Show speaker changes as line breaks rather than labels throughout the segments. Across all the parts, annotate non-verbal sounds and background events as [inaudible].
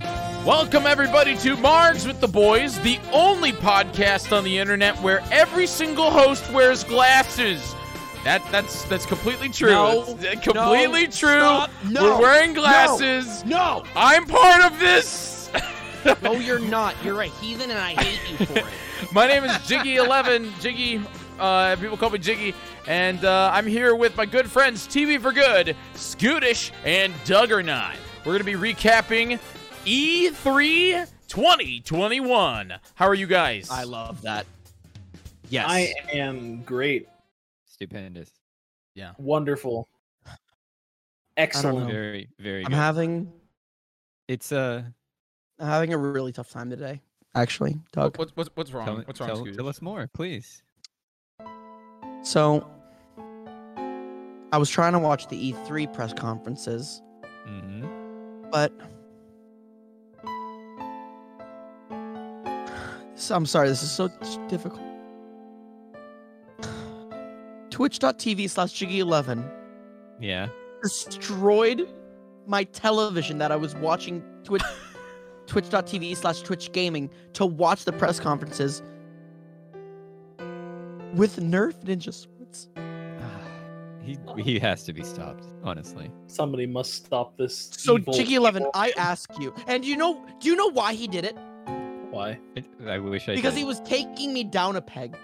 Welcome, everybody, to Margs with the Boys, the only podcast on the internet where every single host wears glasses. That that's that's completely true.
No.
It's uh, completely true.
No. Stop. No.
We're wearing glasses.
No,
I'm part of this.
no, you're not. You're a heathen, and I hate you for it.
my name is Jiggy Eleven. Jiggy, uh, people call me Jiggy, and uh, I'm here with my good friends TV for Good, Scootish, and Duggernot. We're gonna be recapping E E3 2021. How are you guys?
[laughs] I love that. Yes.
I am great,
Stupendous.
wonderful,
know.
excellent.
Very, very
I'm
good.
having
Oh. it's uh
having a really tough time today. Actually, Doug.
What- What's, what's, what's wrong?
tell,
what's wrong,
tell,
Scootish?
tell us more, please.
So I was trying to watch the E3 press conferences,
Mm-hmm.
but [sighs] So- I'm sorry, this is so t- difficult. Twitch.tv slash Jiggy11
Yeah. [sighs]
destroyed my television that I was watching Twitch twitch.tv slash Twitch Gaming to watch the press conferences with Nerf Ninja Swords.
he he has to be stopped, honestly.
Somebody must stop this.
So
evil
Jiggy Eleven,
evil-
I ask you, and you know do you know why he did it?
Why?
It, I wish I
Because
did.
he was taking me down a peg.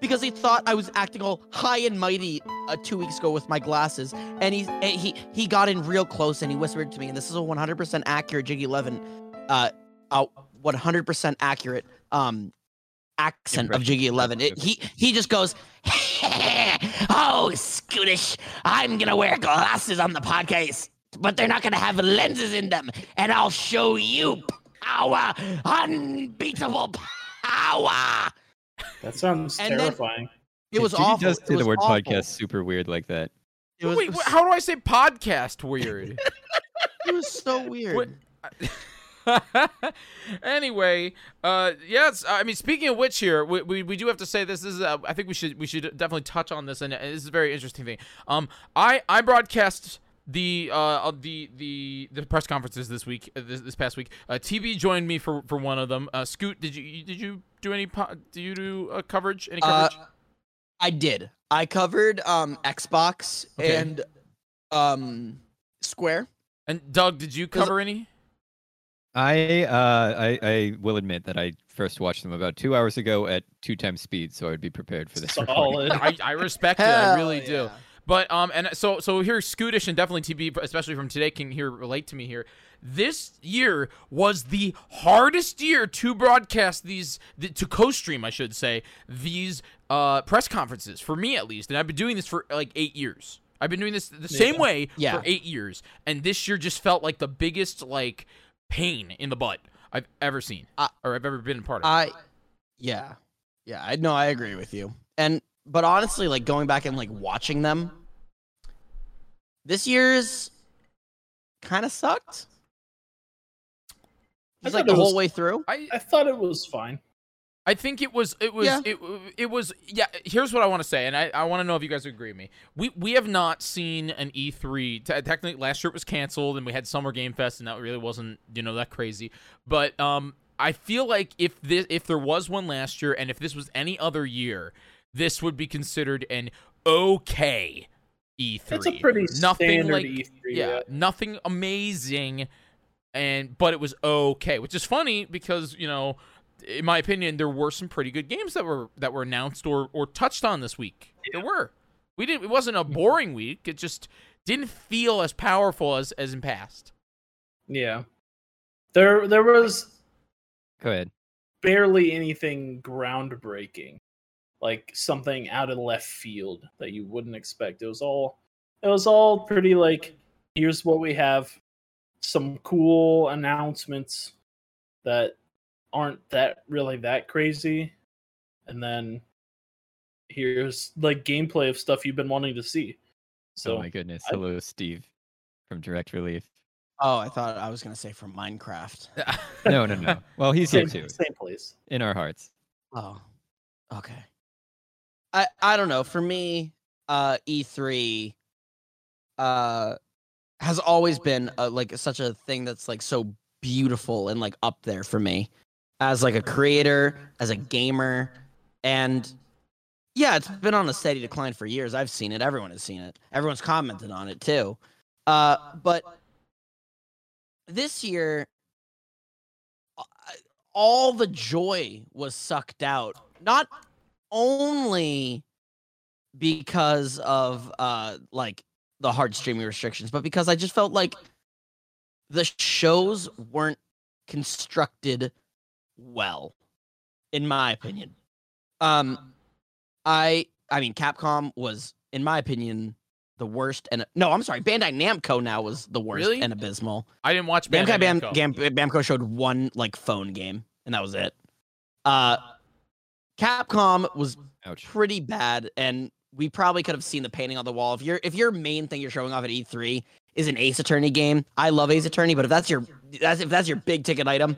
Because he thought I was acting all high and mighty uh, two weeks ago with my glasses, and he and he he got in real close and he whispered to me, and this is a 100% accurate Jiggy Eleven, uh, uh 100% accurate um accent of
Impression.
Jiggy Eleven. It, he he just goes, [laughs] oh Scootish, I'm gonna wear glasses on the podcast, but they're not gonna have lenses in them, and I'll show you power, unbeatable power.
That sounds
And then-
terrifying.
It was
Dude,
awful.
He does
It
say the
was
word
awful.
podcast super weird like that.
It was,
Wait,
it
wh-
was,
how do I say podcast weird?
it
[laughs]
was so weird.
anyway, uh, yes. I mean, speaking of which, here we, we, we do have to say this, is. Uh, I think we should we should definitely touch on this, and uh, this is a very interesting thing. Um, I I broadcast the uh uh, the the the press conferences this week uh, this, this past week. Uh, TB joined me for for one of them. Uh, Scoot, did you you- did you do any po- do you do uh, coverage any
Uh,
coverage?
I did. I covered um Xbox
Okay.
and um Square.
and Doug, did you
does-
cover any?
I uh I, I will admit that I first watched them about two hours ago at two times speed, so I'd be prepared for this.
Solid.
recording.
I, I respect it. I really do. But um, and so so here, Scootish and definitely TB, especially from today, can here relate to me here. This year was the hardest year to broadcast these th- to co-stream, I should say, these uh press conferences for me at least, and I've been doing this for like eight years. I've been doing this the same way
Yeah.
for eight years, and this year just felt like the biggest like pain in the butt I've ever seen
I-
or I've ever been a part of.
I yeah. Yeah, I no, I agree with you. And but honestly, like going back and like watching them, this year's kind of sucked.
I
Just
thought
like the
it
whole
was-
way through.
I,
[laughs] I thought it was fine.
I think it was it was
Yeah.
it, it was yeah. Here's what I want to say, and I, I want to know if you guys agree with me. We we have not seen an E3. Te- technically, last year it was canceled, and we had Summer Game Fest, and that really wasn't you know that crazy. But um, I feel like if this if there was one last year, and if this was any other year, this would be considered an okay E3.
It's a pretty
nothing
standard E
like
E3.
yeah, nothing amazing and but it was okay which is funny because you know in my opinion there were some pretty good games that were that were announced or or touched on this week there were we didn't it wasn't a boring week it just didn't feel as powerful as as in past
Yeah. There, there was
Go ahead.
barely anything groundbreaking, like something out of left field that you wouldn't expect. It was all, it was all pretty like, here's what we have, some cool announcements that aren't that really that crazy, and then here's like gameplay of stuff you've been wanting to see. So
oh my goodness.
I-
Hello, Steve from Direct Relief.
Oh, I thought I was gonna say from Minecraft.
No, no, no. Well, he's here
same,
too.
same place.
In our hearts.
Oh, okay. I I don't know. For me, uh, E3, uh, has always been uh, like such a thing that's like so beautiful and like up there for me as like a creator, as a gamer, and yeah, it's been on a steady decline for years. I've seen it. Everyone has seen it. Everyone's commented on it too. Uh, but this year, uh, all the joy was sucked out. Not only because of uh, like the hard streaming restrictions, but because I just felt like the shows weren't constructed well, in my opinion. Um, I I mean, Capcom was, in my opinion, the worst. And no, I'm sorry, Bandai Namco now was the worst
Really?
and abysmal.
[laughs] I didn't watch Bandai
Bandai Bam,
Namco.
Gam, Bamco showed one like phone game, and that was it. Uh, Capcom was
Ouch.
pretty bad, and we probably could have seen the painting on the wall. If your if your main thing you're showing off at E3 is an Ace Attorney game, I love Ace Attorney, but if that's your that's if that's your big ticket item,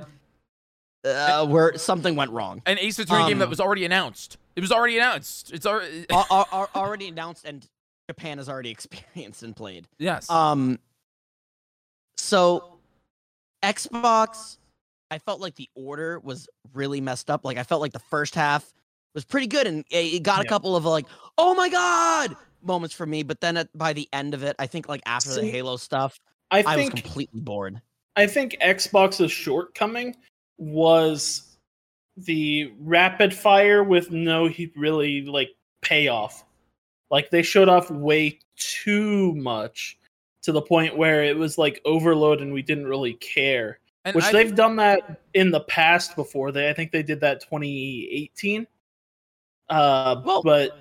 uh, where something went wrong.
An Ace Attorney game that
Um, uh,
was already announced. It was already announced. It's already
are, are, are already announced and Japan has already [laughs] experienced and played.
yes.
Um, so Xbox, I felt like the order was really messed up. Like I felt like the first half was pretty good, and it it got a
Yeah.
couple of like, oh my god, moments for me. But then at, by the end of it, I think like after the
See,
Halo stuff,
I
I, was
think
completely bored.
I think Xbox's shortcoming was the rapid fire with no he- really like payoff. Like they showed off way too much to the point where it was like overload and we didn't really care.
and
Which
I-
they've done that in the past before. They I think they did that 2018. Uh
Well-
but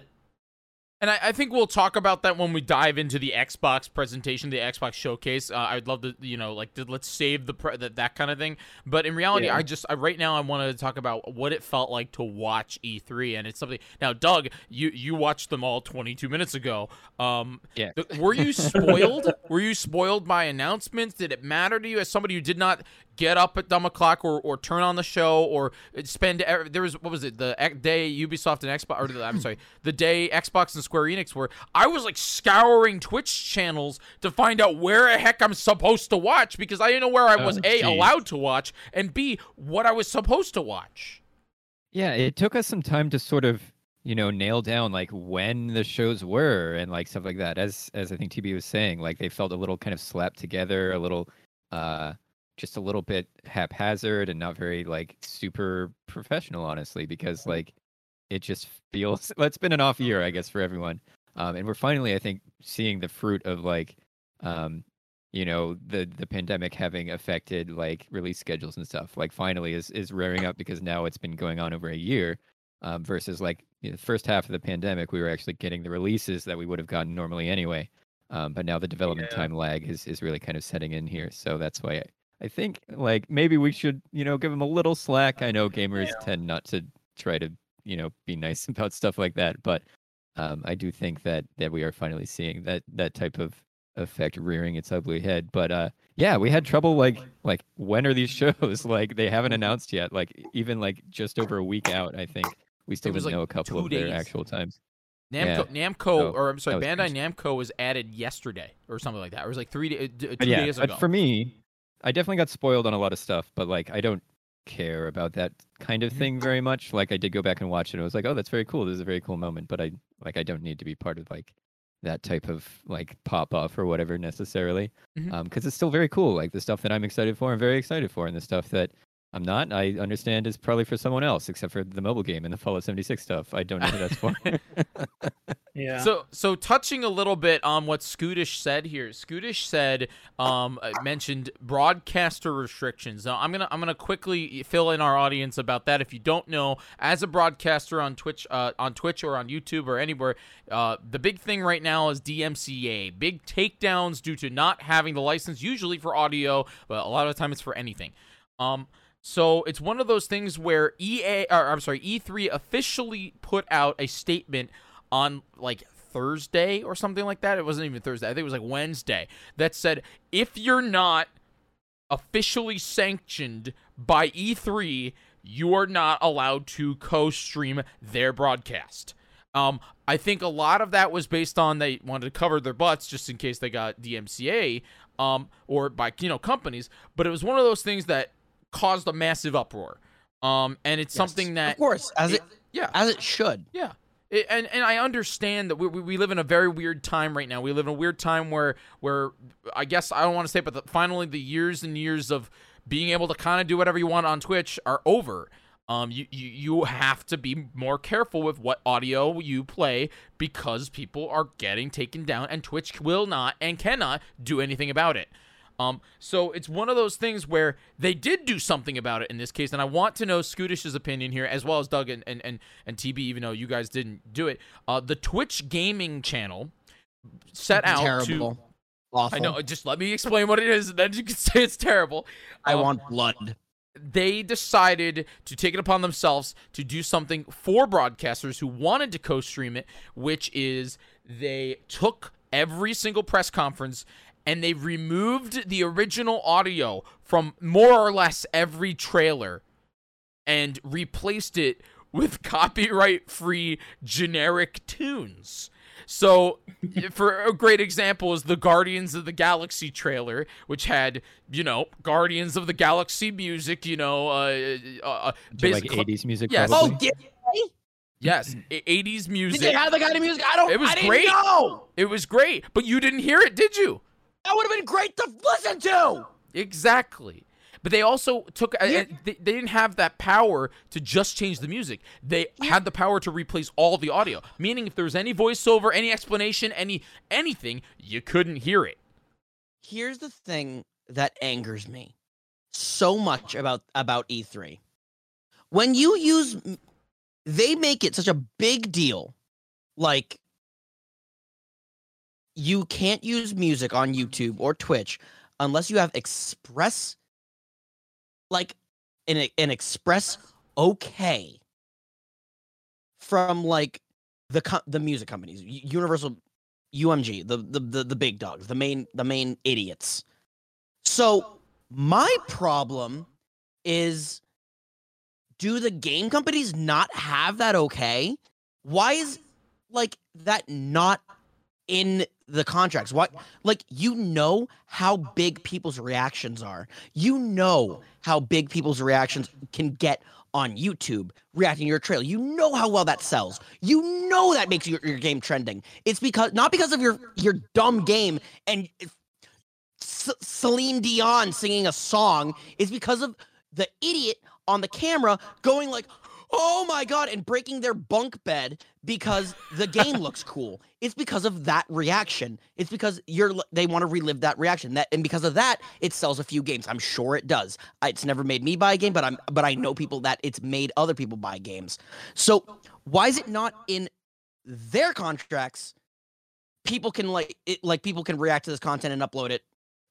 And I, I think we'll talk about that when we dive into the Xbox presentation, the Xbox showcase. Uh, I'd love to, you know, like to, let's save the pre- that that kind of thing. But in reality,
Yeah.
I just I, right now I wanted to talk about what it felt like to watch E3, and it's something. Now, Doug, you you watched them all 22 minutes ago. Um,
Yeah.
th- were you spoiled? [laughs] were you spoiled by announcements? Did it matter to you as somebody who did not get up at dumb o'clock or, or turn on the show or spend ev- there was what was it the e- day Ubisoft and Xbox or the, I'm
[clears throat]
sorry the day Xbox and Square Enix were I was like scouring Twitch channels to find out where the heck I'm supposed to watch because I didn't know where I was
Oh,
a
geez.
allowed to watch and b what I was supposed to watch.
Yeah, it took us some time to sort of, you know, nail down like when the shows were and like stuff like that. As as I think TB was saying, like they felt a little kind of slapped together, a little uh just a little bit haphazard and not very like super professional, honestly, because like it just feels [laughs] well, it's been an off year, I guess, for everyone. Um and we're finally, I think, seeing the fruit of like um you know the the pandemic having affected like release schedules and stuff like finally is is rearing up because now it's been going on over a year um, versus like you know, the first half of the pandemic we were actually getting the releases that we would have gotten normally anyway um, but now the development
Yeah.
time lag is is really kind of setting in here so that's why I, I think like maybe we should you know give them a little slack i know gamers tend not to try to you know be nice [laughs] about stuff like that but um, i do think that that we are finally seeing that that type of effect rearing its ugly head. But uh, yeah, we had trouble like like when are these [laughs] shows? Like they haven't
Mm-hmm.
announced yet. Like even like just over a week out, I think we still
It was,
didn't
like,
know a couple
two
of their
days.
actual times.
Namco, Namco,
So,
or I'm sorry,
Oh, that
Bandai
was
Namco was added yesterday or something like that. It was like three, da- d-
But
two
yeah,
days
but
ago.
for me, I definitely got spoiled on a lot of stuff. But like I don't care about that kind of
Mhm.
thing very much. Like I did go back and watch it. And I was like, oh, that's very cool. This is a very cool moment. But I like I don't need to be part of like that type of like pop off or whatever necessarily.
Mhm.
um because it's still very cool like the stuff that i'm excited for i'm very excited for and the stuff that i'm not i understand is probably for someone else except for the mobile game and the fallout 76 stuff i don't know who
[laughs]
that's for
yeah.
So, so touching a little bit on what Scootish said here, Scootish said, um, uh, mentioned broadcaster restrictions. Now, I'm gonna, I'm gonna quickly fill in our audience about that. If you don't know, as a broadcaster on Twitch, uh, on Twitch or on YouTube or anywhere, uh, the big thing right now is DMCA, big takedowns due to not having the license, usually for audio, but a lot of the time it's for anything. Um, so it's one of those things where EA, or I'm sorry, E3 officially put out a statement on like Thursday or something like that. It wasn't even Thursday. I think it was like Wednesday that said if you're not officially sanctioned by E3, you are not allowed to co-stream their broadcast. Um, I think a lot of that was based on they wanted to cover their butts just in case they got DMCA um, or by you know companies. But it was one of those things that caused a massive uproar. Um, and it's something that
of course, as it
yeah,
as it should.
yeah. It, and and I understand that we, we we live in a very weird time right now. We live in a weird time where where I guess I don't want to say, but the, finally the years and years of being able to kind of do whatever you want on Twitch are over. Um, you, you you have to be more careful with what audio you play because people are getting taken down, and Twitch will not and cannot do anything about it. Um, so it's one of those things where they did do something about it in this case, and I want to know Scootish's opinion here, as well as Doug and and and, and TB, even though you guys didn't do it. Uh, the Twitch gaming channel set out
Terrible.
to.
Awful.
I know. Just let me explain what it is, and then you can [laughs] say it's terrible
I
um,
want blood.
they decided to take it upon themselves to do something for broadcasters who wanted to co-stream it, which is they took every single press conference and they removed the original audio from more or less every trailer and replaced it with [laughs] copyright free generic tunes. So, for a great example, is the Guardians of the Galaxy trailer, which had, you know, Guardians of the Galaxy music, you know, uh, uh, uh,
Do like
basic-
80s music.
Yes.
Oh,
Probably.
did,
yes, 80s music.
did they have the kind of music? I don't.
It was
I didn't
great.
Know.
It was great, but you didn't hear it, did you?
That would have been great to listen to.
Exactly. But they also took. Uh,
Yeah.
uh, they, they didn't have that power to just change the music. They had the power to replace all the audio. Meaning, if there was any voiceover, any explanation, any anything, you couldn't hear it.
Here's the thing that angers me so much about about E3. When you use, m- they make it such a big deal, like you can't use music on YouTube or Twitch unless you have express, like an e- an express okay from like the co- the music companies, U- Universal UMG, the, the the the big dogs, the main the main idiots. So my problem is do the game companies not have that okay? Why is like that not in the contracts? Why like you know how big people's reactions are. You know how big people's reactions can get on YouTube reacting to your trailer. You know how well that sells. You know that makes your, your game trending. It's because not because of your your dumb game and C- Celine Dion singing a song. It's because of the idiot on the camera going like, "Oh my god!" and breaking their bunk bed because the game looks cool. It's because of that reaction. It's because you're l- they want to relive that reaction. That and because of that, it sells a few games. I'm sure it does. I- It's never made me buy a game, but I'm but I know people that it's made other people buy games. So why is it not in their contracts? People can like it, like people can react to this content and upload it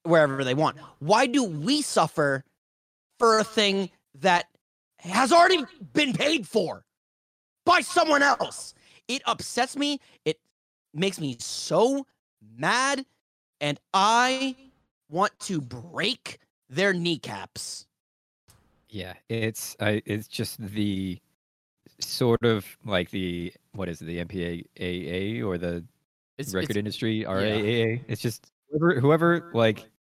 wherever they want. Why do we suffer for a thing that has already been paid for by someone else? It upsets me. It makes me so mad. And I want to break their kneecaps.
Yeah, it's I it's just the sort of like the what is it, the MPAA or the
It's,
record [laughs]
it's
industry RAAA. It's just whoever, whoever like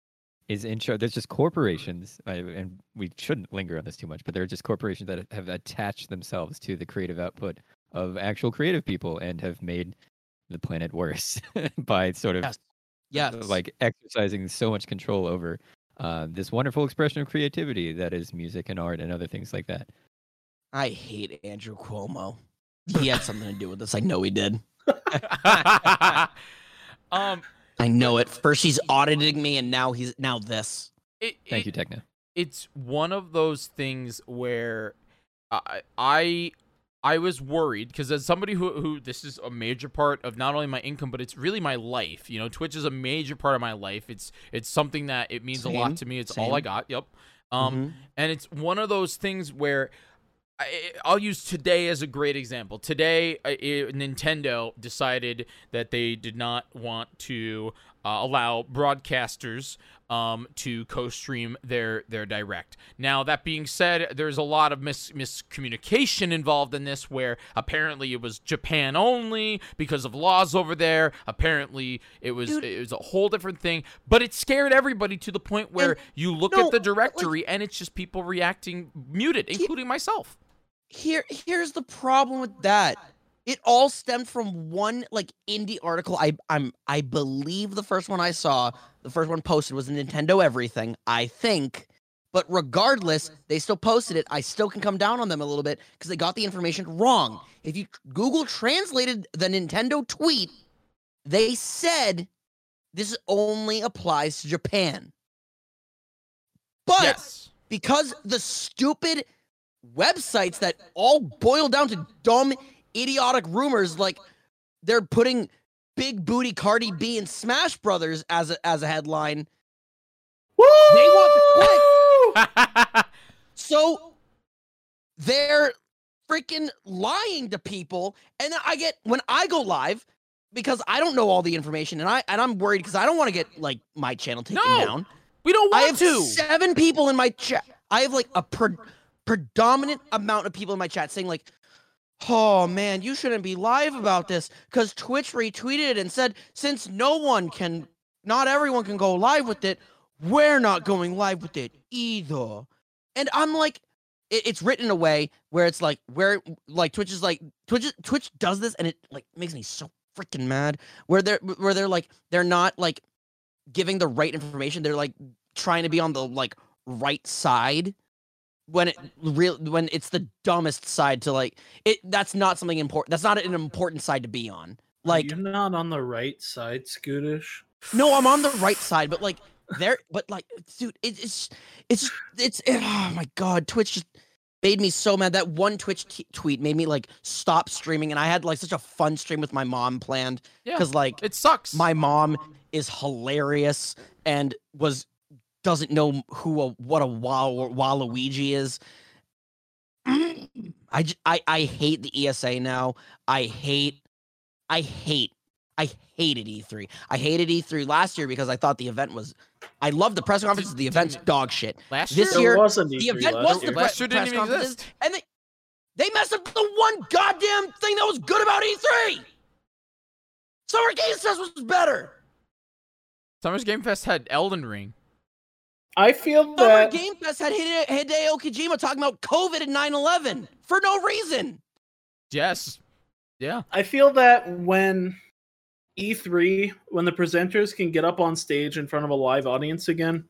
is in charge. There's just corporations, I, and we shouldn't linger on this too much, but there are just corporations that have attached themselves to the creative output of actual creative people and have made the planet worse [laughs] by sort of
Yes. Yes.
like exercising so much control over uh, this wonderful expression of creativity that is music and art and other things like that.
I hate Andrew Cuomo. He had something to do with this. I know he did.
[laughs] um.
I know it. First he's auditing me and now he's now this.
It,
Thank
it,
you, Techno.
it's one of those things where I I, I was worried because as somebody who who this is a major part of not only my income but it's really my life. You know, Twitch is a major part of my life. It's it's something that it means a
Same,
lot to me. It's all I
same. Mm-hmm.
got. Yep. Um, and it's one of those things where I, I'll use today as a great example. uh, Today, I, I- Nintendo decided that they did not want to uh, allow broadcasters um, to co-stream their their direct. Now that being said, there's a lot of mis- miscommunication involved in this, where apparently it was Japan only because of laws over there. Apparently it was
Dude.
it was a whole different thing, but it scared everybody to the point where
And-
you look
no,
at the
like-
directory and it's just people reacting muted, including myself.
here here's the problem with that it all stemmed from one like indie article i i'm i believe the first one i saw the first one posted was a nintendo everything i think but regardless they still posted it i still can come down on them a little bit because they got the information wrong if you google translated the nintendo tweet they said this only applies to japan but
yes.
because the stupid websites that all boil down to dumb, idiotic rumors, like they're putting big booty Cardi B and Smash Brothers as a, as a headline.
Woo!
They want the click, so they're freaking lying to people. And then I get when I go live because I don't know all the information, and I and I'm worried because I don't want to get like my channel taken
No.
down.
[laughs] we don't
I
want
have
to.
seven people in my chat. I have like a pre- predominant amount of people in my chat saying like, "Oh man, you shouldn't be live about this because Twitch retweeted and said since no one can, not everyone can go live with it, we're not going live with it either." And I'm like, it, it's written in a way where it's like where like Twitch is like Twitch is- Twitch does this and it like makes me so freaking mad where they're where they're like they're not like giving the right information they're like trying to be on the like right side when it real when it's the dumbest side to like it that's not something important that's not an important side to be on like
you're not on the right side, Scootish.
no i'm on the right side but like there but like dude it, it's it's just- it's it, oh my god twitch just made me so mad that one twitch t- tweet made me like stop streaming and i had like such a fun stream with my mom planned
Yeah.
because like
It sucks.
my mom is hilarious and was doesn't know who a what a Wal- Waluigi is. I, j- I I hate the ESA now. I hate I hate I hated E3. I hated E3 last year because I thought the event was I love the press conference, the event's dog shit.
last
this
year,
year-
There wasn't
The
E3
event
last
was
year.
the
Last
press,
year didn't
press
even
conferences
exist.
and they they messed up the one goddamn thing that was good about E3. Summer Game Fest was better.
Summer's Game Fest had Elden Ring.
I feel
Summer
that
Game Fest had Hide- Hideo Kojima talking about COVID and 9/11 for no reason.
Yes.
[laughs]
Yeah.
I feel that when E3, when the presenters can get up on stage in front of a live audience again,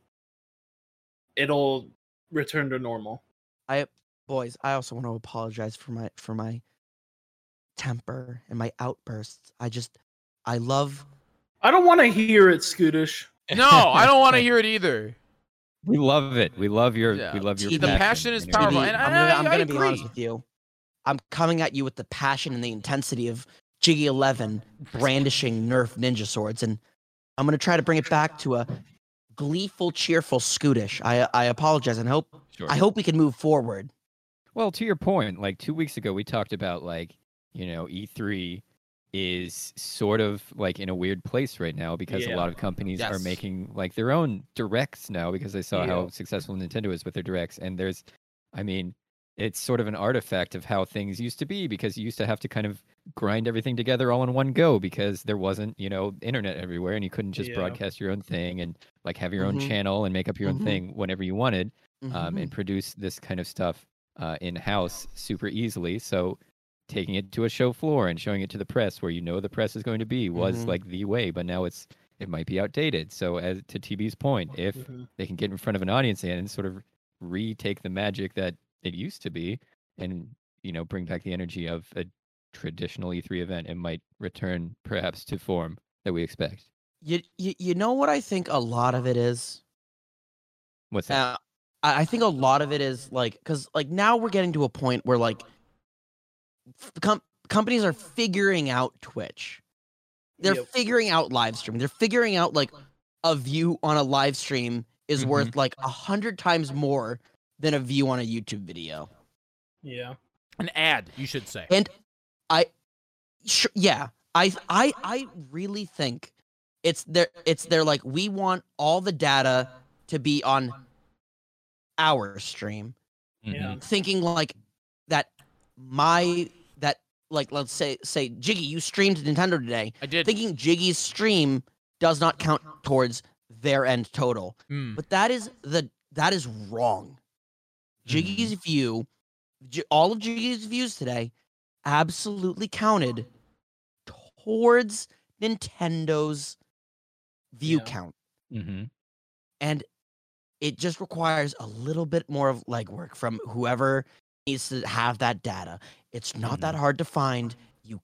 it'll return to normal.
Boys, I also want to apologize for my for my temper and my outbursts. I just I love
I don't want to hear it, Scootish.
No, I don't want to hear it either.
We love it. We love your.
Yeah.
We love your.
See, the
passion is
and
to
everything.
powerful.
be-
and
I'm
I-
gonna, I'm
I
gonna be honest
agree.
with you. I'm coming at you with the passion and the intensity of Jiggy 11 brandishing Nerf ninja swords, and I'm gonna try to bring it back to a gleeful, cheerful Scootish. I I apologize and hope
Sure.
I hope we can move forward.
Well, to your point, like two weeks ago, we talked about like, you know, E3 is sort of like in a weird place right now because
Yeah.
a lot of companies are
Yes.
making like their own directs now because they saw how
Yeah.
successful Nintendo is with their directs. And there's, I mean, it's sort of an artifact of how things used to be because you used to have to kind of grind everything together all in one go because there wasn't, you know, internet everywhere and you couldn't just
Yeah. Mm-hmm.
broadcast your own thing and like have your
Mhm.
own channel and make up your
Mhm.
own thing whenever you wanted um,
Mhm.
and produce this kind of stuff uh, in house super easily. So taking it to a show floor and showing it to the press where you know the press is going to be was
Mhm.
like the way, but now it's it might be outdated. So as to TB's point, if
Mhm.
they can get in front of an audience and sort of retake the magic that it used to be and you know bring back the energy of a traditional E3 event, it might return perhaps to form that we expect.
You, you you know what I think a lot of it is.
What's that?
Uh, I I think a lot of it is like because like now we're getting to a point where like f- com- companies are figuring out Twitch, they're
Yep.
figuring out live stream, they're figuring out like a view on a live stream is
Mhm.
worth like a hundred times more than a view on a YouTube video.
Yeah.
An ad, you should say.
And- I, sure, yeah, I, I, I really think It's their it's their like we want all the data to be on our stream Mm-hmm.
Mm-hmm.
Yeah.
thinking like that my that like let's say say Jiggy you streamed Nintendo today
I did.
thinking Jiggy's stream does not count towards their end total
Mm.
but that is the that is wrong. Jiggy's view, J- all of Jiggy's views today, absolutely counted towards Nintendo's view
Yeah.
count,
Mm-hmm.
and it just requires a little bit more of legwork from whoever needs to have that data. It's not that hard to find. You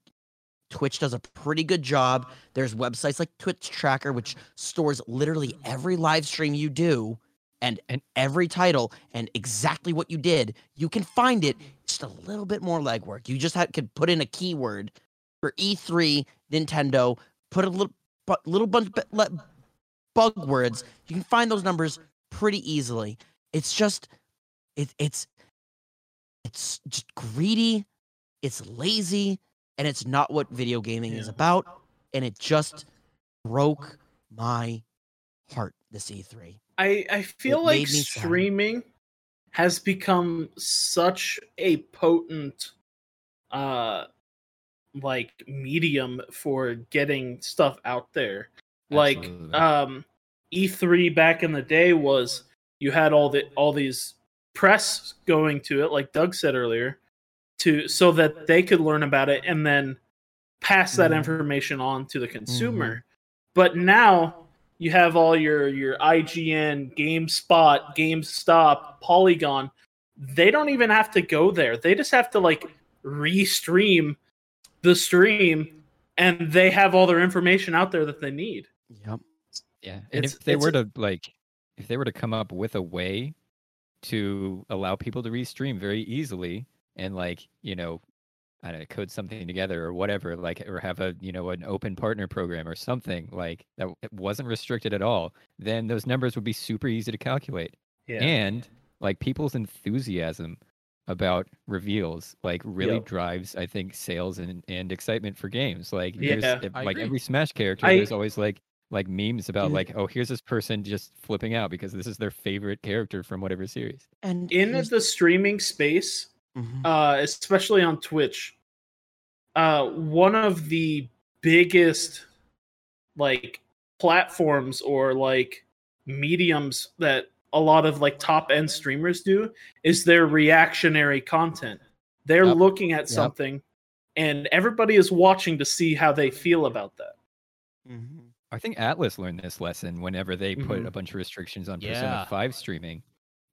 Twitch does a pretty good job. There's websites like Twitch Tracker, which stores literally every live stream you do and, and every title and exactly what you did. You can find it. Just a little bit more legwork. You just had could put in a keyword for E3 Nintendo. Put a little bu- little bunch bu- le- bug words. You can find those numbers pretty easily. It's just it, it's it's just greedy. It's lazy and it's not what video gaming is
Yeah.
about. And it just broke my heart. This E E3.
I I feel
It
like
made me sad.
streaming has become such a potent uh like medium for getting stuff out there. Like
Absolutely.
um E3 back in the day was you had all the all these press going to it like Doug said earlier to so that they could learn about it and then pass that
Mhm.
information on to the consumer. But now you have all your your IGN, GameSpot, GameStop, Polygon. They don't even have to go there. They just have to like restream the stream and they have all their information out there that they need.
Yep.
Yeah, and
It's-
if they were
it's-
to like, if they were to come up with a way to allow people to restream very easily and like, you know, I don't know, code something together or whatever, like, or have a you know an open partner program or something like that w- it wasn't restricted at all, then those numbers would be super easy to calculate. And like people's enthusiasm about reveals like really
Yep.
drives I think sales and, and excitement for games. Like
Yeah,
there's if-
I
like
agree.
every Smash character,
I- Mm-hmm.
there's always like like memes about
Mm.
like, oh, here's this person just flipping out because this is their favorite character from whatever series.
And
In
here's-
the streaming space,
Mhm.
uh, especially on Twitch, uh, one of the biggest like platforms or like mediums that a lot of like top end streamers do is their reactionary content. They're
Yep.
looking at something and everybody is watching to see how they feel about that.
Mhm.
I think Atlas learned this lesson whenever they put
Mhm.
a bunch of restrictions on
Mm-hmm. Yeah.
Persona 5 streaming.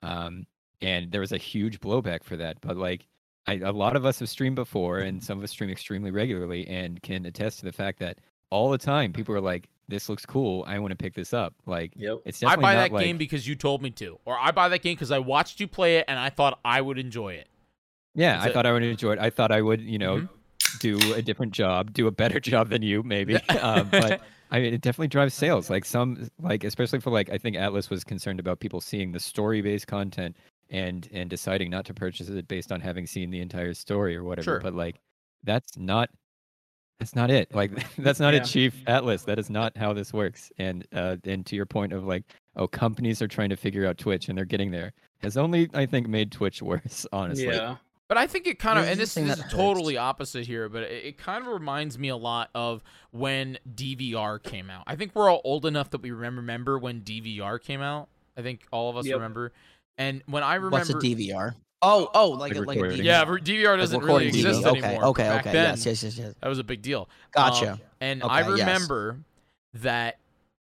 Um, and there was a huge blowback for that. But like, I, a lot of us have streamed before, and some of us stream extremely regularly and can attest to the fact that all the time people are like, this looks cool. I want to pick this up. Like,
Yep.
it's
I
definitely
buy
not
that
like,
game because you told me to, or I buy that game because I watched you play it and I thought I would enjoy it.
yeah,
it's
I
a-
thought I would enjoy it. I thought I would, you know, do a different job, do a better [laughs] job than you, maybe. um, but I mean, it definitely drives sales. Like some, like especially for like, I think Atlas was concerned about people seeing the story-based content and and deciding not to purchase it based on having seen the entire story or whatever.
Sure.
But like, that's not that's not it. Like, [laughs] that's not
Yeah.
a chief Atlas. That is not how this works. And uh, and to your point of like, oh, companies are trying to figure out Twitch and they're getting there has only I think made Twitch [laughs] worse. Honestly,
Yeah.
But I think it kind of,
Here's
and
the
this,
thing
this
that
is totally opposite here, but it, it kind of reminds me a lot of when DVR came out. I think we're all old enough that we remember, remember when DVR came out. I think all of us
Yep.
remember. And when I remember,
What's a DVR? Oh, oh, like a,
Like
like a
recording.
DVR.
yeah, re- DVR
Like
doesn't really
recording DVR.
exist
okay,
anymore.
Okay,
Back
okay,
then,
yes, yes, yes, yes.
that was a big deal.
Gotcha.
Um, and I
Okay, yes.
remember that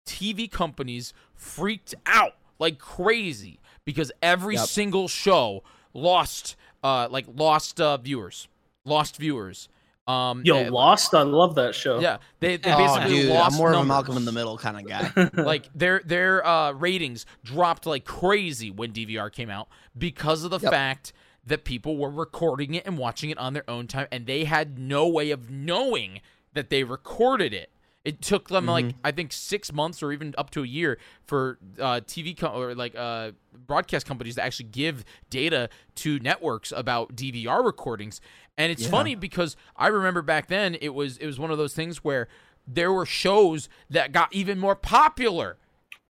TV companies freaked out like crazy because every
Yep.
single show lost, uh, like lost uh, viewers, lost viewers. Um,
Yo,
eh,
Lost, I love that show.
Yeah, they, they
oh,
basically
dude,
lost
I'm more of a
numbers.
Malcolm in the Middle kind of guy.
Like their their uh, ratings dropped like crazy when DVR came out because of the
Yep.
fact that people were recording it and watching it on their own time, and they had no way of knowing that they recorded it. It took them like I think six months or even up to a year for uh, TV com- or like uh, broadcast companies to actually give data to networks about DVR recordings. And it's funny because I remember back then it was it was one of those things where there were shows that got even more popular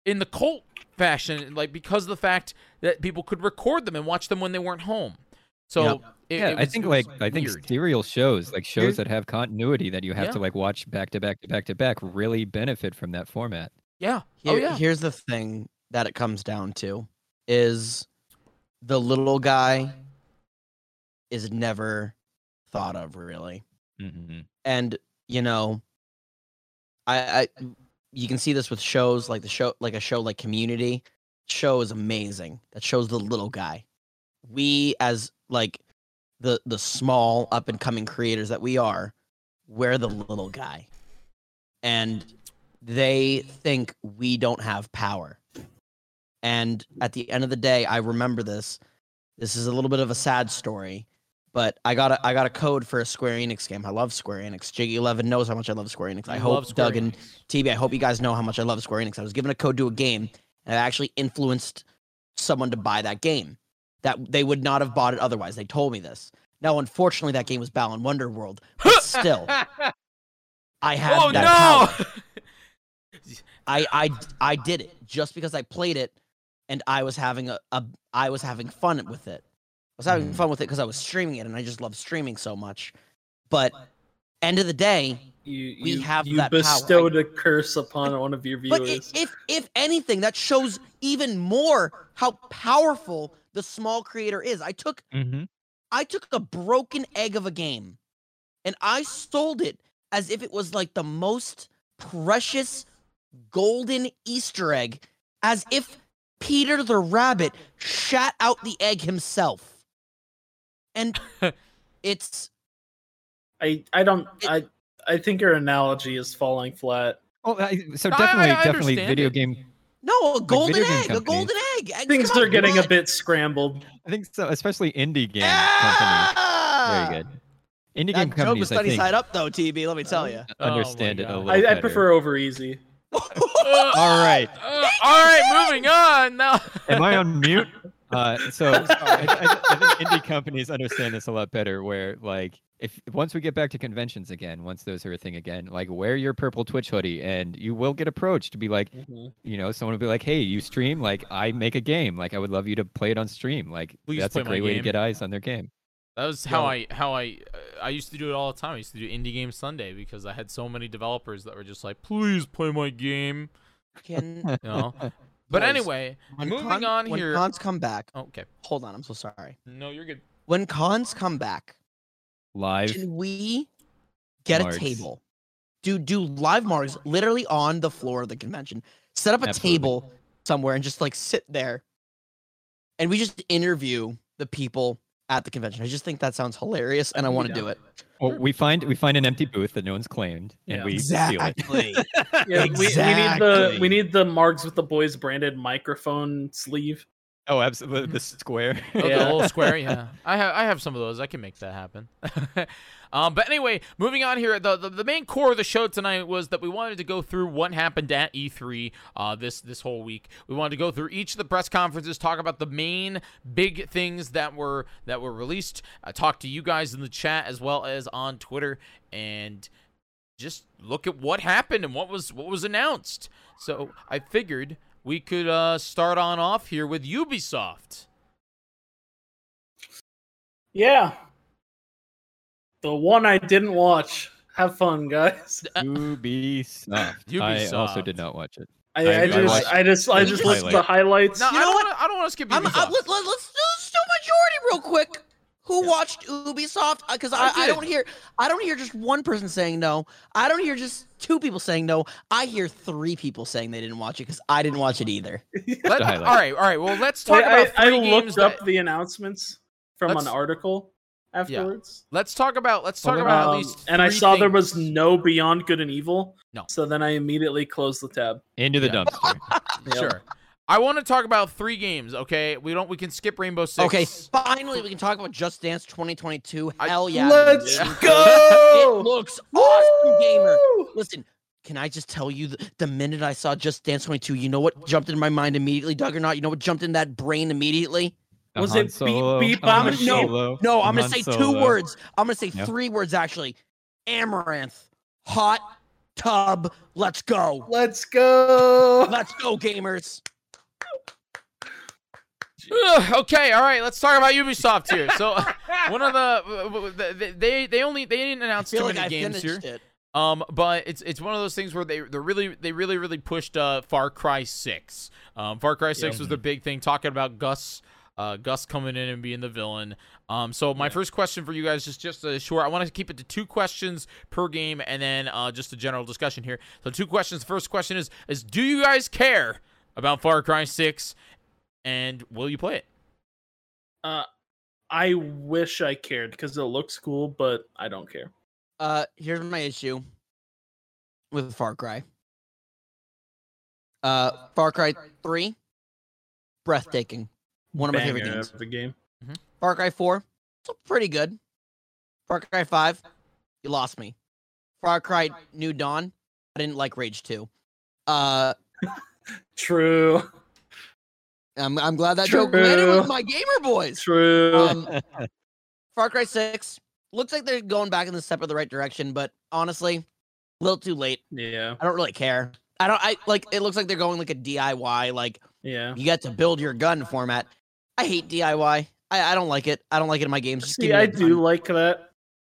in the cult fashion, like because of the fact that people could record them and watch them when they weren't home. So
Yeah.
it-
yeah,
it
I
was-
think
it was,
like I think
weird.
serial shows, like shows
Here's-
that have continuity that you have
Yeah.
to like watch back to back to back to back, really benefit from that format.
yeah, oh
Here-
yeah,
Here's the thing that it comes down to is the little guy is never thought of really.
Mm-hmm.
And you know I I you can see this with shows like the show like a show like Community. Show is amazing. That shows the little guy. We as like the the small up and coming creators that we are, we're the little guy. And they think we don't have power. And at the end of the day, I remember this. This is a little bit of a sad story, but I got a I got a code for a Square Enix game. I love Square Enix. Jiggy Eleven knows how much I love Square Enix. I
You
hope
love Square
Doug and
Enix.
TB, I hope you guys know how much I love Square Enix. I was given a code to a game, and I actually influenced someone to buy that game. That they would not have bought it otherwise. They told me this. Now, unfortunately, that game was Balan Wonderworld,
[laughs]
but still, I had
Oh
that
no!
power.
[laughs]
I, I I did it just because I played it and I was having a, a I was having fun with it. I was having
Mhm.
fun with it because I was streaming it and I just love streaming so much. But end of the day,
You,
We
you,
have
you
that power.
bestowed a curse upon one of your
but i-
viewers.
if if anything, that shows even more how powerful the small creator is. I took
Mm-hmm.
I took a broken egg of a game and I sold it as if it was like the most precious golden Easter egg, as if Peter the Rabbit shat out the egg himself.
[laughs]
And it's
I, I don't I I think your analogy is falling flat.
Oh, I, so
I- I
definitely, definitely,
understand
video
it.
game.
no, a golden
video game
egg, a
companies-
golden egg. eggs
Things
come out
are
of
getting a
blood.
bit scrambled.
I think so, especially indie game companies.
Ah!
Very good. Indie game
That joke was
companies, I
sunny
think, uh,
side up though, TB. Let me tell you.
Oh my
understand it a
God.
little.
I, I
better.
prefer over
[laughs]
easy.
All right.
Uh, all right, moving on. Now,
Am I
[laughs]
on mute? Uh, so I, I, I think indie companies understand this a lot better. Where like if once we get back to conventions again, once those are a thing again, like wear your purple Twitch hoodie, and you will get approached to be like,
Mm-hmm.
you know, someone will be like, hey, you stream? Like I make a game. Like I would love you to play it on stream. Like
Please
that's
play
a
my
great way to
game.
get eyes on their game.
That was how I
Yeah.
how I uh, I used to do it all the time. I used to do indie game Sunday because I had so many developers that were just like, "Please play my game,"
Can,
you
[laughs]
know. But
Nice.
anyway,
when
moving
con-
on
when
here.
cons come back,
okay,
hold on. I'm so sorry.
no, you're good.
When cons come back,
Live.
Can we get
Margs.
a table? Do do live margs literally on the floor of the convention. Set up a
Absolutely.
table somewhere and just like sit there. And we just interview the people at the convention. I just think that sounds hilarious and I want to do it.
Well, oh, we find we find an empty booth that no one's claimed, and
Yeah.
we steal
[laughs]
it.
Exactly.
Yeah, we, we need the
Exactly.
we need the Margs with the boys branded microphone sleeve.
Oh, absolutely. The square.
Oh,
[laughs]
Yeah.
the little square, yeah. I have I have some of those. I can make that happen. [laughs] um, but anyway, moving on here. The, the the main core of the show tonight was that we wanted to go through what happened at E3 uh, this this whole week. We wanted to go through each of the press conferences, talk about the main big things that were that were released. I talked to you guys in the chat as well as on Twitter and just look at what happened and what was what was announced. So I figured we could uh, start on off here with Ubisoft.
Yeah. The one I didn't watch. Have fun, guys.
[laughs] Ubisoft. I also
Ubisoft.
did not watch it.
I,
I-
I,
I
just,
watched-
I just, I
I
just
just-
listened to highlights.
No,
You
I
know
don't
what?
want to. I don't want to skip
I'm,
Ubisoft.
I'm, let, let, let's do, let's do majority real quick. Who watched Ubisoft? Because I,
I
I,
did.
don't hear I don't hear just one person saying no. I don't hear just two people saying no. I hear three people saying they didn't watch it because I didn't watch it either.
Let-
the
all
highlight.
right, all right. Well, let's
I,
talk about
I- I
three games.
looked
That,
up the announcements from
Let's-
an article afterwards.
let's talk about. Let's talk
Well,
about at
Um,
least.
and I
three
saw there was
things.
no Beyond Good and Evil.
No.
So then I immediately closed the tab.
Into the
Yeah.
dumpster.
Sure. I want to talk about three games. Okay, we don't. We can skip Rainbow Six.
Okay, finally we can talk about Just Dance 2022.
I-
Hell yeah.
[laughs]
Let's
dude.
go!
It looks awesome, gamer.
Woo!
Listen, can I just tell you the, the minute I saw Just Dance 22, you know what jumped in my mind immediately, Doug or not? You know what jumped in that brain immediately?
The
Was
Han
it beep,
Solo,
beep,
the Han
I'm a- no,
Solo,
No,
the
I'm gonna
Han
say
Solo.
two words. I'm gonna say
Yeah.
three words actually. Amaranth, hot tub. Let's go.
Let's go.
Let's go, gamers.
Ugh, okay, all right. Let's talk about Ubisoft here.
[laughs]
So, one of the they they only they didn't announce
feel
too
like
many
I
games
finished
here.
it.
Um, but it's it's one of those things where they they really they really really pushed uh Far Cry Six. Um, Far Cry Six
Yeah.
was the big thing, talking about Gus. Uh, Gus coming in and being the villain. Um, so my first question for you guys is just uh, short. I want to keep it to two questions per game, and then uh, just a general discussion here. So two questions. The first question is: is do you guys care about Far Cry Six, and will you play it?
Uh, I wish I cared because it looks cool, but I don't care.
Uh, here's my issue with Far Cry. Uh, Far Cry Three, breathtaking, one of my favorite
Banger
games.
of the game.
Far Cry 4, still pretty good. Far Cry 5, you lost me. Far Cry New Dawn, I didn't like Rage 2. Uh,
True.
I'm, I'm glad that joke landed with
True.
my gamer boys.
True. [laughs]
Um, Far Cry 6, looks like they're going back in the step of the right direction, but honestly, a little too late.
yeah.
I don't really care. I don't, I like, it looks like they're going like a DIY, like,
Yeah.
you got to build your gun format. I hate DIY. I, I don't like it. I don't like it in my games. Just give
See,
me a
I
gun.
do like that.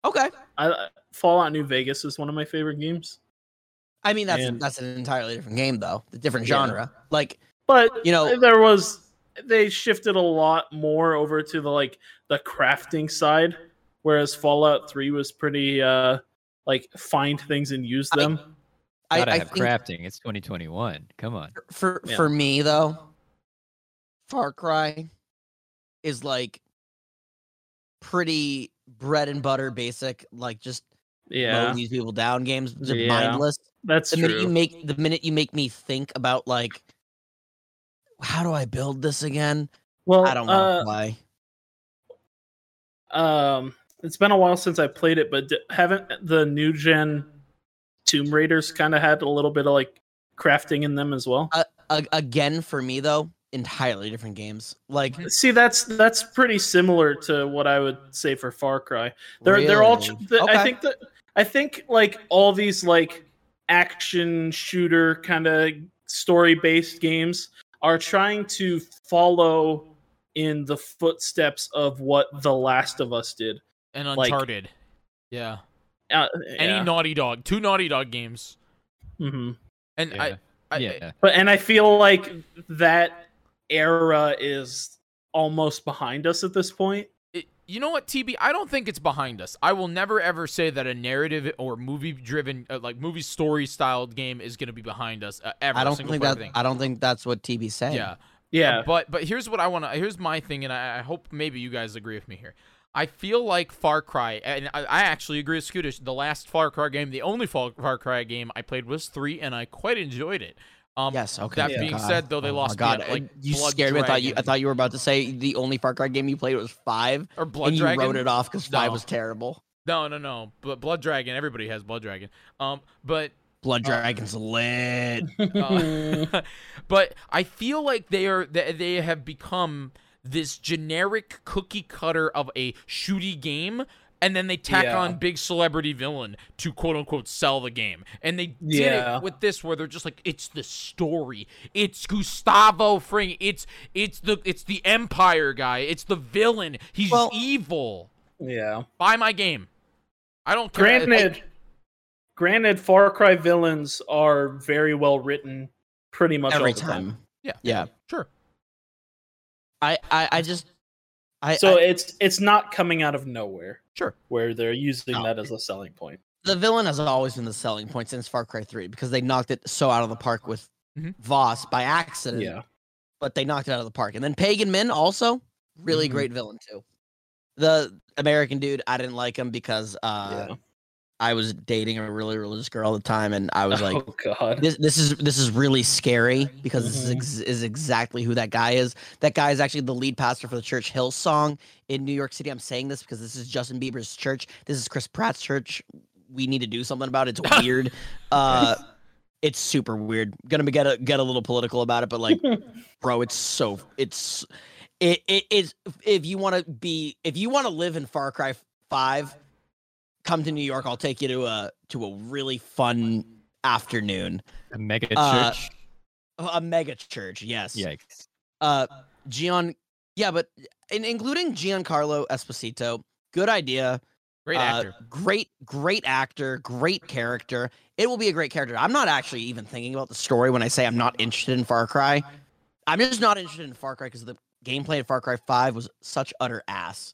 Okay.
I Fallout New Vegas is one of my favorite games.
I mean, that's
And-
that's an entirely different game, though. The different
Yeah.
genre. Like,
But
You know-
there was they shifted a lot more over to the like the crafting side, whereas Fallout Three was pretty uh like find things and use
I-
them.
I,
Gotta
I
have
think
crafting. It's 2021. Come on.
for
Yeah.
for me though, Far Cry is like pretty bread and butter, basic, like just mow
yeah,
these people down games, just
Yeah.
mindless.
that's
The minute you
true.
make the minute you make me think about like, how do I build this again?
Well,
I don't want to play.
uh, um, it's been a while since I played it, but d- haven't the new gen Tomb Raiders kind of had a little bit of like crafting in them as well?
A- again, for me though, entirely different games. Like
See, that's that's pretty similar to what I would say for Far Cry. They're they're all.
really.
The,
Okay.
I think that I think like all these like action shooter kind of story based games are trying to follow in the footsteps of what The Last of Us did.
And
Like-
Uncharted. yeah.
Uh,
Any Naughty Dog. Two Naughty Dog games.
hmm
And
Yeah.
I, I
yeah.
But and I feel like that era is almost behind us at this point.
it, you know what, TB? I don't think it's behind us. I will never ever say that a narrative or movie-driven, uh, like movie story-styled game is going to be behind us uh, ever.
I don't
single
think
player
that
thing.
I don't think that's what TB's saying.
yeah,
Yeah.
But but here's what I want to. Here's my thing, and I, I hope maybe you guys agree with me here. I feel like Far Cry, and I, I actually agree with Scootish. The last Far Cry game, the only Far, Far Cry game I played was three, and I quite enjoyed it. Um,
Yes. Okay.
That
yeah.
being
God.
said, though, they
Oh my
lost. me
God,
at, like
uh, you
Blood
scared me. I thought you. I
Dragon-
thought you were about to say the only Far Cry game you played was five,
or Blood
and you
Dragon.
wrote it off because five
No.
was terrible.
No, no, no. But Blood Dragon, everybody has Blood Dragon. Um, but
Blood Dragon's lit.
uh, [laughs] but I feel like they are they, they have become this generic cookie cutter of a shooty game and then they tack
Yeah.
on big celebrity villain to quote unquote sell the game. And they did
Yeah.
it with this where they're just like it's the story. It's Gustavo Fring. It's it's the it's the empire guy. It's the villain. He's
Well-
evil.
yeah.
Buy my game. I don't care.
Granted, granted, Far Cry villains are very well written, pretty much
Every
all the time.
time.
Yeah.
Yeah.
Sure.
I. I, I just. I.
So
I-
it's it's not coming out of nowhere.
Sure.
where they're using
No.
that as a selling point.
the villain has always been the selling point since Far Cry Three because they knocked it so out of the park with
Mhm.
Voss by accident.
Yeah,
but they knocked it out of the park. And then Pagan Min also really
Mhm.
great villain too. The American dude, I didn't like him because uh,
yeah.
I was dating a really religious girl at the time, and I was
[laughs]
like,
oh god.
this, "This is this is really scary because this is, ex- is exactly who that guy is. That guy is actually the lead pastor for the church Hillsong in New York City. I'm saying this because this is Justin Bieber's church. This is Chris Pratt's church. We need to do something about it. It's weird. uh, it's super weird. Gonna be- get a, get a little political about it, but like bro it's so it's it it is if you want to be if you want to live in far cry 5 come to new york i'll take you to a to a really fun afternoon.
A mega
Uh,
church.
A a mega church, yes.
Yikes.
Uh, Gian, yeah, but in, including Giancarlo Esposito, good idea.
Great
uh,
actor.
Great, great actor, great character. It will be a great character. I'm not actually even thinking about the story when I say I'm not interested in Far Cry. I'm just not interested in Far Cry because the gameplay in Far Cry 5 was such utter ass.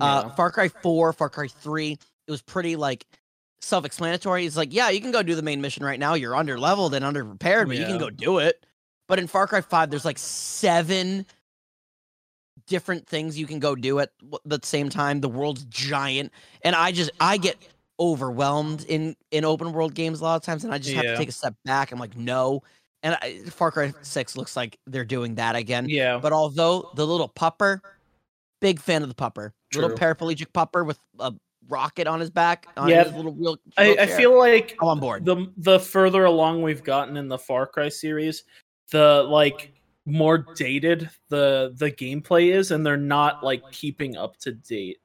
Uh, Far Cry 4, Far Cry 3, it was pretty like self explanatory. It's like, yeah, you can go do the main mission right now. You're under leveled and under prepared, but you
Yeah.
can go do it. But in Far Cry 5, there's like seven different things you can go do at w- the same time. The world's giant. And I just, I get overwhelmed in in open world games a lot of times and i just have
Yeah.
to take a step back i'm like no and I, far cry 6 looks like they're doing that again
yeah.
but although the little pupper, big fan of the pupper,
True.
little paraplegic pupper with a rocket on his back. On
Yeah,
his little wheel.
I, I
wheelchair.
feel like
I'm on board.
the the further along we've gotten in the Far Cry series, the like more dated the the gameplay is, and they're not like keeping up to date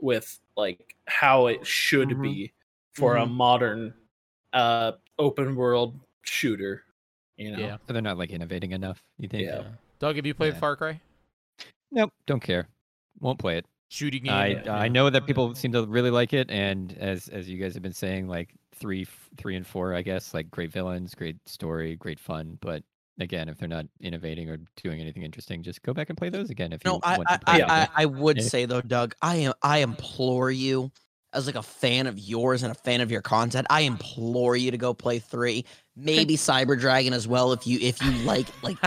with like how it should
Mhm.
be for
Mm-hmm.
a modern uh open world shooter. You know,
Yeah.
So they're not like innovating enough. You think?
Yeah.
Doug, have you played
yeah.
Far Cry?
Nope. Don't care. Won't play it.
Shooting game.
I
yeah,
I know that people seem to really like it, and as as you guys have been saying, like three f- three and four, I guess, like great villains, great story, great fun. But again, if they're not innovating or doing anything interesting, just go back and play those again. If you
No, I
want
I,
to play
I,
them.
I I would
Yeah.
say though, Doug, I am I implore you, as like a fan of yours and a fan of your content, I implore you to go play three, maybe Cyber Dragon as well if you if you like
[laughs]
like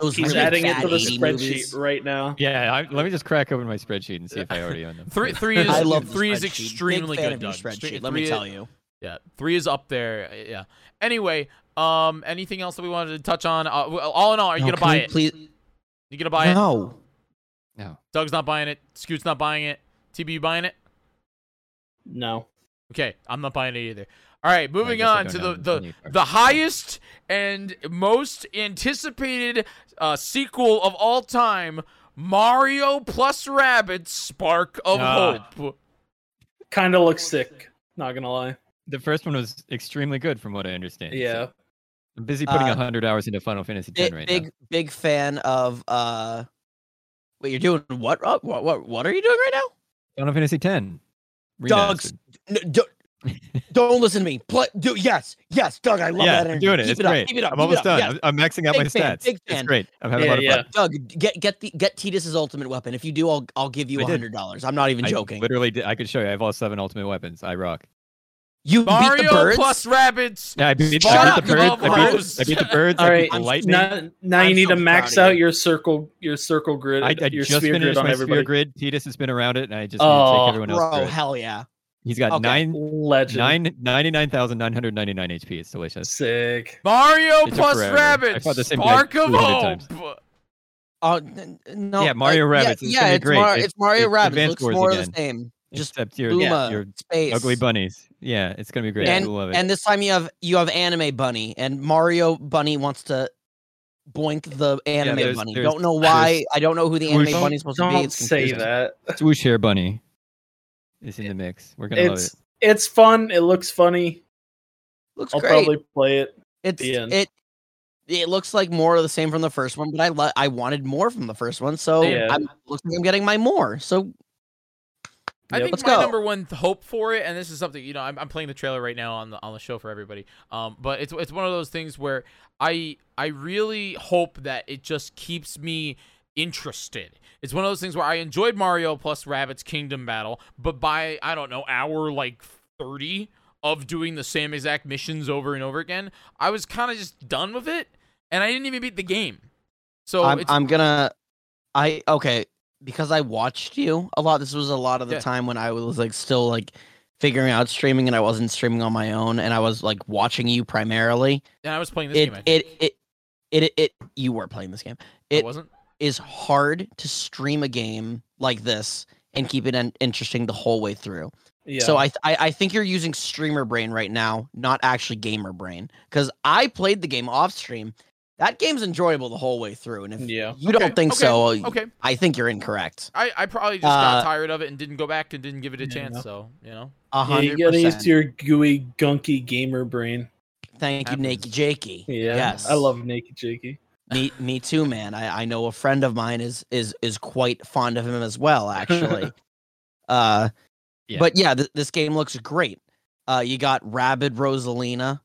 those
he's
really
adding it
bad
to the
80
spreadsheet
movies.
right now.
yeah, I, let me just crack open my spreadsheet and see if I already own them. [laughs]
Three,
But-
three is
I love the
three is
spreadsheet.
extremely
Big fan
good.
of your
Doug. Three-
spreadsheet. Let me
three-
tell you.
Yeah, three is up there. uh, Yeah. Anyway, um, anything else that we wanted to touch on? Uh, well, all in all, are you
No,
gonna
can
buy
we
it?
Please,
You gonna buy it?
no.
no,
Doug's not buying it. Scoot's not buying it. TB, you buying it?
No,
Okay, I'm not buying it either. All right,
I
moving
guess I
on
don't
to the
know
the,
any part.
the highest and most anticipated uh, sequel of all time: Mario plus Rabbids: Spark of
Ah.
Hope.
kind of looks sick. Not gonna lie.
the first one was extremely good, from what I understand. so
Yeah,
I'm busy putting a
Uh,
hundred hours into Final Fantasy X
big
right
big,
now.
big fan of uh what you're doing what uh, what what what are you doing right
Final Fantasy X.
Dogs.
remastered.
now no, don't, don't listen to me Play, do yes yes doug i love
yeah,
that
I'm
energy.
doing it.
Keep
it's
up,
great.
keep it up,
I'm
keep it
almost
up,
done.
yes.
I'm, I'm maxing out
Big
my
fan,
stats.
big
It's
fan.
great. I'm having a
Yeah,
lot of fun.
yeah.
doug get get the get titus's ultimate weapon if you do i'll i'll give you
I
a
did.
hundred dollars i'm not even
I
joking
Literally, did, I could show you. I have all seven ultimate weapons. I rock.
you beat
Mario
the birds
plus Rabbids.
Yeah, I beat,
Shut
I beat
up,
the birds.
Glove
I beat,
Rose.
I beat the birds.
All
I beat
right,
the lightning.
now, now you
I'm
need
so
to max
proud of
out
you.
your circle, your circle grid,
I, I
your
just
sphere
finished
grid on
my sphere
everybody.
grid. Titus has been around it, and I just need to
Oh,
take everyone else.
bro
through it.
hell yeah
He's got
Okay.
nine,
Legend.
nine, 99,999 HP. It's delicious.
Sick.
Mario
It took
plus
forever. I fought
Rabbids.
the same guy
Spark of
200
Hope.
times.
oh n- n- no
Yeah, Mario
uh,
Rabbids,
yeah,
it's
yeah
gonna be
it's,
great.
Mar-
It's-
it's, mario
it's
rabbits
Advance
looks
Wars
more of
again.
the same just
Except your,
Uma,
your
space
ugly bunnies. Yeah, it's gonna be great.
And-
you love it.
And this time you have you have anime bunny, and Mario bunny wants to boink the anime
there's-
bunny.
there's-
Don't know why.
there's-
I don't know who the anime
Don't-
bunny's supposed to be.
Don't
It's
say
confusing.
that.
Swoosh hair bunny is in the mix. We're gonna love
It's
it.
it's fun. It looks funny.
Looks
I'll
great.
probably play it.
it's
the end.
it. It looks like more of the same from the first one, but I lo- I wanted more from the first one, so
Yeah.
I'm looks like I'm getting my more. So
I
Yep.
think
Let's
my
go.
number one th- hope for it, and this is something you know, I'm, I'm playing the trailer right now on the on the show for everybody. Um, but it's it's one of those things where I I really hope that it just keeps me interested. It's one of those things where I enjoyed Mario plus Rabbit's Kingdom Battle, but by I don't know hour like thirty of doing the same exact missions over and over again, I was kind of just done with it, and I didn't even beat the game. So
I'm
it's,
I'm gonna I okay because I watched you a lot. This was a lot of the
Yeah.
time when I was like still like figuring out streaming and I wasn't streaming on my own and I was like watching you primarily.
and I was playing this
It
game. I, think.
it, it it it it you were playing this game.
I
It
Oh, wasn't.
is hard to stream a game like this and keep it in- interesting the whole way through.
Yeah.
So I, th- I I think you're using streamer brain right now, not actually gamer brain, because I played the game off stream. That game's enjoyable the whole way through, and if
Yeah.
you
Okay,
don't think
okay,
so,
Okay.
I think you're incorrect.
I, I probably just got
Uh,
tired of it and didn't go back and didn't give it a
Yeah,
chance.
no.
So you know,
A
Yeah,
hundred
you gotta use
percent.
your gooey, gunky gamer brain.
Thank you,
Happens.
Nakey Jakey.
Yeah,
Yes.
I love Naked Jakey.
me. Me too, man. I, I know a friend of mine is is is quite fond of him as well, actually. uh,
Yeah.
but yeah, th- this game looks great. Uh, you got Rabid Rosalina.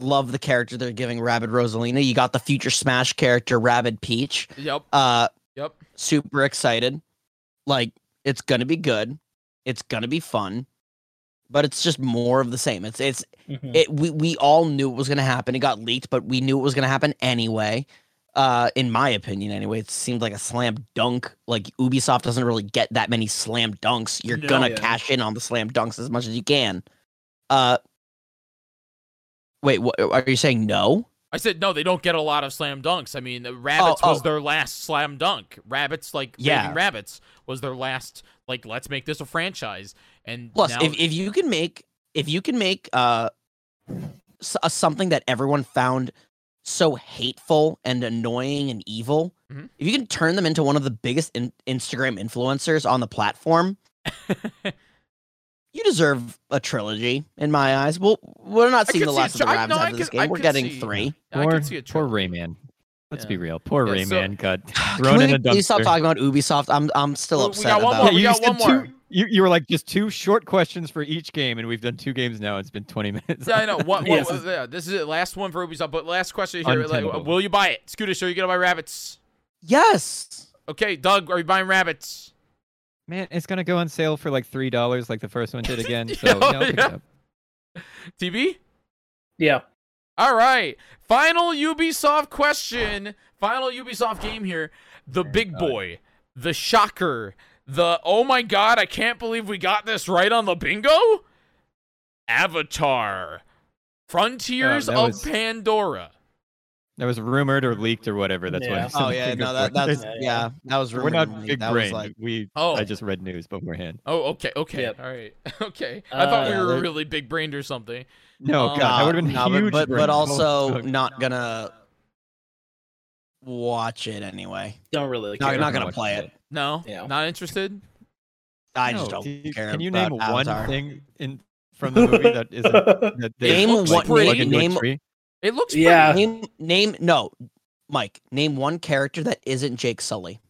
Love the character they're giving Rabid Rosalina. You got the future Smash character Rabid Peach.
Yep.
Uh,
Yep.
super excited. Like it's gonna be good. It's gonna be fun. But it's just more of the same. It's it's
Mhm.
it we, we all knew it was gonna happen. It got leaked, but we knew it was gonna happen anyway. Uh in my opinion anyway. It seemed like a slam dunk. Like Ubisoft doesn't really get that many slam dunks. You're
No,
gonna
yeah.
cash in on the slam dunks as much as you can. Uh wait, what are you saying no?
I said no. They don't get a lot of slam dunks. I mean, the rabbits was
oh.
their last slam dunk. Rabbits, like
Yeah.
Raving rabbits, was their last. Like, let's make this a franchise. And
Plus,
now-
if, if you can make if you can make uh, s- uh something that everyone found so hateful and annoying and evil,
Mhm.
if you can turn them into one of the biggest in- Instagram influencers on
[laughs]
the platform, you deserve a trilogy in my eyes. Well, we're not
I
seeing
could
the
see a
last of the
tri- I-
rabbits
no, I
after this
could-
game.
I
we're
could
getting
see-
three.
I
Poor-
can see a
Poor
trilogy.
Rayman. Let's
Yeah.
be real. Poor
Yeah, so-
Rayman got
[sighs] Can
thrown
we
in a dumpster.
please
[laughs]
stop talking about Ubisoft? I'm I'm still
We- Oh, we
upset
got one
about.
more.
Yeah, you
got
just did
one more.
two. You, you were like just two short questions for each game, and we've done two games now. It's been twenty [laughs] minutes.
Yeah, I know. What, what,
Yes.
what- yeah, this is it. Last one for Ubisoft. But last question here.
Untenable.
Like, will you buy it? Scootish, are you going to buy rabbits?
Yes.
Okay, Doug, are you buying rabbits?
Man, it's gonna go on sale for like three dollars, like the first
[laughs]
one did again. So
Yeah, Oh,
you know, pick it
yeah.
up.
TB?
Yeah,
All right. Final Ubisoft question. Final Ubisoft game here. The big boy. The shocker. The oh my god, I can't believe we got this right on the bingo. Avatar. Frontiers
Um, that
of
was-
Pandora.
that was rumored or leaked or whatever. That's
Yeah.
why. I
Oh
said
yeah,
pick
no,
up
that
[laughs] one.
that's
Yeah, yeah.
yeah, that was
we're
rumored
not
to me.
big
That was
brain.
like
We
Oh.
I just read news beforehand.
Oh, okay, okay.
Yep.
All right. [laughs] Okay. I thought
Uh,
we were
that-
really big brained or something.
No,
Um,
God, that would have been
Uh, Nah, but-
huge.
But, but,
brain.
also
Fuck.
not gonna watch it anyway.
don't really.
Not,
care. [laughs]
not gonna
watch
play
it.
it.
No?
Yeah.
Not interested?
I just
No,
don't
dude,
care.
Can you
about
name
Avatar.
one thing in from the movie that
[laughs]
isn't that they
Name
like,
what-
plug
name-
into a
name-
tree?
It looks pretty-
yeah,
Name name no, Mike. Name one character that isn't Jake Sully.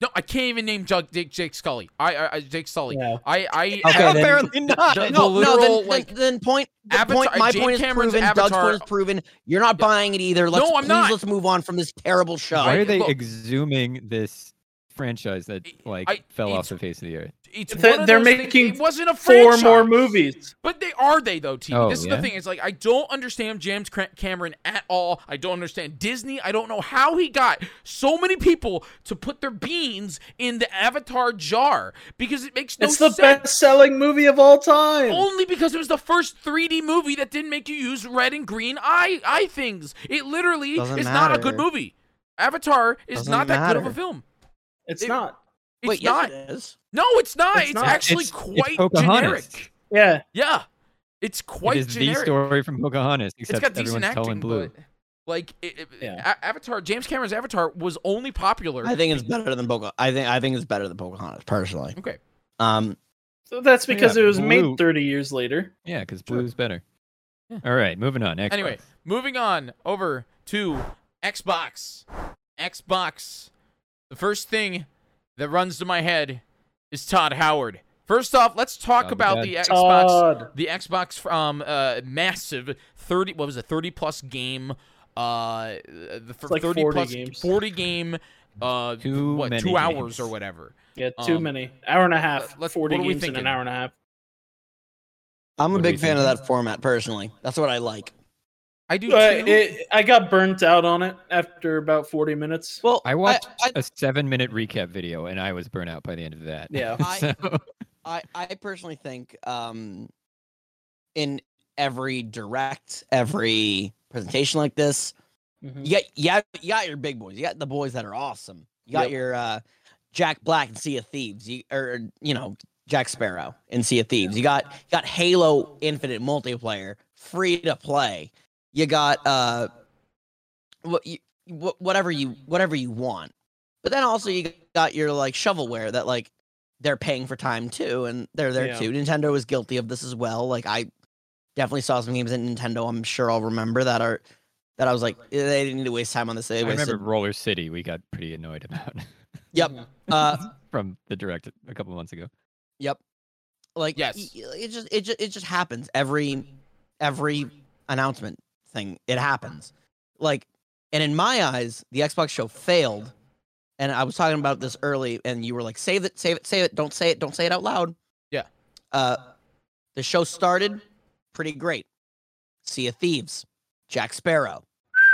No, I can't even name Jug- Jake, Jake Scully. I, I, I Jake Scully.
Yeah.
I, I,
Okay, then- [laughs]
apparently not.
the-
no, no.
literal,
Then,
like,
then, then point. the
Avatar-
point my
James
point is
Cameron's
proven. Doug's
Avatar-
point is proven. You're not buying it either. Let's,
No, I'm
please,
not.
Let's move on from this terrible show.
Why
I-
are they
look-
exhuming this franchise that
I-
like
I-
fell
it's-
off the face of the earth?
it's
They're-
one of
they're
those things-
making
it wasn't a
four
franchise.
more movies.
But they are they though, T.
Oh,
this is the
yeah?
thing. It's like I don't understand James Cra- Cameron at all. I don't understand Disney. I don't know how he got so many people to put their beans in the Avatar jar because it makes no
It's the
sense. Oh,
best-selling movie of all time.
Only because it was the first 3D movie that didn't make you use red and green eye eye things. It literally
Doesn't
is not a good
matter.
movie. Avatar is
Doesn't
not that good of a
matter.
film.
it's
it-
not.
It's
Wait,
not.
yes, it is.
No, it's not. It's,
It's not.
actually
It's- it's
quite
Pocahontas.
generic.
Yeah,
Yeah, it's quite
it is
generic.
the story from Pocahontas,
it's
except
got decent
everyone's tall
acting,
and blue.
but like it, it-
Yeah.
A- Avatar, James Cameron's Avatar was only popular.
I think it's better than Pocahontas. I think I think it's better than Pocahontas personally.
Okay.
Um,
so that's because
Yeah,
it was
Blue.
made 30 years later.
Yeah, because
Sure.
blue's better.
Yeah.
All right, moving on. Next.
Anyway, moving on over to Xbox. Xbox. The first thing that runs to my head is Todd Howard. First off, let's talk
Todd
about
Howard.
the Xbox.
Todd.
the Xbox um uh massive 30 what was it 30 plus game uh the for
like
30
40
plus
games.
40 game uh th-
Too
what
many
2 hours
games.
or whatever
Yeah, too
Um,
many. Hour and a half.
let's-
40
what are we
games in
thinking?
an hour and a half.
I'm a
What do
big
we
fan of
think?
that format personally. That's what I like.
I do
Uh,
too.
it, I got burnt out on it after about 40 minutes.
Well,
I watched
I,
a seven-minute recap video, and I was burnt out by the end of that.
Yeah.
I-
[laughs] So-
I, I personally think um, in every direct, every presentation like this,
Mhm.
Mm-hmm.
you got, you, got, you got your big boys. You got the boys that are awesome. You
Yep.
got your uh, Jack Black and Sea of Thieves, you, or you know Jack Sparrow and Sea of Thieves. You got you got Halo Infinite multiplayer, free to play. You got uh, what you wh- whatever you whatever you want. But then also you got your like shovelware that like they're paying for time too, and they're there
Yeah.
too. Nintendo is guilty of this as well. Like I definitely saw some games at Nintendo. I'm sure I'll remember that are that I was like eh, they didn't need to waste time on this. They
I
wasted.
remember Roller City. We got pretty annoyed about [laughs]
Yep. [laughs] Uh,
from the direct a couple months ago.
Yep. Like
Yes.
y- y- it just it just it just happens every every announcement thing. It happens. Like and in my eyes, the Xbox show failed. And I was talking about this early and you were like save it, save it, save it. Don't say it, don't say it out loud.
Yeah.
Uh the show started pretty great. Sea of Thieves, Jack Sparrow.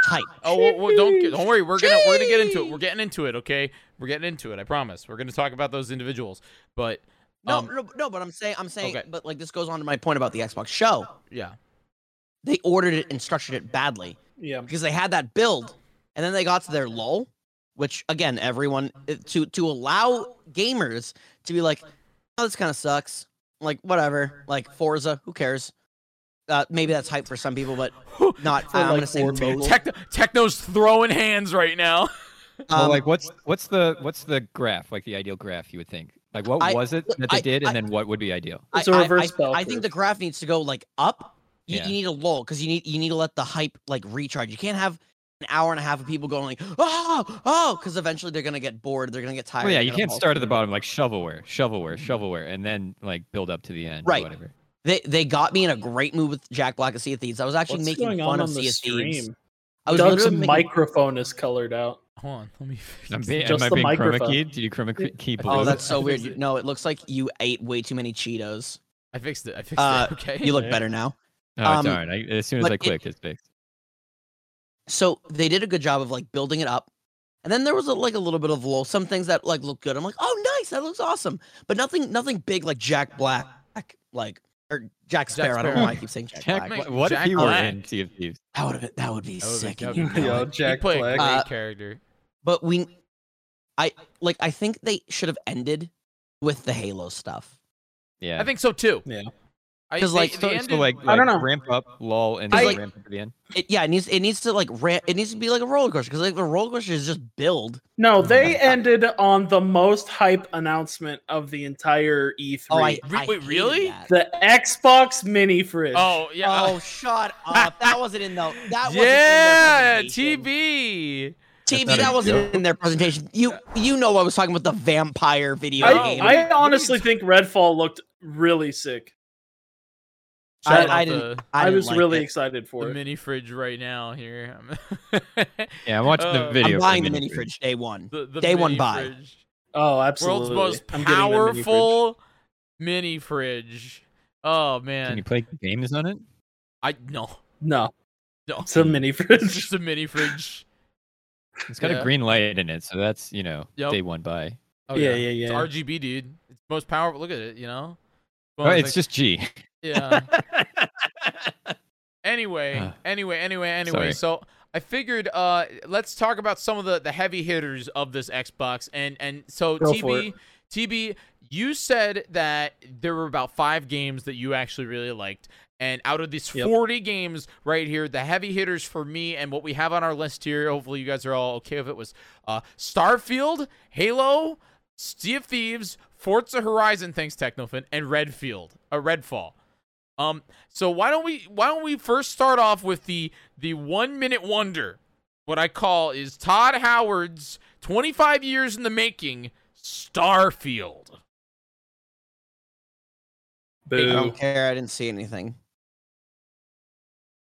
Hype.
Oh, well, well, don't get- don't worry. We're gonna we're gonna get into it. We're getting into it. Okay, we're getting into it. I promise. We're gonna talk about those individuals. But
No,
um,
no, no, but I'm saying I'm saying
okay.
but like this goes on to my point about the Xbox show.
yeah,
They ordered it and structured it badly.
Yeah.
because they had that build and then they got to their lull which again everyone eh, to to allow gamers to be like oh this kind of sucks like whatever like forza who cares uh, maybe that's hype for
[laughs]
some people but not
For,
i'm
like,
gonna say
four
most.
people.
Techno, Techno's throwing hands right now. [laughs]
well,
Um,
like what's what's the what's the graph? Like the ideal graph you would think. Like what
I-
was it that they
I-
did, and
I-
then what would be ideal?
I-
It's a
I-
reverse
I,
bell
I think
curve.
the graph needs to go like up. You,
Yeah.
you need a lull because you need you need to let the hype like recharge. You can't have an hour and a half of people going like oh oh because eventually they're gonna get bored. They're gonna get tired.
Well, yeah,
they're
you
gonna
can't
fall
start at
through.
the bottom like shovelware, shovelware, shovelware, and then like build up to the end.
Right.
Or whatever.
They they got me in a great mood with Jack Black of Sea of Thieves. I was actually
What's
making
going
fun
on on
of Sea
the
of Thieves.
stream? Oh,
I was
Doug's
literally making,
microphone is colored out.
Hold on, let me.
I'm
Fix
being,
just
am I
the
being chroma
microphone.
keyed? Did you chroma key- key
Blue.
Oh,
blue?
that's so
I
weird.
fixed it.
No, it looks like you ate way too many Cheetos.
I fixed it. I fixed
Uh,
it. Okay.
[laughs]
You look
Yeah.
better now.
Oh,
um,
it's darn. I, as soon as
but
I
it-
clicked, it's fixed.
So they did a good job of like building it up. And then there was a, like a little bit of lull. Some things that like look good. I'm like, oh nice, that looks awesome. But nothing, nothing big like Jack Black, like or Jack Sparrow. I don't know
Sparrow.
why I keep saying Jack,
Jack,
Black.
Black.
Black- what if
Jack
he were
Black.
in Sea of Thieves?
That would have that would be
That would've been-
sick.
that
and
would've
you
been
know
dope.
it.
Yo,
He
Jack
played a
Black.
great
Uh,
character.
but we i like i think they should have ended with the halo stuff
Yeah.
I think so too.
Yeah.
I,
'Cause,
they-
like,
they
so, Oh, so
ended-
like,
I don't
like,
know.
ramp up, lol, and
I-
then
like-
ramp up at the end.
it, yeah it needs it needs to like ramp it needs to be like a roller coaster because like the roller coaster is just build
No, they ended on the most hype announcement of the entire E3.
oh i,
Re-
I
wait,
hated
really?
that.
The Xbox mini fridge.
oh [laughs] yeah. Oh,
oh shut up that wasn't in the [laughs] that
[laughs]
wasn't
yeah,
in their presentation.
TB.
tv
not a
that wasn't
joke.
in their presentation you you know i was talking about the vampire video
I,
game
what are
I
you
honestly
talking-
think Redfall looked really sick.
I-
Shout out
I didn't-
the-
I
I,
didn't
was
like
really
it.
excited
the
for it.
mini fridge right now here. [laughs]
Yeah, I'm watching
Uh,
the video. for
i'm buying the
mini
mini fridge day one
the, the
Day one
mini
buy.
fridge.
Oh,
World's
absolutely.
most
I'm getting the mini fridge.
powerful mini fridge. Oh
Can you
man,
play games on it?
I no
No, [laughs]
no.
it's a
[laughs]
mini
It's
fridge.
just a mini fridge.
It's got
Yeah.
a green light in it, so that's you know
Yep.
day one buy.
Oh,
yeah, yeah,
yeah.
yeah.
It's RGB, dude. It's most powerful. Look at it. You know.
Oh,
Well,
it's
like-
just G.
yeah. anyway,
Ugh.
anyway, anyway, anyway.
Sorry.
So I figured uh let's talk about some of the the heavy hitters of this Xbox and and so
Go for
TB TB you said that there were about 5 games that you actually really liked and out of these
Yep.
40 games right here the heavy hitters for me and what we have on our list here hopefully you guys are all okay with it was uh Starfield, Halo, Sea of Thieves, Forza Horizon, thanks Technofin, and Redfield, a uh, Redfall. Um, so why don't we why don't we first start off with the the one minute wonder? What I call is Todd Howard's twenty five years in the making, Starfield.
i
Boo.
don't care i didn't see anything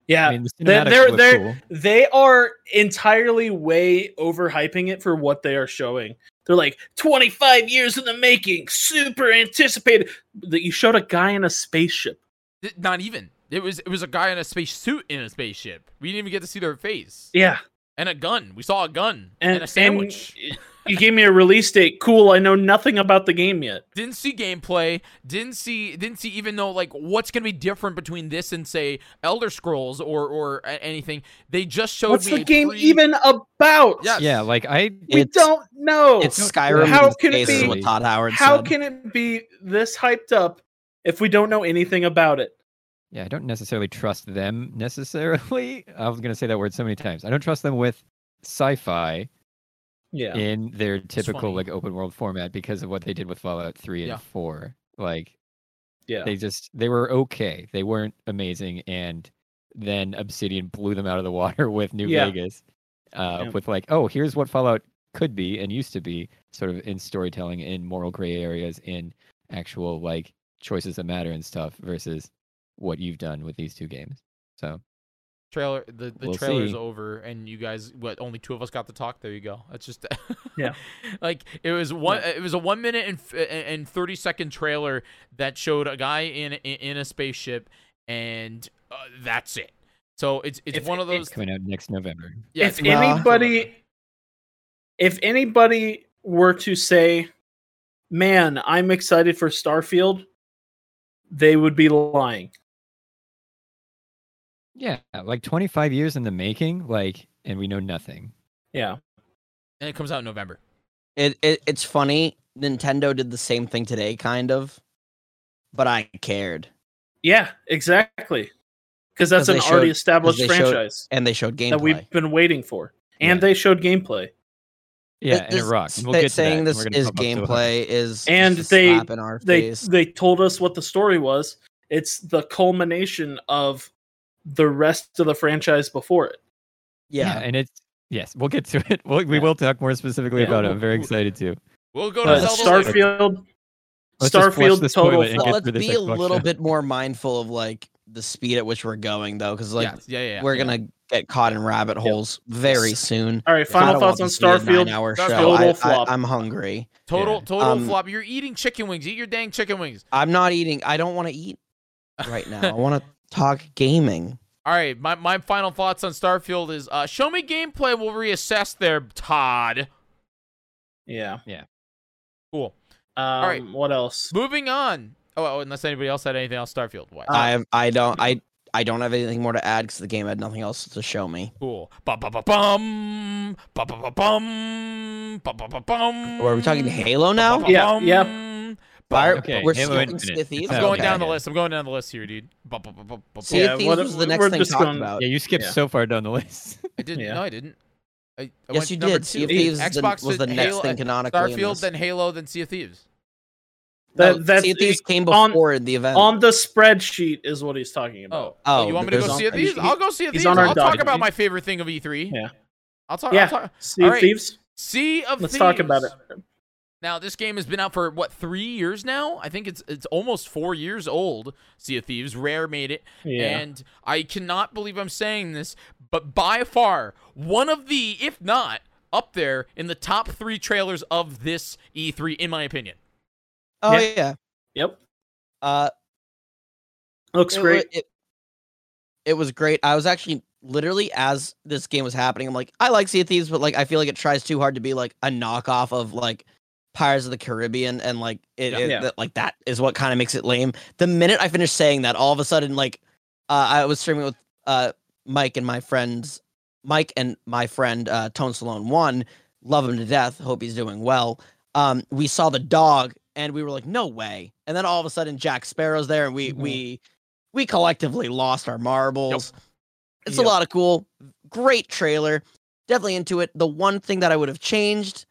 Yeah,
I mean, the
They're-
cinematics
they're-
look
they're-
cool.
they are entirely way overhyping it for what they are showing. They're like 25 years in the making, super anticipated. That you showed a guy in a spaceship.
Th- Not even it was it was a guy in a space suit in a spaceship. We didn't even get to see their face
Yeah,
and a gun. We saw a gun
and,
and, a sandwich.
and you gave me a release date. Cool. I know nothing about the game yet.
didn't see gameplay didn't see didn't see even though like what's gonna be different between this and say elder scrolls or or a- anything they just showed
What's
me
the
a
game
pre-
even about?
yes
Yeah, like I
we
It's-
don't know.
it's skyrim
How
in
can it
space is
be-
what todd howard
How
said.
can it be this hyped up if we don't know anything about it?
yeah, I don't necessarily trust them necessarily. [laughs] I was gonna say that word so many times. I don't trust them with sci-fi
Yeah.
in their typical
funny.
like open world format because of what they did with Fallout 3 and
Yeah.
4. Like
Yeah.
They just they were okay. They weren't amazing, and then Obsidian blew them out of the [laughs] water with New
Yeah.
Vegas, uh,
Yeah.
with like, oh, here's what Fallout could be and used to be, sort of in storytelling, in moral gray areas, in actual like choices that matter and stuff, versus what you've done with these two games. So
Trailer the, the
We'll
trailer's
see.
over and you guys what only two of us got to talk. There you go. That's just [laughs]
Yeah.
like it was one it was a 1 minute and f- and 30 second trailer that showed a guy in in, in a spaceship and uh, that's it. So it's it's
If-
one of
if-
those
coming out next November.
yeah,
if
it's one of those-
anybody if anybody were to say man i'm excited for starfield they would be lying
Yeah, like 25 years in the making, like, and we know nothing.
yeah
and it comes out in November.
It, it it's funny. Nintendo did the same thing today, kind of, but I cared,
yeah exactly because that's
'Cause they
an already
showed-
established
'cause they showed
franchise
and they showed gameplay.
that we've been waiting for and they showed gameplay
Yeah,
Th-
and it
this-
rocks. And we'll
th-
get to that,
saying
and
this
we're gonna
is
pump up to it.
gameplay is
And
just a
they-
slap in our
they
face.
they told us what the story was it's the culmination of the rest of the franchise before it
yeah,
and it's yes, we'll get to it. [laughs] We'll, we will talk more specifically
Yeah,
about it.
we'll-
I'm very
we'll-
excited to.
We'll go to
but
Zelda
Zelda later.
Uh, starfield
Let's just flush
starfield
this
total
toilet and
flop.
get
let's
through this
be a
Xbox
little
show.
bit more mindful of like the speed at which we're going, though, because like
yeah, yeah, yeah, yeah,
we're
yeah.
gonna get caught in rabbit holes very soon.
All right, final thoughts on Starfield.
Hour
Starfield
show.
will
I,
flop.
I, am hungry.
total
Yeah.
total
Um,
flop. You're eating chicken wings. Eat your dang chicken wings.
I'm not eating. I don't want to eat right now.
[laughs]
I want to talk gaming.
All right, my, my final thoughts on Starfield is uh, show me gameplay. We'll reassess there, Todd.
Yeah.
Cool.
Um,
right.
What else?
Moving on. Oh, oh, unless anybody else had anything else, Starfield. What?
I
Uh,
have, I don't I I don't have anything more to add because the game had nothing else to show me.
cool. Ba ba ba bum. Ba ba ba bum. Ba ba ba bum.
Or are we talking
Mm.
Halo now?
Yeah, yeah.
Why are-
[laughs] Okay,
we're
Halo
skipping
Infinite.
Scythian.
It's
I'm
out.
going
Okay.
down the list. I'm going down the list here, dude. Ba ba ba ba ba.
Sea
Yeah,
of Thieves
what-
was the
we're
next thing
just
talked
going-
about.
Yeah, you skipped
Yeah.
so far down the list.
I didn't.
Yeah.
No, I didn't. I, I
Yes,
went
you
to number
did. Sea
two.
of Thieves was the-
Xbox
was
to
the next
Halo,
thing canonically. in
Starfield,
this.
then Halo, then Sea of Thieves.
No,
That- that's
sea of Thieves came
on-
before the event.
On the spreadsheet is what he's talking
Oh,
about.
Oh,
you want me to
but
go
there's
see it?
on-
These? I'll go see it.
he's
These.
on our
I'll talk
document.
about my favorite thing of E3.
Yeah.
I'll talk.
Yeah.
I'll talk
Sea of
All right.
Thieves.
sea of
Let's
Thieves.
talk about it.
Now, this game has been out for what three years now? I think it's it's almost four years old. Sea of Thieves, Rare made it,
Yeah.
and I cannot believe I'm saying this, but by far one of the, if not up there in the top three trailers of this E3, in my opinion.
oh
Yeah.
yeah.
Yep.
Uh,
Looks
it, wa-
great.
It, it was great. I was actually literally as this game was happening, I'm like, I like Sea of Thieves, but like I feel like it tries too hard to be like a knockoff of like Pirates of the Caribbean, and like it,
Yeah.
it-
Yeah.
that- like that is what kind of makes it lame. The minute I finished saying that, all of a sudden, like uh, I was streaming with uh Mike and my friends, Mike and my friend uh, Tone Salone one, love him to death. Hope he's doing well. Um, we saw the dog and we were like, no way. And then all of a sudden, Jack Sparrow's there, and we
Mhm.
we we collectively lost our marbles. It's
Yep.
a lot of cool, great trailer. Definitely into it. The one thing that I would have changed,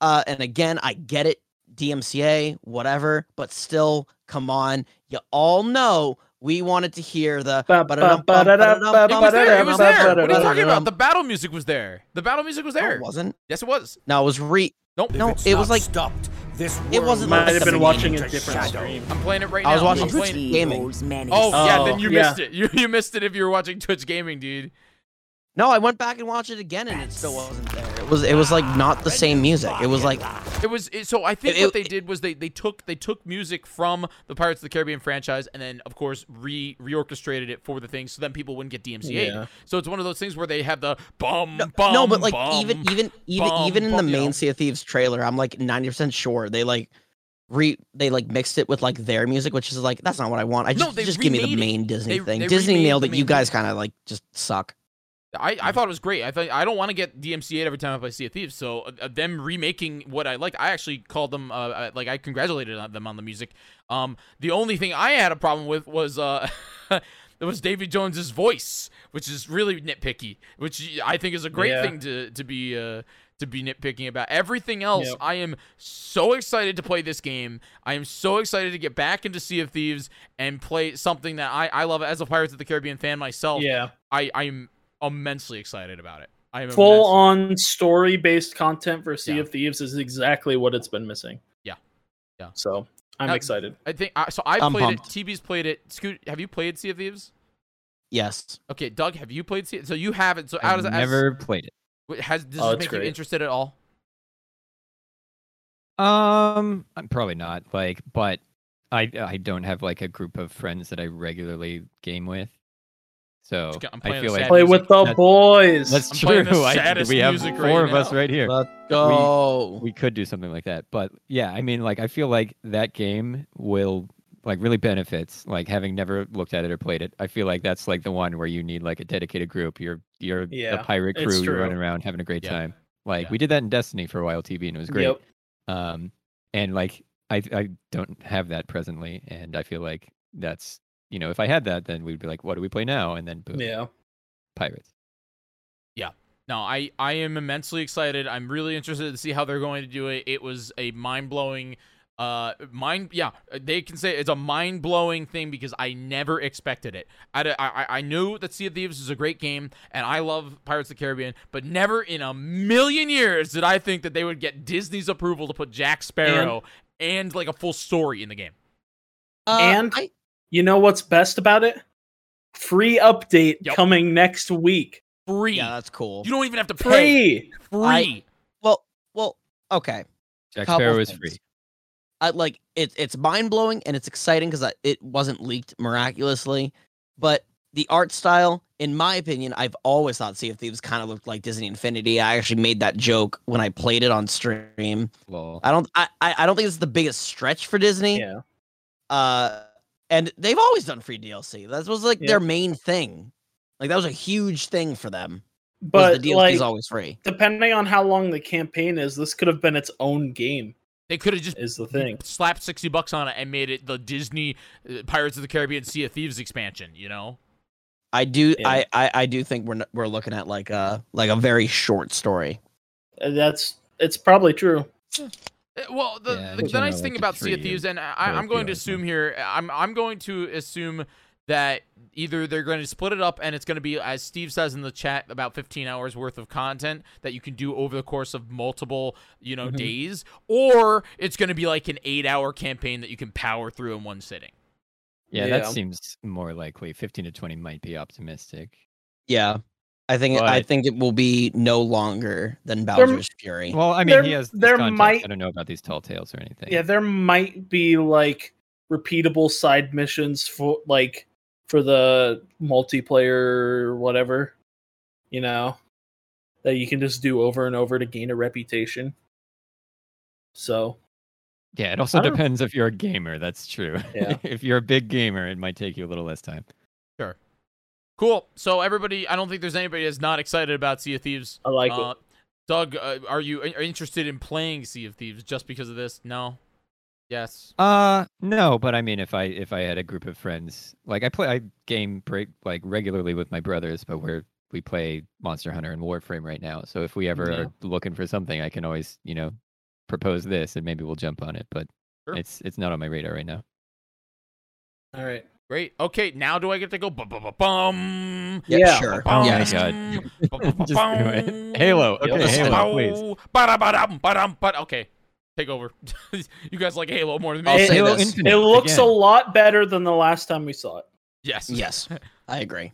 uh, and again, I get it, DMCA, whatever, but still, come on, you all know we wanted to hear the.
Ba- ba- ba- da- da- ba- ba-
It was there. It was there. What are you
Ba-da-da-ba-ba-da-da.
talking about? The battle music was there. The battle music was
No, it
there.
wasn't.
Yes, it was.
No, it was re.
Nope.
No, it was like
stopped. This
it wasn't
Might
like
have
the
been
main
watching a
into
different
shadow.
stream.
I'm playing it right
I was
now.
watching
I'm
Twitch
playing-
gaming.
Oh, yeah,
Oh,
then you
yeah.
missed it. [laughs] You you missed it if you were watching Twitch gaming, dude.
No, I went back and watched it again, and it still wasn't there. It was it was like not the same music. It was like
It was it, so I think
It-
what
it-
they did was they they took they took music from the Pirates of the Caribbean franchise and then of course re reorchestrated it for the thing so then people wouldn't get DMCA.
Yeah.
So it's one of those things where they have the bum
no,
bum
no, but like
bum.
even even even
bum,
even in
bum,
the
you know.
main Sea of Thieves trailer, I'm like ninety percent sure they like re they like mixed it with like their music, which is like that's not what I want. I
No,
just
they
just give me the
remade it.
main Disney
They-
thing.
they
Disney
remade
nailed
the
it. You
main
guys kind of like just suck.
I,
Hmm.
I thought it was great. I thought I don't want to get DMCA every time I play Sea of Thieves. So uh, them remaking what I liked, I actually called them uh, uh, like I congratulated on them on the music. Um, the only thing I had a problem with was uh, [laughs] it was Davy Jones's voice, which is really nitpicky, which I think is a great
Yeah.
thing to to be uh, to be nitpicking about. Everything else,
Yep.
I am so excited to play this game. I am so excited to get back into Sea of Thieves and play something that I, I love as a Pirates of the Caribbean fan myself.
yeah,
I, I'm immensely excited about it. I am
full
immensely-
on story based content for Sea
Yeah.
of Thieves is exactly what it's been missing.
Yeah. Yeah.
So I'm
Now-
excited.
I think I, so. I
I'm
played
pumped.
it. TB's played it. Scoot, have you played Sea of Thieves?
Yes.
Okay, Doug, have you played Sea? of So you haven't. So [laughs] how
I've
does that
never played it.
has does
Oh,
this
it's
make you
great.
interested at all?
Um, I'm probably not like, but I I don't have like a group of friends that I regularly game with, so
Just get- I'm playing
I
the
feel like
sad
Play with the
That's-
boys.
that's
I'm
true.
playing the
[laughs] I,
saddest
we have
music
four
right
of us
now.
right here.
Let's
Oh,
go.
we could do something like that but yeah i mean like i feel like that game will like really benefits like having never looked at it or played it i feel like that's like the one where you need like a dedicated group you're you're
Yeah,
a pirate
it's
crew you're running
true.
around having a great
Yeah.
time like
Yeah.
we did that in destiny for a while tv and it was great
Yep.
um and like i i don't have that presently and i feel like that's you know if i had that then we'd be like what do we play now and then boom
Yeah.
pirates
No, I, I am immensely excited. I'm really interested to see how they're going to do it. It was a mind blowing, uh, mind yeah. They can say it's a mind blowing thing because I never expected it. I, d- I- I- I knew that Sea of Thieves is a great game and I love Pirates of the Caribbean, but never in a million years did I think that they would get Disney's approval to put Jack Sparrow and, like a full story in the game.
Uh,
And-
I-
You know what's best about it? Free update
Yep.
coming next week.
Free.
yeah, that's cool.
you don't even have to pay.
Free.
Free.
I- well, okay.
jack
Couple
sparrow is
things.
free
I like it, it's mind blowing and it's exciting because it wasn't leaked miraculously. But the art style, in my opinion, I've always thought Sea of Thieves kind of looked like Disney Infinity. I actually made that joke when I played it on stream.
lol
I don't, I, I I don't think it's the biggest stretch for Disney.
Yeah.
Uh, and they've always done free DLC. That was like
Yeah.
their main thing. Like that was a huge thing for them. was
But
the DLC
like
is always free.
depending on how long the campaign is, this could have been its own game
they could have just
is the thing.
slapped 60 bucks on it and made it the Disney uh, Pirates of the Caribbean Sea of Thieves expansion, you know?
I do,
Yeah.
I, I, I do think we're n- we're looking at like a like a very short story.
Uh, That's it's probably true.
Uh, Well, the, the,
Yeah, in
the nice
general,
thing
it's
about
a
Sea of
three,
Thieves, and I,
so
I'm
if
going
you
to
like
assume
them.
here, I'm I'm going to assume that either they're going to split it up and it's going to be, as Steve says in the chat, about 15 hours worth of content that you can do over the course of multiple, you know,
Mm-hmm.
Mhm.
days, or it's going to be like an eight-hour campaign that you can power through in one sitting.
yeah,
Yeah.
that seems more likely 15 to 20 might be optimistic
Yeah, I think I
But-
think it will be no longer than
There m-
Bowser's Fury.
Well, I mean,
There-
he has this
there
contact.
might-
I don't know about these tall tales or anything.
Yeah, there might be like repeatable side missions for like for the multiplayer or whatever, you know, that you can just do over and over to gain a reputation. So
yeah. It also
I don't-
depends if you're a gamer. That's true.
Yeah.
[laughs] if you're a big gamer, it might take you a little less time.
Cool. So everybody, I don't think there's anybody that's not excited about Sea of Thieves.
I like
Uh, Doug, uh, are you in- are interested in playing Sea of Thieves just because of this? No. Yes.
Uh, no, but I mean, if I if I had a group of friends, like I play, I game break like regularly with my brothers, but we're we play Monster Hunter and Warframe right now. So if we ever
Yeah.
are looking for something, I can always you know propose this, and maybe we'll jump on it. But
Sure.
it's it's not on my radar right now.
it. All right.
Great. Okay. Now do I get to go? Bum bum bum. bum
yeah,
yeah,
sure.
Oh
yeah,
my
bum,
God.
bum, bum,
[laughs] Just
bum,
anyway. Halo.
Yep.
Okay, Halo, please.
Ba-da-ba-dum, ba-dum, but okay. Take over. [laughs] you guys like Halo more than me.
I'll
It-
say
Halo
this.
Infinite.
It looks
again.
a lot better than the last time we saw it.
yes.
Yes, I agree.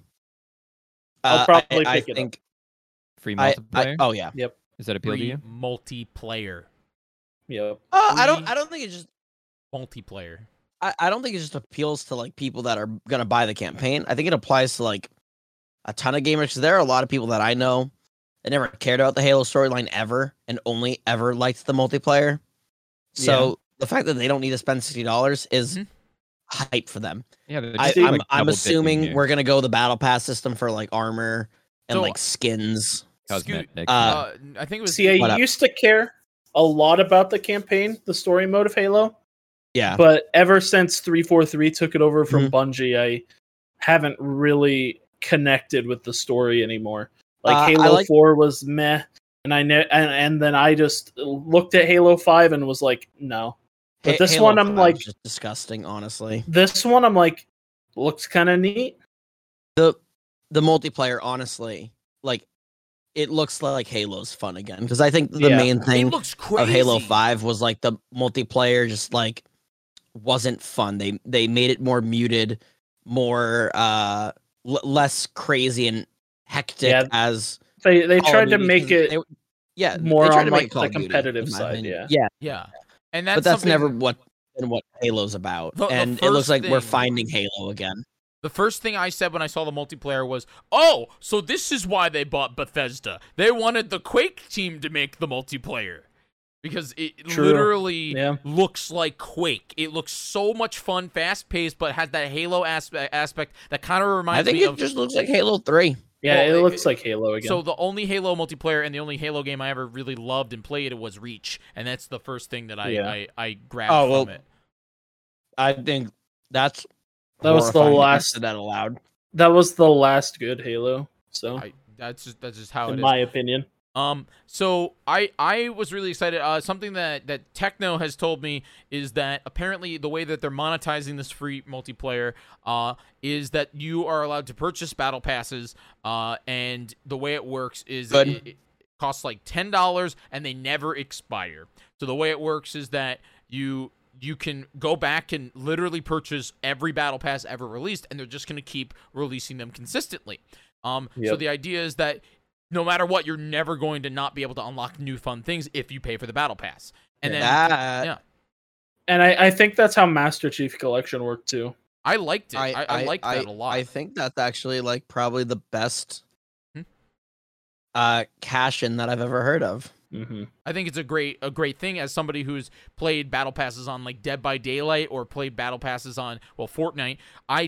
I'll
Uh, I-
probably
I,
pick it up.
think
free
I,
multiplayer.
I. Oh yeah.
Does that appeal to
Free
you?
multiplayer.
Yep.
Uh, I don't.
Free-
I don't think it just.
Multiplayer.
I, I don't think it just appeals to like people that are gonna buy the campaign. I think it applies to like a ton of gamers. 'cause there are a lot of people that I know that never cared about the Halo storyline ever and only ever liked the multiplayer. So the fact that they don't need to spend sixty dollars
Mm-hmm.
is
Mhm.
hype for them.
Yeah, but
I,
do,
I'm, I'm assuming we're gonna go the battle pass system for like armor and
So-
like skins.
Scoot,
Cosmetic.
uh,
uh, I think it was.
See, I
What up?
used to care a lot about the campaign, the story mode of Halo,
Yeah,
but ever since 343 took it over from Bungie, I haven't really connected with the story anymore. Like
Uh, I
Halo
like-
4 was meh, and I know, and, and then I just looked at Halo Five and was like, no. But
Ha-
this
Halo
one, I'm
5
like,
was just disgusting, honestly.
this one, I'm like, looks kind of neat.
The the multiplayer, honestly, like it looks like Halo's fun again because I think the
Yeah.
main
It
thing
looks crazy.
of Halo Five was like the multiplayer just like wasn't fun. They they made it more muted, more uh l- less crazy and hectic
Yeah.
as
They they
Call of
tried to
Duty,
make
'cause
it.
Oh, they- yeah
more
they tried
on,
to make
like,
Call
the
of Duty,
competitive
in my
side,
opinion.
yeah.
yeah
Yeah, and that's
but that's
something-
never what and what Halo's about.
The- the
and it
first
looks like we're
thing-
finding Halo again.
The first thing I said when I saw the multiplayer was, "Oh, so this is why they bought Bethesda. They wanted the Quake team to make the multiplayer because it
True.
literally
Yeah.
looks like Quake. It looks so much fun, fast paced, but has that Halo aspect, aspect that kind of
I
reminds
think
me
it
of
just looks like Halo Three.
Yeah,
Well,
it
it-
looks like Halo again.
So the only Halo multiplayer and the only Halo game I ever really loved and played was Reach, and that's the first thing that I
Yeah.
I, I grabbed
Oh, well,
from it.
I think that's
That was the
horrifying to
last-
say that allowed.
that was the last good Halo. So,
I, that's just that's just how it
in
is.
my opinion,
Um, so I I was really excited. Uh, something that that Techno has told me is that apparently the way that they're monetizing this free multiplayer uh is that you are allowed to purchase battle passes. Uh, and the way it works is
Good.
it, it costs like ten dollars and they never expire. So the way it works is that you you can go back and literally purchase every battle pass ever released, and they're just gonna keep releasing them consistently. Um, so
Yep.
the idea is that no matter what, you're never going to not be able to unlock new fun things if you pay for the battle pass. And then
that
yeah.
and I, I think that's how Master Chief Collection worked too.
I liked it.
I-
I, I,
I-
liked that a lot.
I think that's actually like probably the best
Hmm?
uh cash in that I've ever heard of.
Mm-hmm.
I think it's a great a great thing as somebody who's played battle passes on like Dead by Daylight or played battle passes on well Fortnite. I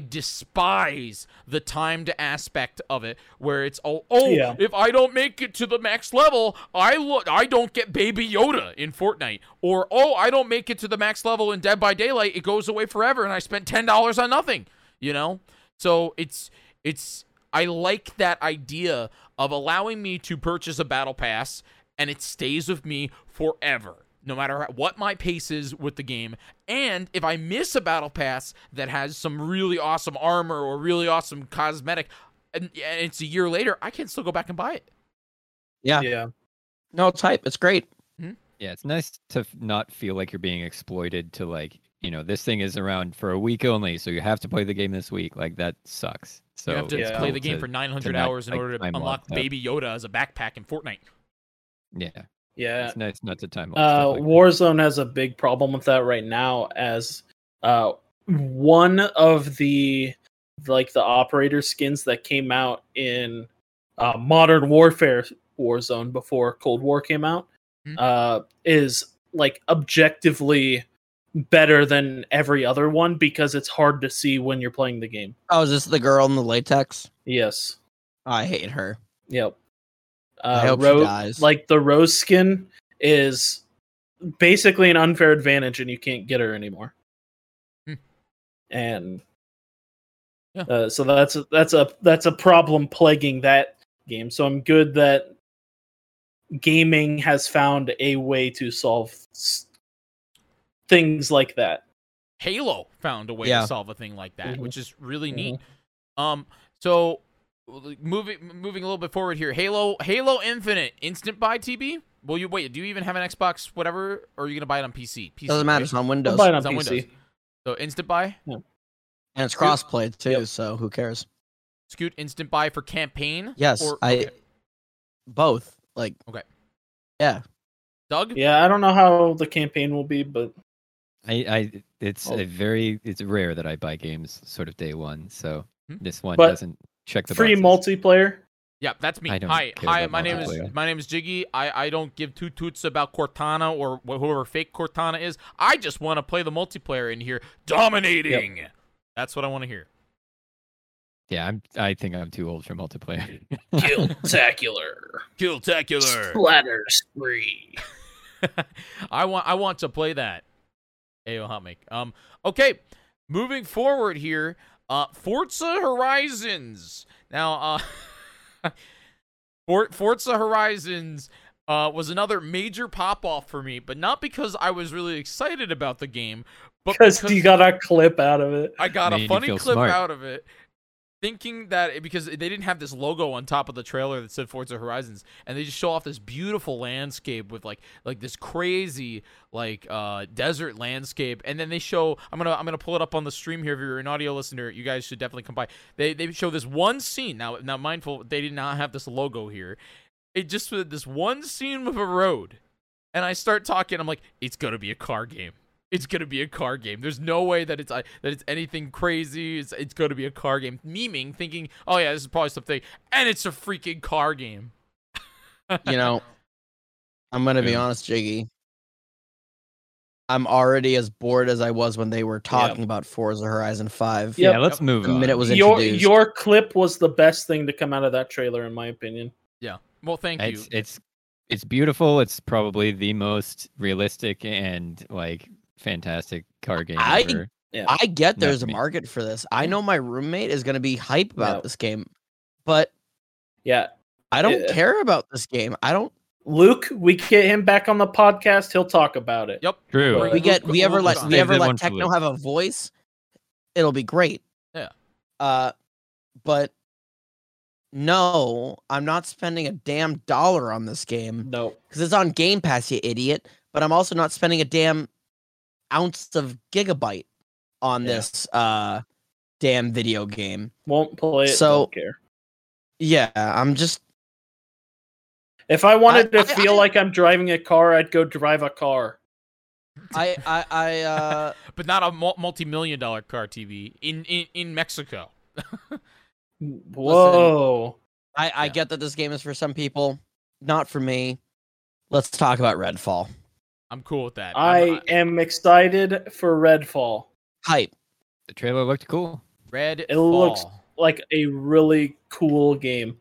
despise the timed aspect of it where it's oh oh
Yeah.
if I don't make it to the max level I look I don't get Baby Yoda in Fortnite or oh I don't make it to the max level in Dead by Daylight it goes away forever and I spent ten dollars on nothing you know so it's it's I like that idea of allowing me to purchase a battle pass and it stays with me forever, no matter what my pace is with the game. And if I miss a battle pass that has some really awesome armor or really awesome cosmetic, and, and it's a year later, I can still go back and buy it.
Yeah.
yeah.
No type, it's great.
Yeah, it's nice to f- not feel like you're being exploited to like, you know, this thing is around for a week only, so you have to play the game this week. Like that sucks. So
you have to
it's
yeah.
play
cool
the game
to-
for 900
not,
hours in
like,
order to
time
unlock
lock that.
Baby Yoda as a backpack in Fortnite.
Yeah,
Uh,
Yeah.
it's nice not to time. lock
Uh,
stuff like that.
Warzone has a big problem with that right now, as uh, one of the like the operator skins that came out in uh, Modern Warfare Warzone before Cold War came out
Mhm.
uh, is like objectively better than every other one because it's hard to see when you're playing the game.
Oh, is this the girl in the latex? Oh,
Yes.
I hate her.
Yep. Uh,
I hope she
Ro-
dies.
Like the rose skin is basically an unfair advantage, and you can't get her anymore.
Hmm.
And
Yeah.
uh, so that's a, that's a that's a problem plaguing that game. So I'm good that gaming has found a way to solve s- things like that.
Halo found a way
Yeah. Mm-hmm.
to solve a thing like that,
Mhm.
which is really neat. Um, so like, moving moving a little bit forward here, Halo Halo Infinite instant buy TB. Will you wait? Do you even have an Xbox? Whatever, or are you gonna buy it on PC? PC
Doesn't matter,
right?
it's on
I'll
Windows.
buy it
It's
on
on
PC.
Windows. So instant buy,
And it's crossplay too,
Yep.
so who cares?
Scoot instant buy for campaign.
Yes,
Or-
I
okay.
both. Like
Okay.
Yeah.
Doug.
Yeah, I don't know how the campaign will be, but
I, I, it's
Oh.
a very, it's rare that I buy games sort of day one. So
Hmm.
this one
But
doesn't check the
free
boxes.
multiplayer.
[laughs] Yeah, that's me.
I don't
Hi,
care
hi.
about
My name is
multiplayer.
my name is Jiggy. I I don't give two toots about Cortana or wh- whoever fake Cortana is. I just want to play the multiplayer in here, dominating. That's what I want to hear.
Yeah, I'm. I think I'm too old for multiplayer.
[laughs]
Killtacular.
Kill tacular.
Splatter spree.
[laughs] I want I want to play that. Ayo hot make. Um okay, moving forward here, uh Forza [laughs] Horizons. Now uh For- Forza Horizons uh, was another major pop off for me, but not because I was really excited about the game, but
because you got a clip out of it.
I got
Made
a
you
funny
feel
clip
smart.
out of it, thinking that it, because they didn't have this logo on top of the trailer that said Forza Horizons, and they just show off this beautiful landscape with like like this crazy like uh, desert landscape, and then they show I'm gonna I'm gonna pull it up on the stream here. If you're an audio listener, you guys should definitely come by. They they show this one scene now. Now mindful, they did not have this logo here. It just was this one scene with a road, and I start talking. I'm like, it's gonna be a car game it's gonna be a car game. There's no way that it's uh, that it's anything crazy. It's it's gonna be a car game. Memeing, thinking, oh yeah, this is probably something, and it's a freaking car game.
you know, I'm gonna be
Yeah.
honest, Jiggy. I'm already as bored as I was when they were talking about Forza Horizon Five.
Yep.
[laughs] Yeah, let's move
The
on.
minute was
Your
introduced.
your clip was the best thing to come out of that trailer, in my opinion.
Well, thank you.
it's it's it's beautiful. It's probably the most realistic and like fantastic car game
I-
ever.
I get
No,
there's a
me-
market for this. I know my roommate is gonna be hype about
No.
this game, but
Yeah,
I don't
Yeah.
care about this game. I don't.
Luke, we get hhim back on the podcast. He'll talk about it.
Yep.
True.
Right.
We
Luke-
get we
Luke
ever
was
let
on.
we ever
Save that
let
one for
techno
Luke.
have a voice. It'll be great.
Yeah.
Uh, but no, I'm not spending a damn dollar on this game.
No.
because it's on Game Pass, you idiot. But I'm also not spending a damn ounce of gigabyte on
Yeah.
this uh damn video game.
Won't play it.
So-
don't care.
Yeah, I'm just
If I wanted
I-
to
I-
feel
I-
like I'm driving a car, I'd go drive a car.
[laughs] I I I uh
But not a mul- multi-million dollar car TV in in, in Mexico.
Whoa.
I I
Yeah.
get that this game is for some people, not for me. Let's talk about Redfall.
I'm cool with that. I'm-
I am excited for Redfall.
Hype.
The trailer looked cool.
red.
It looks-
Fall.
Like a really cool game.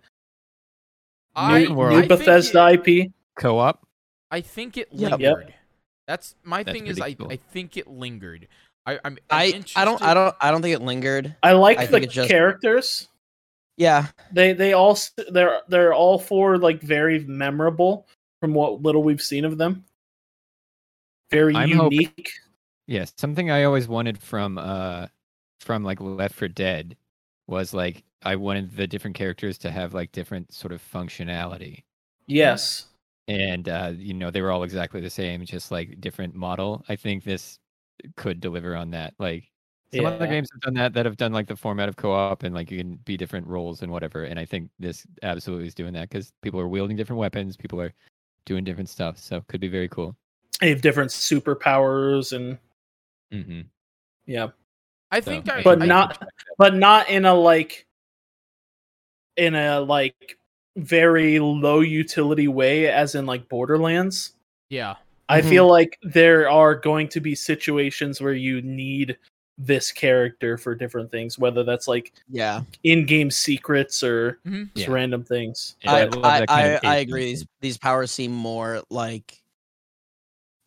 I,
new
World.
I
new
think
Bethesda
It,
IP.
Co-op.
I think it
Yeah.
lingered.
Yep.
That's my
That's
thing. Is
pretty
I
cool.
I think it lingered. I I'm, I'm
I I don't I
interested-
don't I don't think it lingered.
I like
I
the
think it just-
characters.
Yeah.
They they all s- they're they're all four like very memorable from what little we've seen of them. Very
I'm hope-
unique.
Yes, something I always wanted from uh from like Left for Dead was like I wanted the different characters to have like different sort of functionality.
Yes.
And uh you know, they were all exactly the same, just like different model. I think this could deliver on that. Like some other
Yeah.
games have done that that have done like the format of co-op and like you can be different roles and whatever. And I think this absolutely is doing that cuz people are wielding different weapons, people are doing different stuff. So could be very cool.
They have different superpowers and
Mhm.
yeah,
I
So,
think Mm-hmm,
I
I.
but
I-
not but not in a like in a like very low utility way as in like Borderlands.
Yeah.
I
Mm-hmm.
feel like there are going to be situations where you need this character for different things, whether that's like
Yeah.
in-game secrets or
Mm-hmm.
Mhm.
just
Yeah.
random things.
Yeah,
I
I'd love
I,
that kind
I,
of
I
case
agree.
in
These these powers seem more like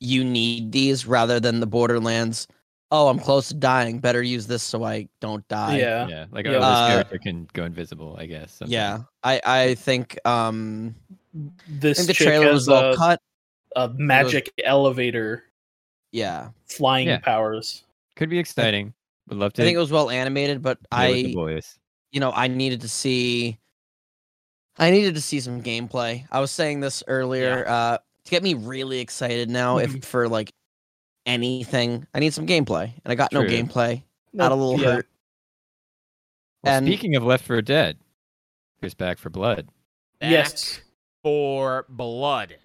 you need these rather than the Borderlands. Oh, I'm close to dying. Better use this so I don't die.
yeah.
yeah like
Yeah.
oh, this
Uh,
character can go invisible i guess sometimes.
Yeah. I I think um I
This
think the
chick
trailer was
has
well
a,
cut.
a magic elevator
Yeah.
flying
Yeah.
powers.
could be exciting would love to
I think it was well animated, but
play with
I
the boys
you know, I needed to see I needed to see some gameplay. I was saying this earlier uh to get me really excited now if for like anything, I need some gameplay. And I got no
True.
gameplay. Not a little
Yeah.
hurt.
well,
and-
speaking of left for dead here's back for blood
Yes.
for blood.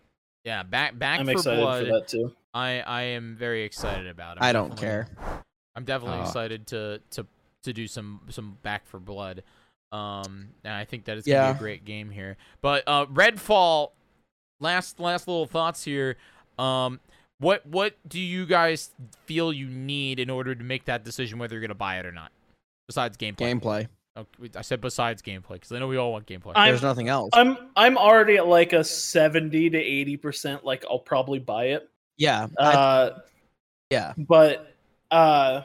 Yeah, back back
I'm
for
excited
blood.
for that too.
I I am very excited about. it.
I don't
definitely-
care.
I'm definitely
Oh.
excited to to to do some some back for blood. Um, and I think that is gonna be
Yeah.
a great game here. But uh, Redfall. Last last little thoughts here. Um, what what do you guys feel you need in order to make that decision whether you're gonna buy it or not? Besides gameplay.
Gameplay.
Oh, I said besides gameplay because I know we all want gameplay.
I'm-
There's nothing else.
I'm I'm already at like a 70 to 80% like I'll probably buy it.
yeah. I,
Uh
yeah.
but uh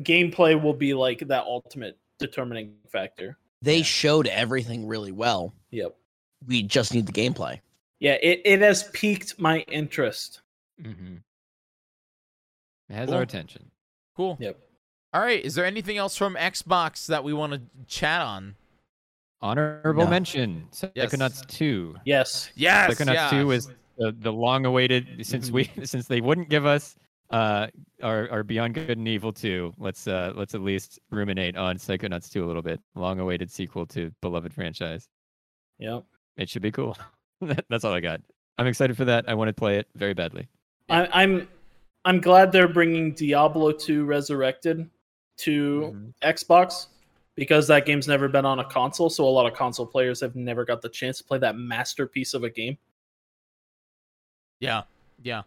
gameplay will be like that ultimate determining factor.
They
yeah.
showed everything really well.
Yep.
We just need the gameplay.
Yeah, it, it has piqued my interest.
Mm-hmm. It has
Cool.
our attention.
Cool.
Yep.
All right. Is there anything else from Xbox that we want to chat on?
Honorable
No.
mention:
Yes.
Psychonauts 2.
Yes.
Yes. Mm-hmm.
Psychonauts 2 is the, the long-awaited since we [laughs] since they wouldn't give us uh our, our Beyond Good and Evil 2. Let's uh let's at least ruminate on Psychonauts 2 a little bit. Long-awaited sequel to beloved franchise.
Yep.
It should be cool. [laughs] That- That's all I got. I'm excited for that. I want to play it very badly.
I, I'm I'm glad they're bringing Diablo 2 Resurrected to
Mm-hmm.
Xbox because that game's never been on a console, so a lot of console players have never got the chance to play that masterpiece of a game.
Yeah. Yeah.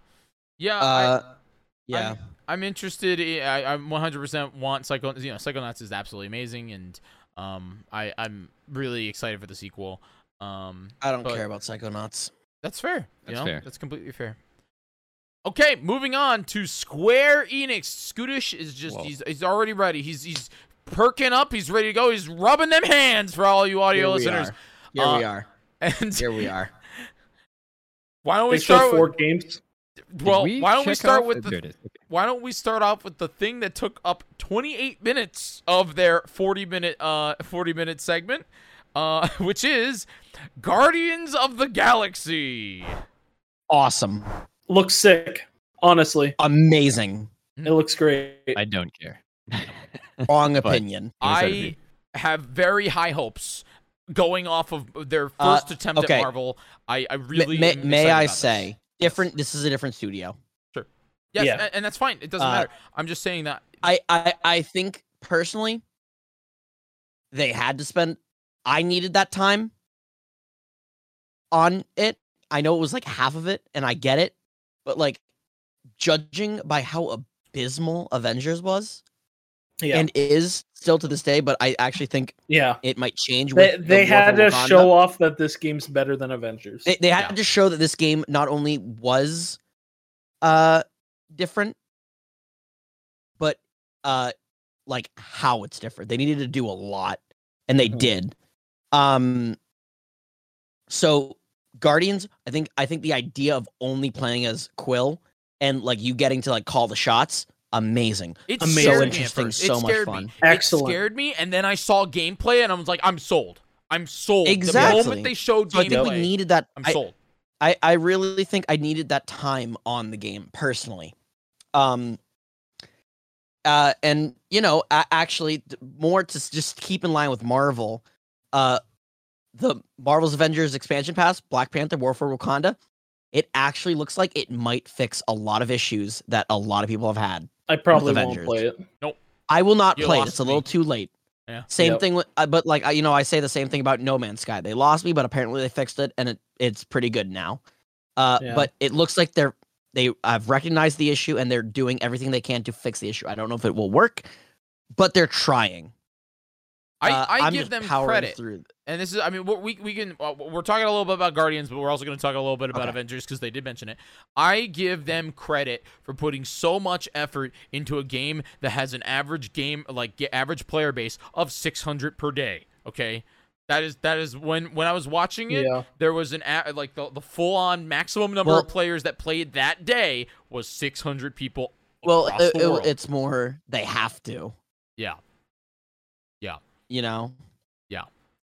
Yeah. I-
Uh, yeah.
I'm interested. I, I- I'm 100% want Psycho. You know, Psychonauts is absolutely amazing, and um, I I'm really excited for the sequel. Um,
I don't
but-
care about Psychonauts.
that's fair. you
That's
know?
fair.
That's completely fair. Okay, moving on to Square Enix. Scootish is just
Whoa.
he's he's already ready. He's he's perking up. He's ready to go. He's rubbing them hands for all you audio
Here we
listeners.
are. Here
Uh,
we are.
And
Here we are.
[laughs] why don't
They
we
show
start?
four
With,
games.
Did
well, why don't we
check
start
off- Oh,
with the
there it is.
why don't we start off with the thing that took up 28 minutes of their 40 minute uh 40 minute segment uh [laughs] which is Guardians of the Galaxy.
Awesome.
Looks sick. Honestly,
Amazing.
it looks great.
I don't care. [laughs]
Wrong
But-
opinion.
What does that
I
mean?
have very high hopes going off of their first attempt
okay.
at Marvel. I I
Ma-
really
may
am
may
excited about
I
this.
say, different. This is a different studio.
Yes,
Yeah.
a- and that's fine. It doesn't
Uh,
matter. I'm just saying that
I, I I think personally, they had to spend. I needed that time on it. I know it was like half of it, and I get it, but like judging by how abysmal Avengers was
Yeah,
and is still to this day, but I actually think
yeah.
it might change.
They,
with the
they
War for
had to
Wakanda.
show off that this game's better than Avengers.
They, they had
Yeah.
to show that this game not only was uh different, but uh like how it's different. They needed to do a lot, and they
Mm-hmm.
Mhm.
did. Um so Guardians, I think I think the idea of only playing as Quill and like you getting to like call the shots, amazing.
it's
Amazing.
So
scared me
interesting,
at first. It
so much
scared
fun.
Me.
Excellent.
It scared me, and then I saw gameplay, and I was like, I'm sold. I'm sold. The
Exactly.
moment they showed
So I think
gameplay,
we needed that
I'm
I-
sold.
I, I really think I needed that time on the game personally. Um uh and you know, a- actually th- more to s- just keep in line with Marvel, uh the Marvel's Avengers expansion pass, Black Panther War for Wakanda, it actually looks like it might fix a lot of issues that a lot of people have had.
I probably
with
won't
Avengers.
play it.
I will not
You
play it.
lost
It's a
me.
little too late.
Yeah.
Same
Yep.
thing with uh, but like I, you know, I say the same thing about No Man's Sky. They lost me, but apparently they fixed it and it, it's pretty good now. Uh,
Yeah.
But it looks like they're they have recognized the issue and they're doing everything they can to fix the issue. I don't know if it will work, but they're trying.
I,
Uh,
I
I'm
give
just
them
powering
credit.
Through.
and this is i mean we're- we we can uh, we're talking a little bit about guardians but we're also going to talk a little bit about
Okay.
avengers because they did mention it i give them credit for putting so much effort into a game that has an average game like ge- average player base of 600 per day okay that is that is when when i was watching it
Yeah,
there was an a- like the, the full on maximum number
Well-
of players that played that day was 600 people
Well,
across
it-
the
it-
world.
it's more they have to,
yeah
you know.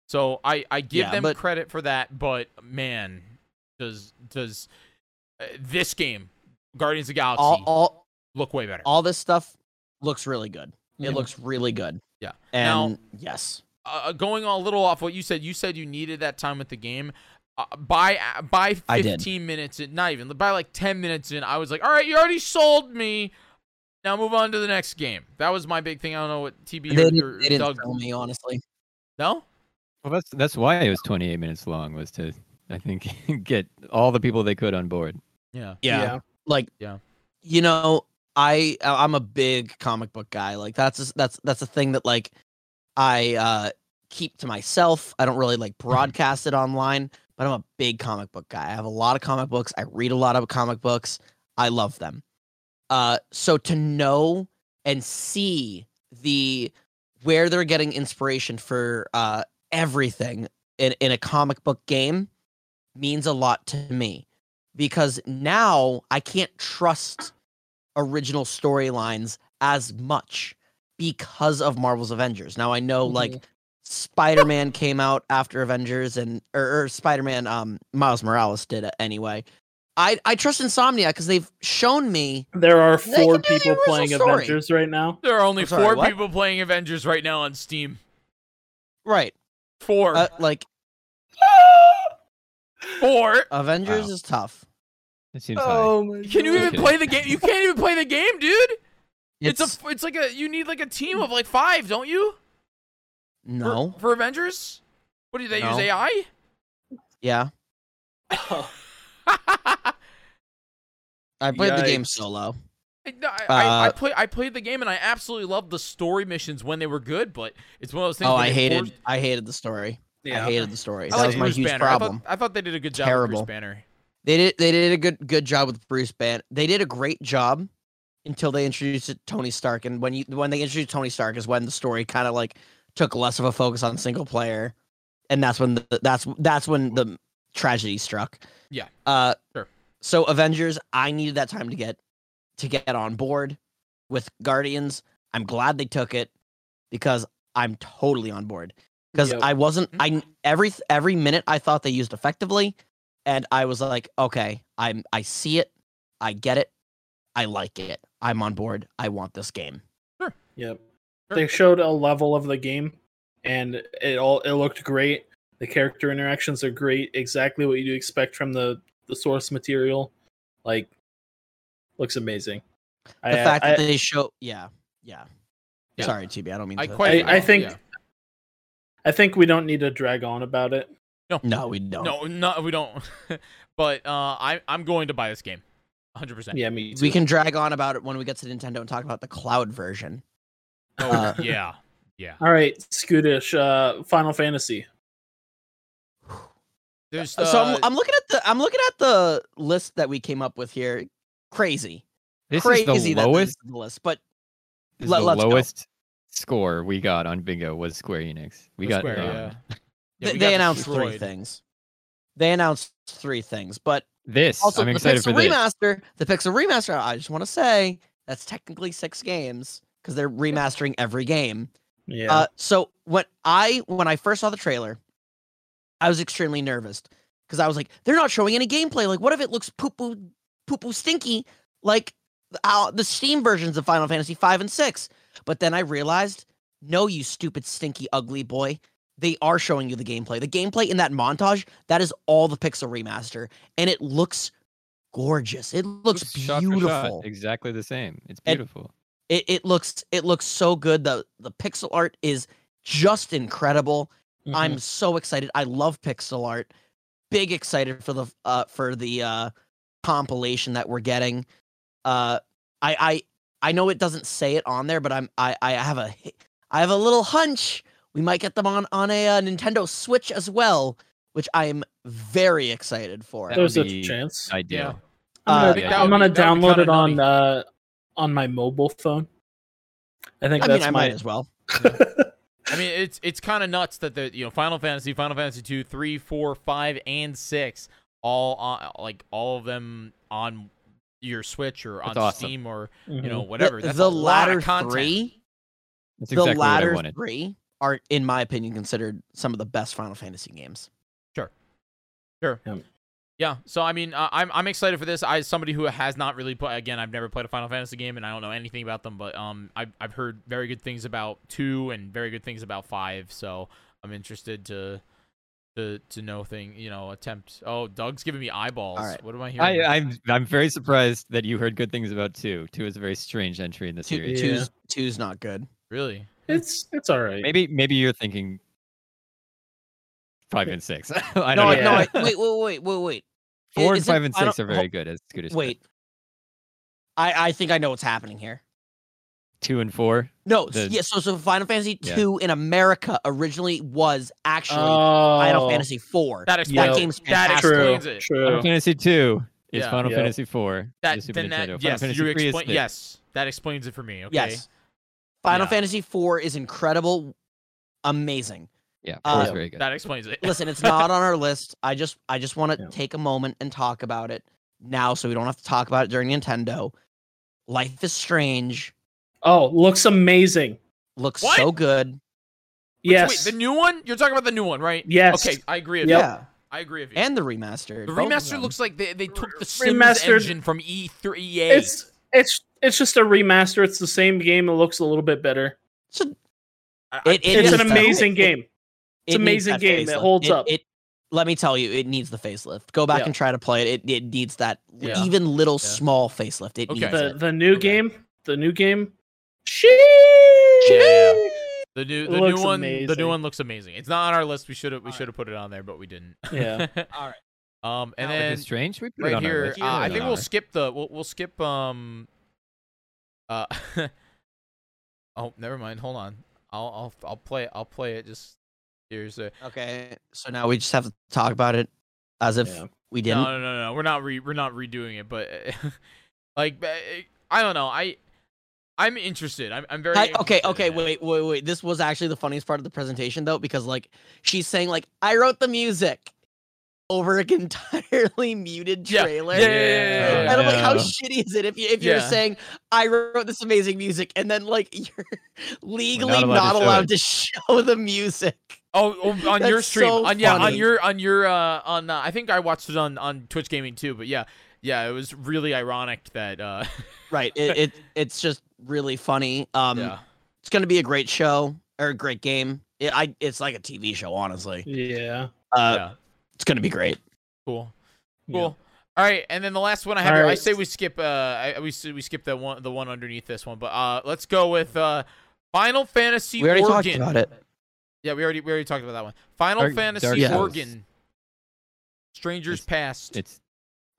So I I give
Yeah,
them
but-
credit for that, but man, does does uh, this game Guardians of the Galaxy
All all
look way better?
all this stuff looks really good.
Yeah.
It looks really good.
Yeah. Now-
And yes.
uh, going a little off what you said, you said you needed that time with the game. Uh, by uh, by
I did.
15 minutes in, not even by like 10 minutes in, I was like, all right, you already sold me. Now move on to the next game. That was my big thing. I don't know what TB
They didn't,
or, or
they didn't
Doug.
sell me honestly.
No,
Well, that's that's why it was 28 minutes long was to I think [laughs] get all the people they could on board.
yeah,
yeah.
like
Yeah.
you know i I- i'm a big comic book guy like that's a, that's that's a thing that like i uh keep to myself i don't really like broadcast it online but i'm a big comic book guy i have a lot of comic books i read a lot of comic books i love them uh so to know and see the where they're getting inspiration for uh everything in in a comic book game means a lot to me because now I can't trust original storylines as much because of Marvel's Avengers. Now I know like Spider-Man came out after Avengers and or, or Spider-Man um Miles Morales did it anyway. I I trust Insomnia because they've shown me
There are
They can
four
do the
people
original
playing
story.
Avengers right now.
There are only
I'm sorry,
four
what?
people playing Avengers right now on Steam.
right
Four.
uh, like
four.
Avengers
Wow.
is tough.
It seems
Oh my
Can you
God.
even play the game? You can't even play the game, dude. It's,
It's,
a. f- It's like a. You need like a team of like five, don't you? For-
no.
For, Avengers. What do they use
No.
AI?
Yeah.
Oh,
I,
I played the game
Yikes.
solo.
no, [laughs] I- I, I
Uh,
play. I played the game and I absolutely loved the story missions when they were good, but it's one of those things.
Oh,
where
I
they
hated
forced-
I hated the story.
yeah.
I hated the story.
I
that
liked
was my
Oh, Bruce
huge
Banner.
problem.
I thought, I thought they did a good job.
Terrible.
With Bruce Banner.
They did they did a good good job with Bruce Banner. They did a great job until they introduced it- Tony Stark. And when you when they introduced Tony Stark is when the story kind of like took less of a focus on single player, and that's when the, that's that's when the tragedy struck.
Yeah.
Uh.
Sure.
So Avengers, I needed that time to get to get on board with Guardians. I'm glad they took it because I'm totally on board because
Yep.
I wasn't. I
Mm-hmm.
every every minute I thought they used effectively, and I was like, okay, I'm I see it, I get it, I like it, I'm on board, I want this game.
Yep.
Sure.
They showed a level of the game, and it all it looked great. The character interactions are great. Exactly what you expect from the the source material. Like, looks amazing.
The
I,
fact
I,
that they show, yeah, yeah.
Yeah.
Sorry, TB, I don't mean.
I
to,
quite.
I- I think-
yeah.
I think we don't need to drag on about it.
No, we don't.
No, no, we don't. [laughs] but uh, I, I'm going to buy this game, 100. percent
Yeah, me too.
we can drag on about it when we get to Nintendo and talk about the cloud version.
Oh,
Uh,
yeah, yeah.
All right, Scootish. Uh, Final Fantasy.
There's
so I'm,
uh,
I'm looking at the I'm looking at the list that we came up with here. Crazy,
This
crazy.
is the
that this
lowest.
is the list, but
this is
let-
the
let's go.
lowest score we got on bingo was Square Enix. We
the
got
Square,
um,
yeah. Yeah,
th-
we got
they announced three
destroyed.
things. They announced three things, but
this.
also
I'm
the
excited for
Pixel
this.
remaster. The Pixel remaster. I just want to say that's technically six games because they're remastering every game.
Yeah.
Uh, so when I when I first saw the trailer, I was extremely nervous because I was like, they're not showing any gameplay. Like, what if it looks poo poo poo poo stinky like the, uh, the Steam versions of Final Fantasy five and six? But then I realized, no, you stupid stinky ugly boy. They are showing you the gameplay. The gameplay in that montage, that is all the pixel remaster, and it looks gorgeous. It looks
Oops, shot for shot,
beautiful
Exactly the same. It's
And-
beautiful.
it, it looks it looks so good the the pixel art is just incredible
Mhm.
i'm so excited i love pixel art big excited for the uh for the uh compilation that we're getting uh i i i know it doesn't say it on there but i'm i i have a hi- i have a little hunch we might get them on on a uh, nintendo switch as well which i'm very excited for
That would
There's a
be
chance.
Yeah.
Ideal.
Uh,
I'm
I
gonna,
think that
I'm
would be- that
gonna
would be
download
kinda
it on
nutty.
uh, on my mobile phone. I think
i mean
that's
i
my.
might as well
I mean, it's it's kind of nuts that the you know Final Fantasy, Final Fantasy two, three, four, five, and six all on like all of them on your Switch or on
That's awesome.
Steam or you
Mhm.
know whatever.
the,
That's
the
a lot of
latter
content.
three
That's exactly
the
what I
latter
wanted.
three are, in my opinion, considered some of the best Final Fantasy games.
Yeah, so I mean, I I'm I'm excited for this. I somebody who has not really played again. I've never played a Final Fantasy game, and I don't know anything about them. But um, I've I've heard very good things about two and very good things about five. So I'm interested to to to know thing. You know, attempt. Oh, Doug's giving me eyeballs.
All right.
What am I
I,
hearing?
I'm I'm very surprised that you heard good things about two. Two is a very strange entry in the
Two,
series.
Yeah.
Two's two's not good.
really?
It's it's all right.
Maybe maybe you're thinking five and six. [laughs] I
No,
don't
I,
know.
Oh, no, I,
Yeah.
[laughs]
wait, wait, wait, wait, wait. I-
Four and
isn't
five and
Final-
six are very good as Scooter.
hol-
said.
Wait, I I think I know what's happening here.
two and four.
No, s-
The-
yeah. So so Final Fantasy
Yeah.
two in America originally was actually
Oh,
Final Fantasy four.
That
that
explains.
Well,
game's
that
fantastic.
true.
explains it.
Final
True.
Fantasy two is
Yeah.
Final
Yep.
Fantasy four.
That
is Super
then
Nintendo.
that
Final
yes,
Fantasy
you
three is
explain.
the-
Yes, that explains it for me. Okay.
Yes. Final
Yeah.
Fantasy four is incredible, amazing.
Yeah, four
Uh,
is very good.
That explains it.
Listen, it's not on our list. I just I just want to
Yeah.
take a moment and talk about it now so we don't have to talk about it during Nintendo. Life is Strange
Oh, looks amazing.
looks
What?
so good.
Yes.
Wait, the new one? You're talking about the new one, right?
Yes.
Okay, I agree with you.
Yeah.
I agree with you.
And the
the
remastered. both of
remaster
them.
looks like they, they took the Sims
Remastered-
engine from E E3 EA.
It's it's it's just a remaster. It's the same game. It looks a little bit better.
It's a-
I- I-
it- it
it's
is
an
though.
amazing
It-
game. It's
it needs
amazing
that
game. It
facelift.
holds up.
It, let me tell you, it needs the facelift. Go back
Yeah.
and try to play it. It, it needs that l-
Yeah.
even little
Yeah.
small facelift. It
Okay.
needs
The
it.
the new
Okay.
game. The new game. She.
Yeah. The new
It
the
looks
new one the
amazing.
new one looks amazing. It's not on our list. We should have we should have put it on there, but we didn't.
Yeah.
[laughs] All right. Um and
Life
then
is strange. We put it
right
on our
here,
list.
uh, I
Put it
think
on
we'll
our-
skip the we'll we'll skip um uh [laughs] Oh, never mind. Hold on. I'll I'll I'll play I'll play it just here's a
Okay. So now we just have to talk about it as if
Yeah.
we
No,
didn't.
no, no, no. We're not re- we're not redoing it, but [laughs] uh, like uh, I don't know. I I'm interested. I'm I'm very
I- okay,
interested in
okay,
it.
wait, wait, wait. This was actually the funniest part of the presentation though, because like she's saying like I wrote the music over an [laughs] entirely muted
Yeah,
trailer.
Yeah, yeah, yeah, yeah, yeah.
And I'm like, how
Yeah.
shitty is it if you if you're
Yeah.
saying I wrote this amazing music and then like [laughs] you're legally not
allowed
allowed,
to show it.
to show the music?
Oh, oh, on your
That's
stream,
so
on yeah, on
funny.
your on your uh, on uh, I think I watched it on on Twitch Gaming too, but yeah, yeah, it was really ironic that uh,
Right. It, it it's just really funny.
[laughs]
Um,
yeah,
it's gonna be a great show or a great game. It, I it's like a TV show, honestly.
Yeah.
Uh,
yeah,
it's gonna be great.
cool,
Yeah.
cool. All right, and then the last one I have,
All
here, I
right.
say we skip uh, I, we s- we skip that one the one underneath this one, but uh, let's go with uh, Final Fantasy.
We already talked
Origin.
about it.
Yeah, we already we already talked about that one. Final
Dark-
Fantasy
Dark
Souls.
Organ. Strangers
It's-
Past.
It's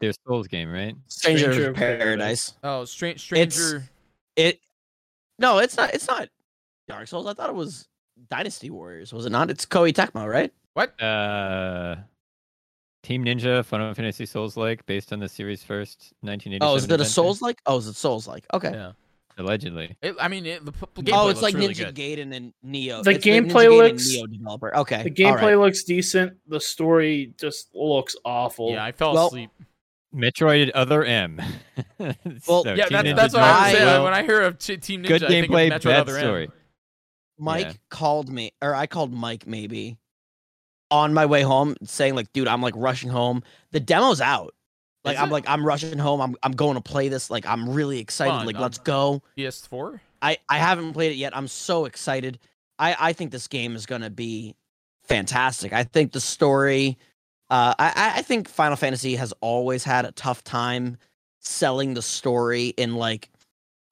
their Souls game, right?
Stranger,
Stranger
of
of
Paradise.
oh, stra- Stranger.
It. No, it's not. It's not Dark Souls. I thought it was Dynasty Warriors. Was it not? It's Koei Tecmo, right?
Uh, Team Ninja, Final Fantasy Souls like, based on the series first 1987.
Oh, is it a
adventure,
Souls like? Oh, is it Souls like? Okay.
Yeah.
Allegedly.
It, I mean, it, the, p- the
oh,
gameplay
it's like
looks really good.
Ninja Gaiden and Neo.
The
it's Ninja
gameplay
Gaiden and
looks-
Neo developer. Okay.
The
all
gameplay
right.
looks decent. The story just looks awful.
Yeah, I fell
Well-
asleep.
Metroid Other M. [laughs]
Yeah,
well,
Yeah,
Team
that's,
Ninja
that's what
Gaiden.
I was
Dark
saying.
I-
Like,
Souls.
when I hear of Ch- Team Ninja,
Good
I think of
gameplay,
Metro
bad
Other M.
story.
Mike
Yeah.
called me, or I called Mike maybe on my way home, saying like, "Dude, I'm like rushing home. The demo's out. Like,
Is
I'm
it?
like, I'm rushing home. I'm I'm going to play this. Like, I'm really excited.
Fun,
like,
um,
let's go."
PS4.
I I haven't played it yet. I'm so excited. I I think this game is gonna be fantastic. I think the story. Uh, I I- I think Final Fantasy has always had a tough time selling the story in like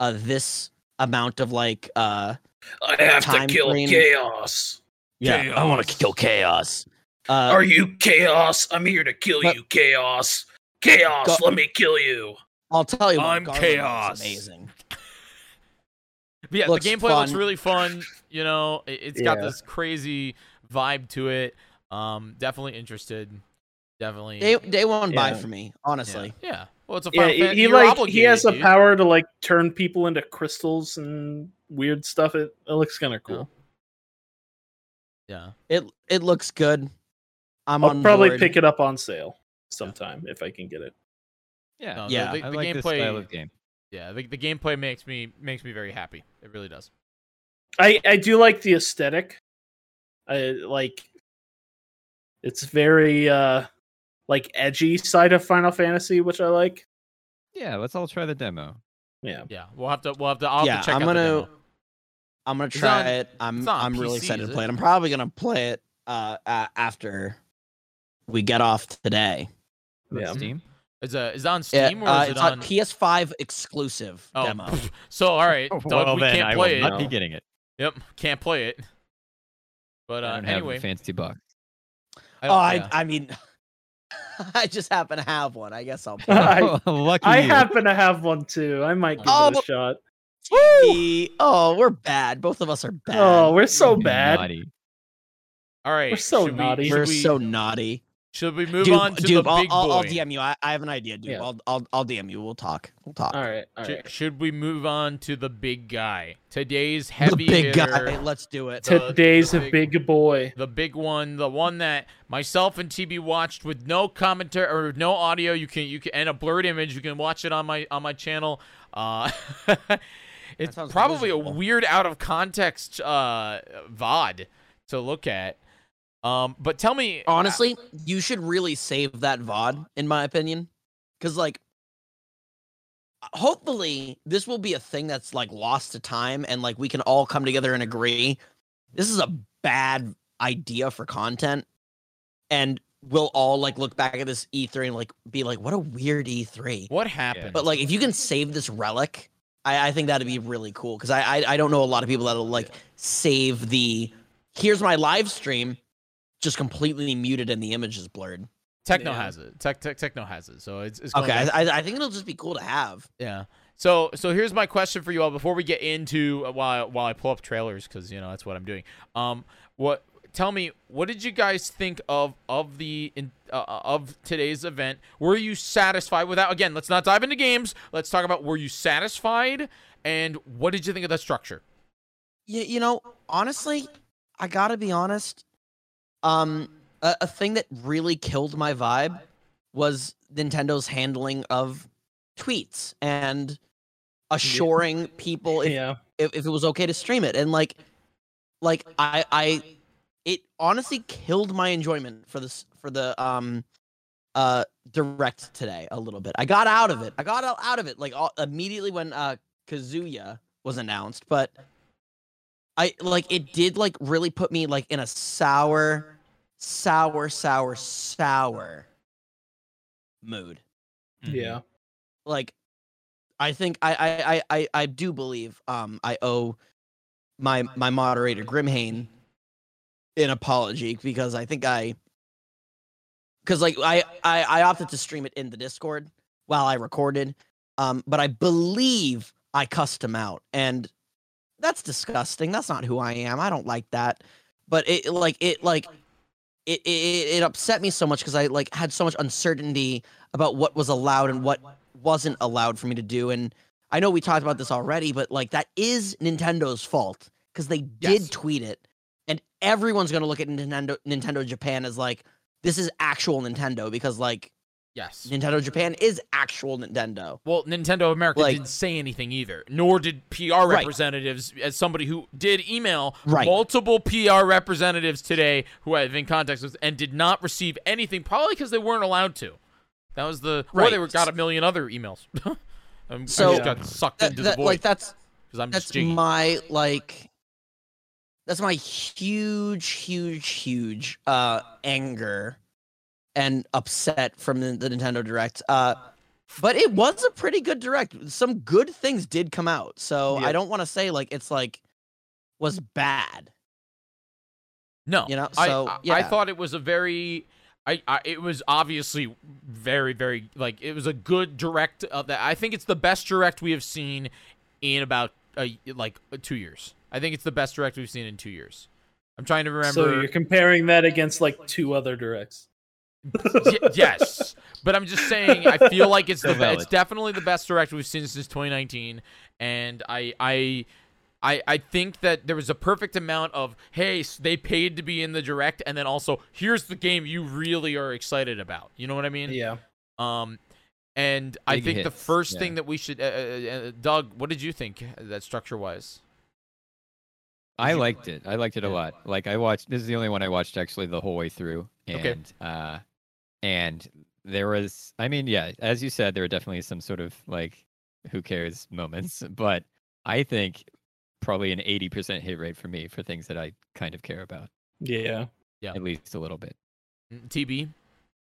uh this amount of like uh
I have
Time
to kill
frame.
chaos.
yeah I want to kill chaos. Uh,
Are you chaos? I'm here to kill
but-
you, chaos. Chaos,
Go-
let me kill you.
I'll tell you, what,
I'm
Garland
chaos.
looks Amazing.
But yeah,
Looks
the gameplay looks
fun.
really fun. You know, it, has got
Yeah.
this crazy vibe to it. Um, definitely interested. Definitely.
Day day one buy
Yeah.
for me,
yeah.
honestly.
yeah. Well, it's a
Yeah,
Final
he,
Fantasy.
he
You're
like he
obligated,
has the
dude.
power to like turn people into crystals and weird stuff. It, it looks kind of cool.
Yeah.
It it looks good. I'm
I'll
on
probably
board.
pick it up on sale sometime if I can get it.
Yeah.
No,
Yeah.
The, the,
I
the
like this
gameplay.
style of game.
Yeah, the, the gameplay makes me makes me very happy. It really does.
I I do like the aesthetic. I like it's very uh like edgy side of Final Fantasy, which I like.
Yeah, let's all try the demo.
Yeah.
Yeah, we'll have to we'll have to. I'll
Yeah,
have to check
I'm
out the
gonna-
demo.
I'm gonna
It's
try
on-
it. I'm
it's on
I'm really
PC,
excited
is
to play
it?
it. I'm probably gonna play it uh, uh after we get off today.
on
Yeah.
Steam.
Is it is it on
Yeah,
Steam or
uh,
is it
it's
on?
on PS5 exclusive
oh, [laughs]
demo.
pff, so all
[laughs]
right, Doug,
well,
we
then
can't
I will
play it.
not be
No.
getting it.
Yep, can't play it. But
I
uh,
don't have
anyway,
a fancy
[laughs]
box.
I
Oh,
don't-
I
yeah.
I mean, [laughs] I just happen to have one. I guess I'll play.
I-
[laughs] Lucky
I
you.
happen to have one too. I might give
Oh,
it a
but-
shot.
it. oh, we're bad. Both of us are bad.
Oh, we're so
You
bad.
naughty.
all right.
so
should we-
naughty.
should
we're
we-
so naughty.
Should we move
Dube,
on to
Dube,
the
I'll,
big
I'll,
boy?
I'll DM you. I, I have an idea, Dube.
Yeah.
I'll, I'll I'll DM you. We'll talk. We'll talk.
All right, all
Sh-
right.
Should we move on to the big guy? Today's heavy
the big
hitter,
guy. Let's do it.
the-
Today's
the
a big boy.
the big one, the one that myself and TB watched with no commentary or no audio. You can you can and a blurred image. You can watch it on my on my channel. Uh, [laughs] it's
sounds
probably a
miserable.
weird out of context uh, VOD to look at. Um, but tell me
Honestly, you should really save that VOD, in my opinion. Because, like, uh, hopefully, this will be a thing that's, like, lost to time and, like, we can all come together and agree this is a bad idea for content. And we'll all, like, look back at this E3 and, like, be like, what a weird E E3.
what happened.
But, like, if you can save this relic, I, I think that'd be really cool. Because I, I, I don't know a lot of people that'll, like, save the here's my live stream just completely muted and the image is blurred.
Techno
Yeah.
has it. Tech, tech, techno has it. So it's, it's going
Okay,
back-
I, I- I think it'll just be cool to have.
Yeah. So so here's my question for you all before we get into uh, while while I pull up trailers cuz you know that's what I'm doing. Um what tell me what did you guys think of of the in, uh, uh, of today's event? Were you satisfied with that? Again, let's not dive into games. Let's talk about were you satisfied and what did you think of the structure?
You, you know, honestly, I gotta be honest. Um, a, a thing that really killed my vibe was Nintendo's handling of tweets and assuring people if
Yeah,
if, if it was okay to stream it and like like i i it honestly killed my enjoyment for this for the um uh direct today a little bit i got out of it i got out- out of it like all, immediately when uh kazuya was announced but i like it did like really put me like in a sour sour sour sour mood
Mm-hmm.
Mm-hmm.
yeah.
like I think I I I I, I do believe um I owe my my moderator Grimhane an apology because I think I because like I, I I opted to stream it in the Discord while I recorded, um, but I believe I cussed him out, and that's disgusting. That's not who I am. I don't like that. But it like it like it it, it upset me so much because I like had so much uncertainty about what was allowed and what wasn't allowed for me to do. And I know we talked about this already, but like that is Nintendo's fault because they did
Yes.
tweet it, and everyone's gonna look at Nintendo Nintendo Japan as like this is actual Nintendo because like
Yes.
Nintendo Japan is actual Nintendo.
Well, Nintendo of America
Like-
didn't say anything either, nor did PR representatives. As somebody who did email
Right.
multiple PR representatives today who I've been in contact with and did not receive anything, probably because they weren't allowed to. That was the or they
Right.
were got a million other emails. [laughs] I'm, I
So-
just got sucked
That-
into
that-
the
like
void
that's
because I'm just
that's
jiggy.
my like that's my huge huge huge uh anger and upset from the, the Nintendo Direct. Uh but it was a pretty good direct. Some good things did come out. So
Yeah.
I don't want to say like it's like was bad.
No,
You know,
I-
so,
I, I,
yeah.
thought it was a very, I, I it was obviously very, very like it was a good direct of that. I think it's the best direct we have seen in about uh, like two years. I think it's the best direct we've seen in two years. I'm trying to remember.
So you're comparing that against like two other directs.
Y- yes, but I'm just saying. I feel like it's
So
the be- it's
valid.
definitely the best direct we've seen since 2019, and I I. I, I think that there was a perfect amount of hey s- they paid to be in the direct and then also here's the game you really are excited about you know what I mean
Yeah.
um and I
Big
think the
hits,
first
yeah.
thing that we should uh, uh, uh, Doug what did you think uh, that structure wise
I
you-
liked it. I liked it a lot. Like I watched. This is the only one I watched actually the whole way through. And,
Okay.
Uh, and there was. I mean, yeah, as you said, there were definitely some sort of like, who cares moments. [laughs] But I think probably an eighty percent hit rate for me for things that I kind of care about,
Yeah.
Yeah.
at least a little bit.
TB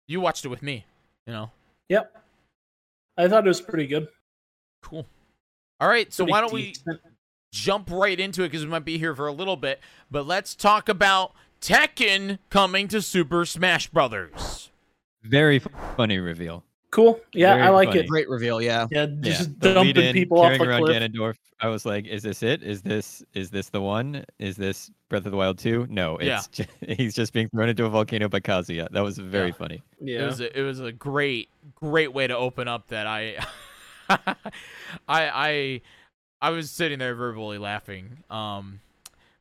you watched it with me you know
Yep. I thought it was pretty good.
cool all right so
Pretty
why don't we
decent.
jump right into it because we might be here for a little bit. But let's talk about Tekken coming to Super Smash Brothers.
Very f- funny reveal.
Cool. Yeah,
Very
I like
funny.
it.
Great reveal, yeah.
Yeah,
Yeah,
just
the lead
dumping
in,
people off a
carrying around
cliff.
Ganondorf. I was like, "Is this it? Is this is this the one? Is this Breath of the Wild 2? No,
Yeah.
it's [laughs] ju- he's just being thrown into a volcano by Kazuya. That was very
Yeah.
funny.
Yeah.
It was a, it was a great great way to open up that I [laughs] I I I was sitting there verbally laughing. Um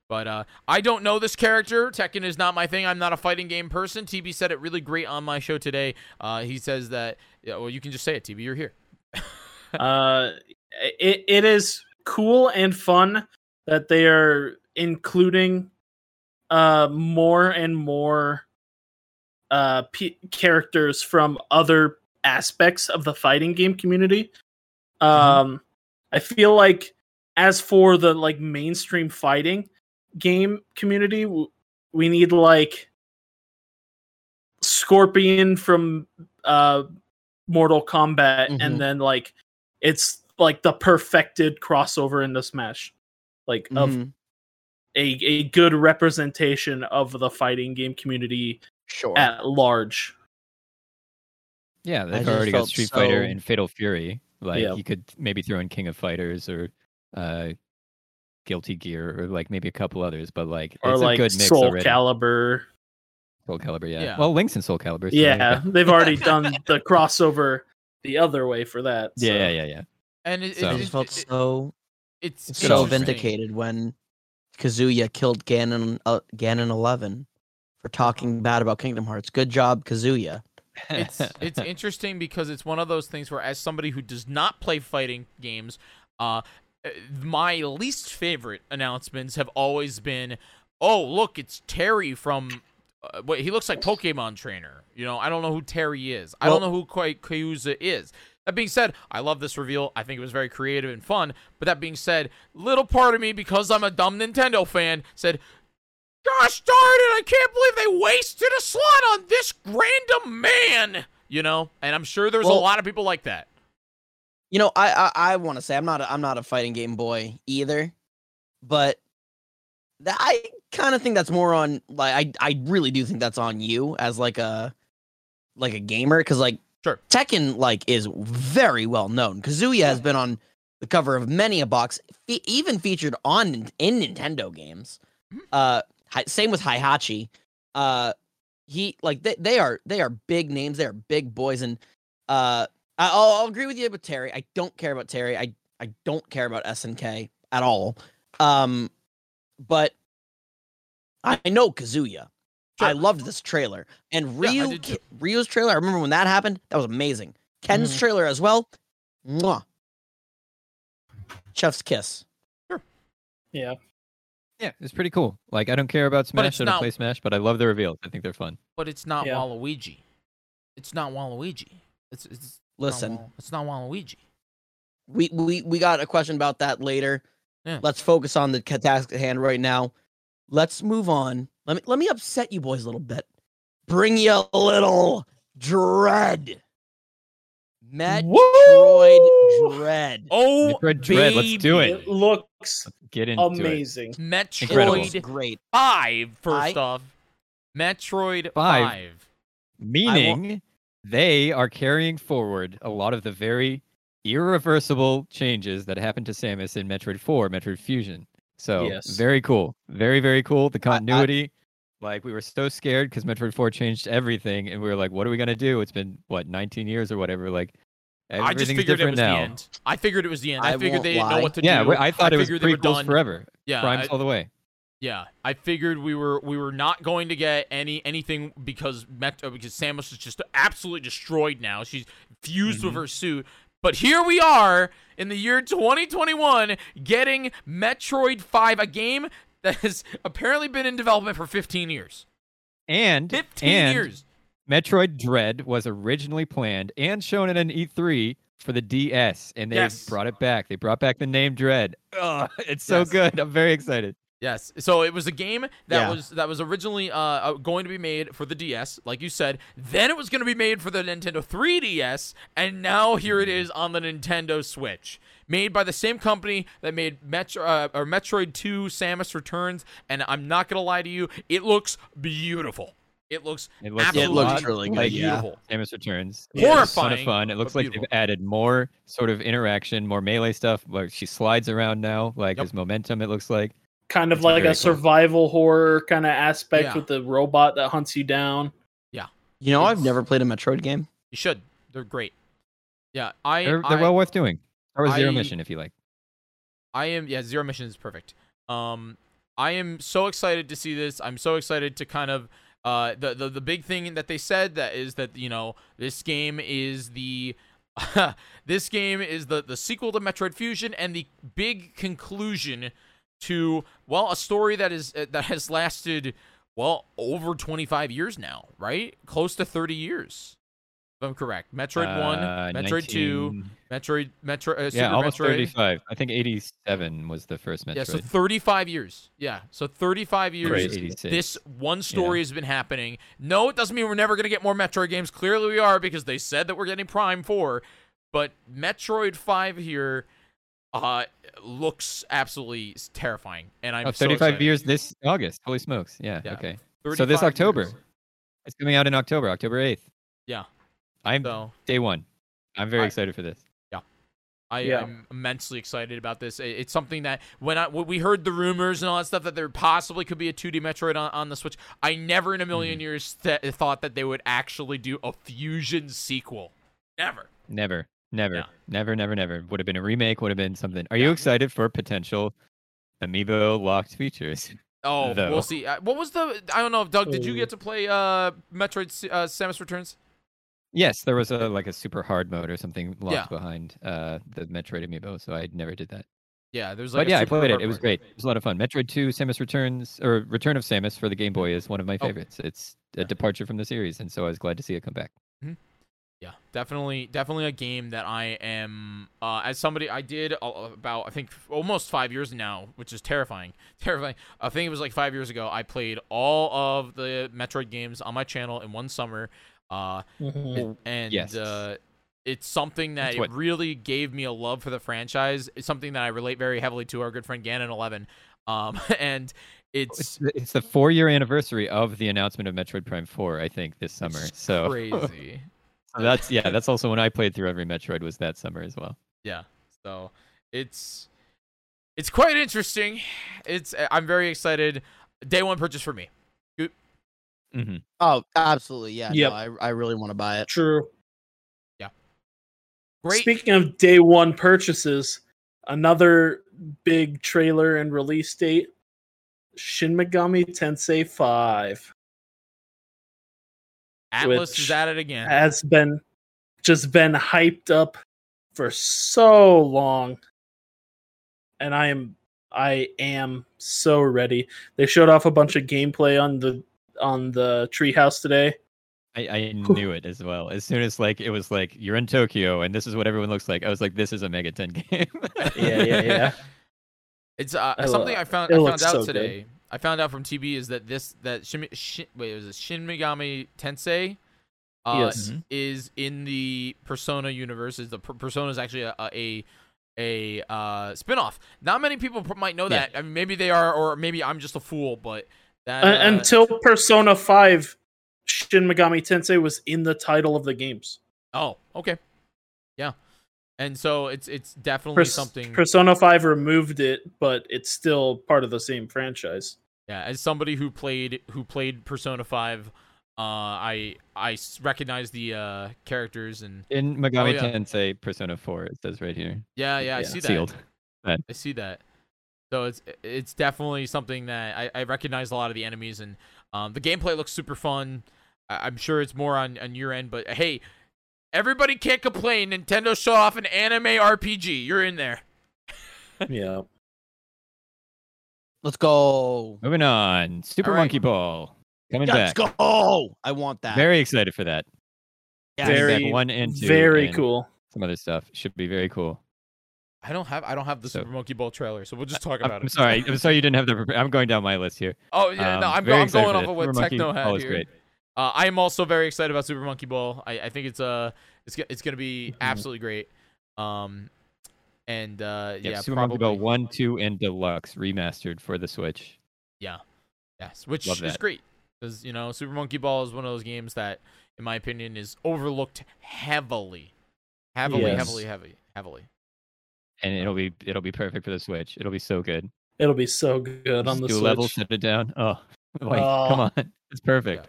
but uh, I don't know this character. Tekken is not my thing. I'm not a fighting game person. TB said it really great on my show today. Uh, he says that. Yeah, well, you can just say it, TB. You're here.
uh it, it is cool and fun that they are including uh more and more uh p- characters from other aspects of the fighting game community um i feel like as for the like mainstream fighting game community w- we need like scorpion from uh mortal kombat
Mhm.
and then like it's like the perfected crossover into smash like of
Mhm.
a, a good representation of the fighting game community
Sure.
at large
Yeah, they've
just
already got
felt
Street Fighter
so-
and Fatal Fury. Like
Yeah.
you could maybe throw in King of Fighters or uh, Guilty Gear or like maybe a couple others, but like
or
it's
like
a good mix
soul
already.
caliber
Soul Calibur, yeah.
Yeah.
Well, Link's in Soul Calibur.
[laughs]
so-
yeah they've
[laughs]
already done the crossover the other way for that so.
yeah, yeah, yeah, yeah.
And it, it-
So-
I
it-
just felt
it-
so
it's
so
interesting.
vindicated when Kazuya killed Ganon uh, Ganon 11 for talking bad about Kingdom Hearts. Good job, Kazuya.
[laughs]
it's it's interesting because it's one of those things where as somebody who does not play fighting games uh uh, my least favorite announcements have always been oh look it's terry from uh, wait, he looks like pokemon trainer you know i don't know who terry is i don't
Well-
know who quite Kyuza is that being said i love this reveal i think it was very creative and fun but that being said little part of me because i'm a dumb nintendo fan said Gosh darn it, I can't believe they wasted a slot on this random man. You know, and I'm sure there's a
Well-
lot of people like that.
You know, I I, I want to say I'm not a, I'm not a fighting game boy either, but that I kind of think that's more on like I I really do think that's on you as like a like a gamer because like
Sure.
Tekken like is very well known. Kazuya has been on the cover of many a box, fe- even featured on Nin- in Nintendo games.
Mhm.
Uh, hi- same with Hihachi. Uh, he like they they are they are big names. They are big boys, and uh, I, I'll, I'll agree with you with Terry. I don't care about Terry. I I don't care about SNK at all. Um, but I I know Kazuya. I
Sure.
loved this trailer. And
Yeah, I
Ryu,
did too. Mm-hmm.
ki- Ryu's trailer, I remember when that happened. That was amazing. Ken's
Mhm.
trailer as well. Mwah. Chef's kiss.
yeah, it's pretty cool. Like I don't care about
it's
Smash. I don't
not-
play Smash, but I love the reveals. I think they're fun.
But it's not
Yeah.
Waluigi. It's not Waluigi. It's it's not
Listen,
Wal- it's not Waluigi.
we, we we got a question about that later.
Yeah.
Let's focus on the ca- task at hand right now. Let's move on. Let me let me upset you boys a little bit. Bring you a little dread. Metroid
Woo!
Dread.
Oh,
Metroid Dread, let's do it.
it looks
Get into it.
amazing
Metroid
Incredible.
It looks great.
Five. First
I-
off, Metroid
Five.
Five.
Meaning they are carrying forward a lot of the very irreversible changes that happened to Samus in Metroid 4, Metroid Fusion. So
Yes.
very cool. Very, very cool. The continuity. like we were so scared because Metroid 4 changed everything and we were like, what are we gonna do? It's been what, 19 years or whatever. Like
I just figured
everything's
it
different
was
now.
the end. I figured it was the end. I,
I
figured
won't
they didn't know
lie.
what to
Yeah,
do.
we- I thought it was
figured they were
prequels
done.
forever.
Yeah,
Primes
I-
all the way.
Yeah, I figured we were we were not going to get any anything because Met- uh, because Samus is just absolutely destroyed now. She's fused with
Mhm.
her suit. But here we are in the year 2021 getting Metroid 5, a game that has apparently been in development for 15 years.
And
15
and
years.
Metroid Dread was originally planned and shown at an E3 for the DS, and they
Yes.
brought it back. They brought back the name Dread. Ugh, [laughs] it's so
Yes.
good. I'm very excited.
Yes. So it was a game that
Yeah.
was that was originally uh, uh, going to be made for the DS, like you said. Then it was going to be made for the Nintendo 3DS, and now here
Mm-hmm.
it is on the Nintendo Switch, made by the same company that made Metro uh, or Metroid 2: Samus Returns. And I'm not gonna lie to you, it looks beautiful. It looks
It looks,
Absolutely.
a
It
lot
looks
really
like
yeah.
beautiful.
Samus Returns.
Yeah.
It's a ton of
Horrifying,
fun. It looks
but
like
beautiful.
they've added more sort of interaction, more melee stuff. Like she slides around now.
Yep.
Like there's momentum. It looks like.
Kind of
It's
like
very
a
cool.
survival horror kind of aspect
Yeah.
with the robot that hunts you down.
You know, I've
It's-
never played a Metroid game.
You should. They're great. Yeah, I
They're,
I,
they're well worth doing. Star Wars Zero
I-
Mission, if you like.
I am yeah, Zero Mission is perfect. Um I am so excited to see this. I'm so excited to kind of uh the the, the big thing that they said that is that, you know, this game is the [laughs] this game is the the sequel to Metroid Fusion and the big conclusion to well, a story that is uh, that has lasted well over 25 years now, right? Close to 30 years. If I'm correct. Metroid 1,
Uh,
Metroid 2,
19
Metroid Metroid uh, Super
Yeah, almost
Metroid.
35. I think 87 was the first Metroid.
Yeah, so 35 years. Yeah, so 35 years.
Crazy.
This one story has been happening. No, it doesn't mean we're never going to get more Metroid games. Clearly, we are because they said that we're getting Prime 4. But Metroid 5 here uh, looks absolutely s- terrifying. And I'm
Oh,
so
35
excited.
years this August. Holy smokes. Yeah,
Yeah.
okay. so this
35
October.
years.
It's coming out in October, October 8th.
Yeah.
I'm
So
day one. I'm very
I-
excited for this.
I
Yeah.
am immensely excited about this. I- It's something that when I when we heard the rumors and all that stuff that there possibly could be a 2D Metroid on, on the Switch, I never in a 1000000
Mm-hmm.
years th- thought that they would actually do a fusion sequel. Never.
Never, never,
Yeah.
never, never, never. Would have been a remake, would have been something. Are
Yeah.
you excited for potential amiibo locked features? [laughs]
Oh,
Though.
we'll see. Uh, What was the? I don't know. if Doug, did you
Oh.
get to play uh Metroid S- uh, Samus Returns?
yes, there was a like a super hard mode or something locked
Yeah.
behind uh, the Metroid amiibo, so I never did that.
Yeah, there's like.
but
a
yeah, I
super
played it.
hard
It was
mode.
great. It was a lot of fun. Metroid 2 Samus Returns or Return of Samus for the Game Boy is one of my
Oh.
favorites. It's a
Yeah.
departure from the series, and so I was glad to see it come back.
Yeah, definitely, definitely a game that I am uh, as somebody I did a- about I think almost five years now, which is terrifying, [laughs] terrifying. I think it was like five years ago. I played all of the Metroid games on my channel in one summer, uh, and
Yes.
uh, it's something that
That's what-
it really gave me a love for the franchise. It's something that I relate very heavily to our good friend Ganon Eleven, um, [laughs] and
It's
it's
the- it's the four year anniversary of the announcement of Metroid Prime Four, I think, this summer.
It's
So [laughs]
crazy.
so that's yeah, that's also when I played through every Metroid was that summer as well.
yeah so it's it's quite interesting it's i'm very excited day one purchase for me Mm-hmm.
hmm
Oh, absolutely. Yeah.
Yep.
No, I, I really want to buy it.
True.
great
Speaking of day one purchases, another big trailer and release date Shin Megami Tensei 5
atlas
which-
is at it again
has been just been hyped up for so long. And I am I am so ready. They showed off a bunch of gameplay on the on the treehouse today.
I,
[laughs]
I knew it as well. As soon as like it was like you're in Tokyo and this is what everyone looks like, I was like, this is a Mega Ten [laughs] game.
Yeah, yeah, [laughs] yeah.
it's uh,
I
something
love-
i found
it
i found
looks
out
so good.
today i found out from tb is that this that shin, shin wait was it shin megami tensei uh,
Yes.
Mhm.
is in the persona universe is the per- persona is actually a, a a uh spin-off not many people pr- might know
Yeah.
that I mean, maybe they are or maybe i'm just a fool but that
Un-
uh,
Until Persona 5, Shin Megami Tensei was in the title of the games.
Oh, okay. Yeah. And so it's it's definitely
Pers-
something
Persona 5 removed it, but it's still part of the
[laughs]
same franchise.
yeah, as somebody who played who played Persona 5, uh I I s- recognize the uh characters and
in Megami
Oh, yeah.
Tensei Persona Four, it says right here.
yeah, yeah, I
Yeah.
see that.
Sealed.
I see that. So it's it's definitely something that I, I recognize a lot of the enemies and um, the gameplay looks super fun. I, I'm sure it's more on, on your end, but uh, hey, everybody can't complain. Nintendo showed off an anime RPG. You're in there.
yeah.
Let's go.
Moving on. Super
All right.
Monkey Ball. Coming
Let's
back.
go. I want that.
Very excited for that.
Yes.
Coming back
Very-
one and two.
Very
and
cool.
Some other stuff. Should be very cool.
I don't have I don't have the
So-
Super Monkey Ball trailer, so we'll just talk
I'm,
about it.
I'm sorry. I'm sorry you didn't have the. prep- I'm going down my list here.
Oh yeah, no,
Um,
I'm, go-
very
I'm
excited
going
for
off
that.
of what
Super Monkey
Techno had
Ball is
here.
great.
Uh, I am also very excited about Super Monkey Ball. I, I think it's uh it's go- it's gonna
[laughs]
be
Mm-hmm.
absolutely great. Um, and uh,
Yeah,
yeah,
Super
probably
Monkey Ball One, Two, and Deluxe remastered for the Switch.
Yes, which
Love
is
that.
great. because you know Super Monkey Ball is one of those games that, in my opinion, is overlooked heavily, heavily,
Yes.
heavily, heavily, heavily.
and it'll be it'll be perfect for the Switch. It'll be so good.
It'll be so good on
Just
the
do
Switch.
a level, set it down. [laughs] Oh, like come
Oh.
on, [laughs] it's perfect.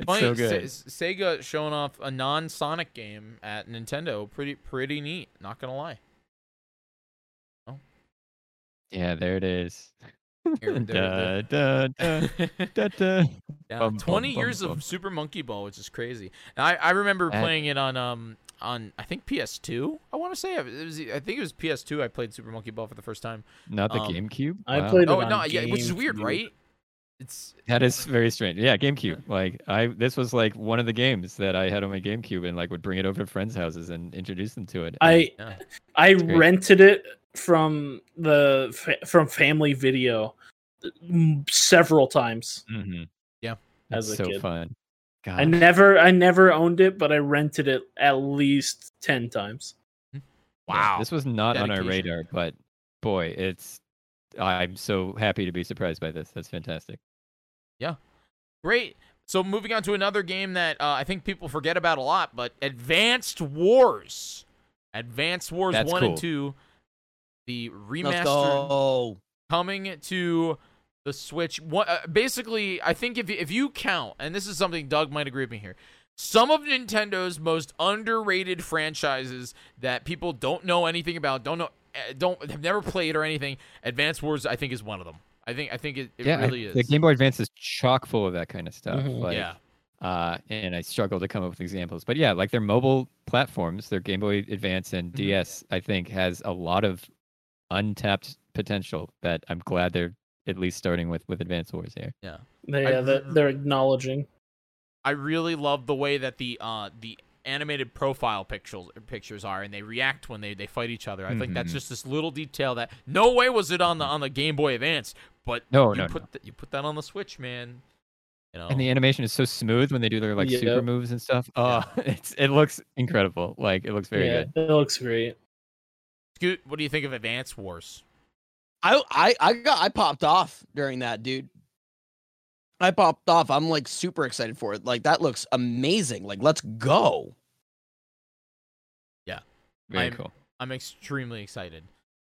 It's
Funny,
so
Se-
good.
S- Sega showing off a non-Sonic game at Nintendo, pretty pretty neat. Not gonna lie.
Yeah, there it is. [laughs]
Here, there,
Da, da, da,
[laughs]
[laughs]
there.
da, da.
Yeah,
Bum, bum,
20
bum,
years
bum.
of Super Monkey Ball, which is crazy. And I, I remember
That-
playing it on um on I think PS2. I want to say it was, I think it was PS2. I played Super Monkey Ball for the first time.
Not the
Um,
GameCube.
I
Wow.
played- it
Oh
on
no, yeah, which is weird,
GameCube.
right? It's
That is very strange. Yeah, GameCube. Like I, this was like one of the games that I had on my GameCube, and like would bring it over to friends' houses and introduce them to it.
I
yeah.
I
great.
rented it from the fa- from Family Video mm, several times.
Mhm.
Yeah.
That's
As a
so
kid.
fun. God,
I never I never owned it, but I rented it at least ten times.
yeah,
wow.
this was not on our
Dedication.
radar, but boy, it's. I'm so happy to be surprised by this. That's fantastic.
Great. So moving on to another game that uh, I think people forget about a lot, but Advanced Wars, Advanced Wars
That's
One and
cool.
Two, the
Let's
remaster
go.
coming to the Switch. What uh, basically, I think if if you count, and this is something Doug might agree with me here, some of Nintendo's most underrated franchises that people don't know anything about, don't know, eh, don't have never played or anything. Advanced Wars, I think, is one of them. I think I think it, it
yeah, I-
really is.
the Game Boy Advance is chock full of that kind of stuff.
Mhm.
Like,
yeah.
uh, and I struggle to come up with examples. But yeah, like their mobile platforms, their Game Boy Advance and
Mhm.
DS, I think has a lot of untapped potential that I'm glad they're at least starting with with Advance Wars here.
They,
I-
uh, they- they're acknowledging.
I really love the way that the uh the animated profile pictures pictures are and they react when they, they fight each other. I think that's
Mhm.
just this little detail that no way was it on the on the Game Boy Advance, but
No,
you
Oh, no,
put th- you put that on the Switch, man. You know.
And the animation is so smooth when they do their like super
Yep.
moves and stuff.
Yeah.
Oh, [laughs] it's it looks incredible. Like it looks very
yeah,
good.
it looks great.
Scoot, what do you think of Advance Wars?
I I I got I popped off during that, dude. I popped off. I'm like super excited for it. Like that looks amazing. Like let's go.
Very
I'm-
cool.
I'm extremely excited.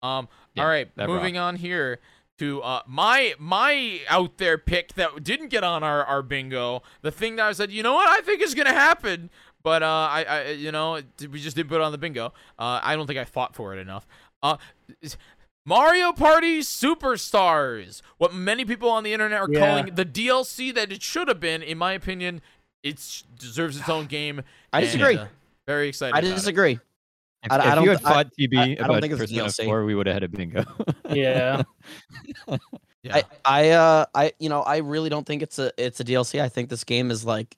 Um
Yeah,
all right,
that
moving on here to uh my my out there pick that didn't get on our our bingo. The thing that I said, you know what, I think is going to happen, but uh I I you know, it- we just didn't put it on the bingo. Uh I don't think I fought for it enough. Uh s- Mario Party Superstars, what many people on the internet are
Yeah.
calling the DLC that it should have been, in my opinion, it deserves its
[sighs]
own game.
I
and,
disagree.
uh, very excited.
I
about it.
disagree.
If,
I- I
if
don't
you had
th- I-
fought
I- I
TB
don't
about
think it's
Persona
DLC.
4, we would have had a bingo. [laughs]
Yeah.
Yeah.
I, I uh I you know I really don't think it's a it's a DLC. I think this game is like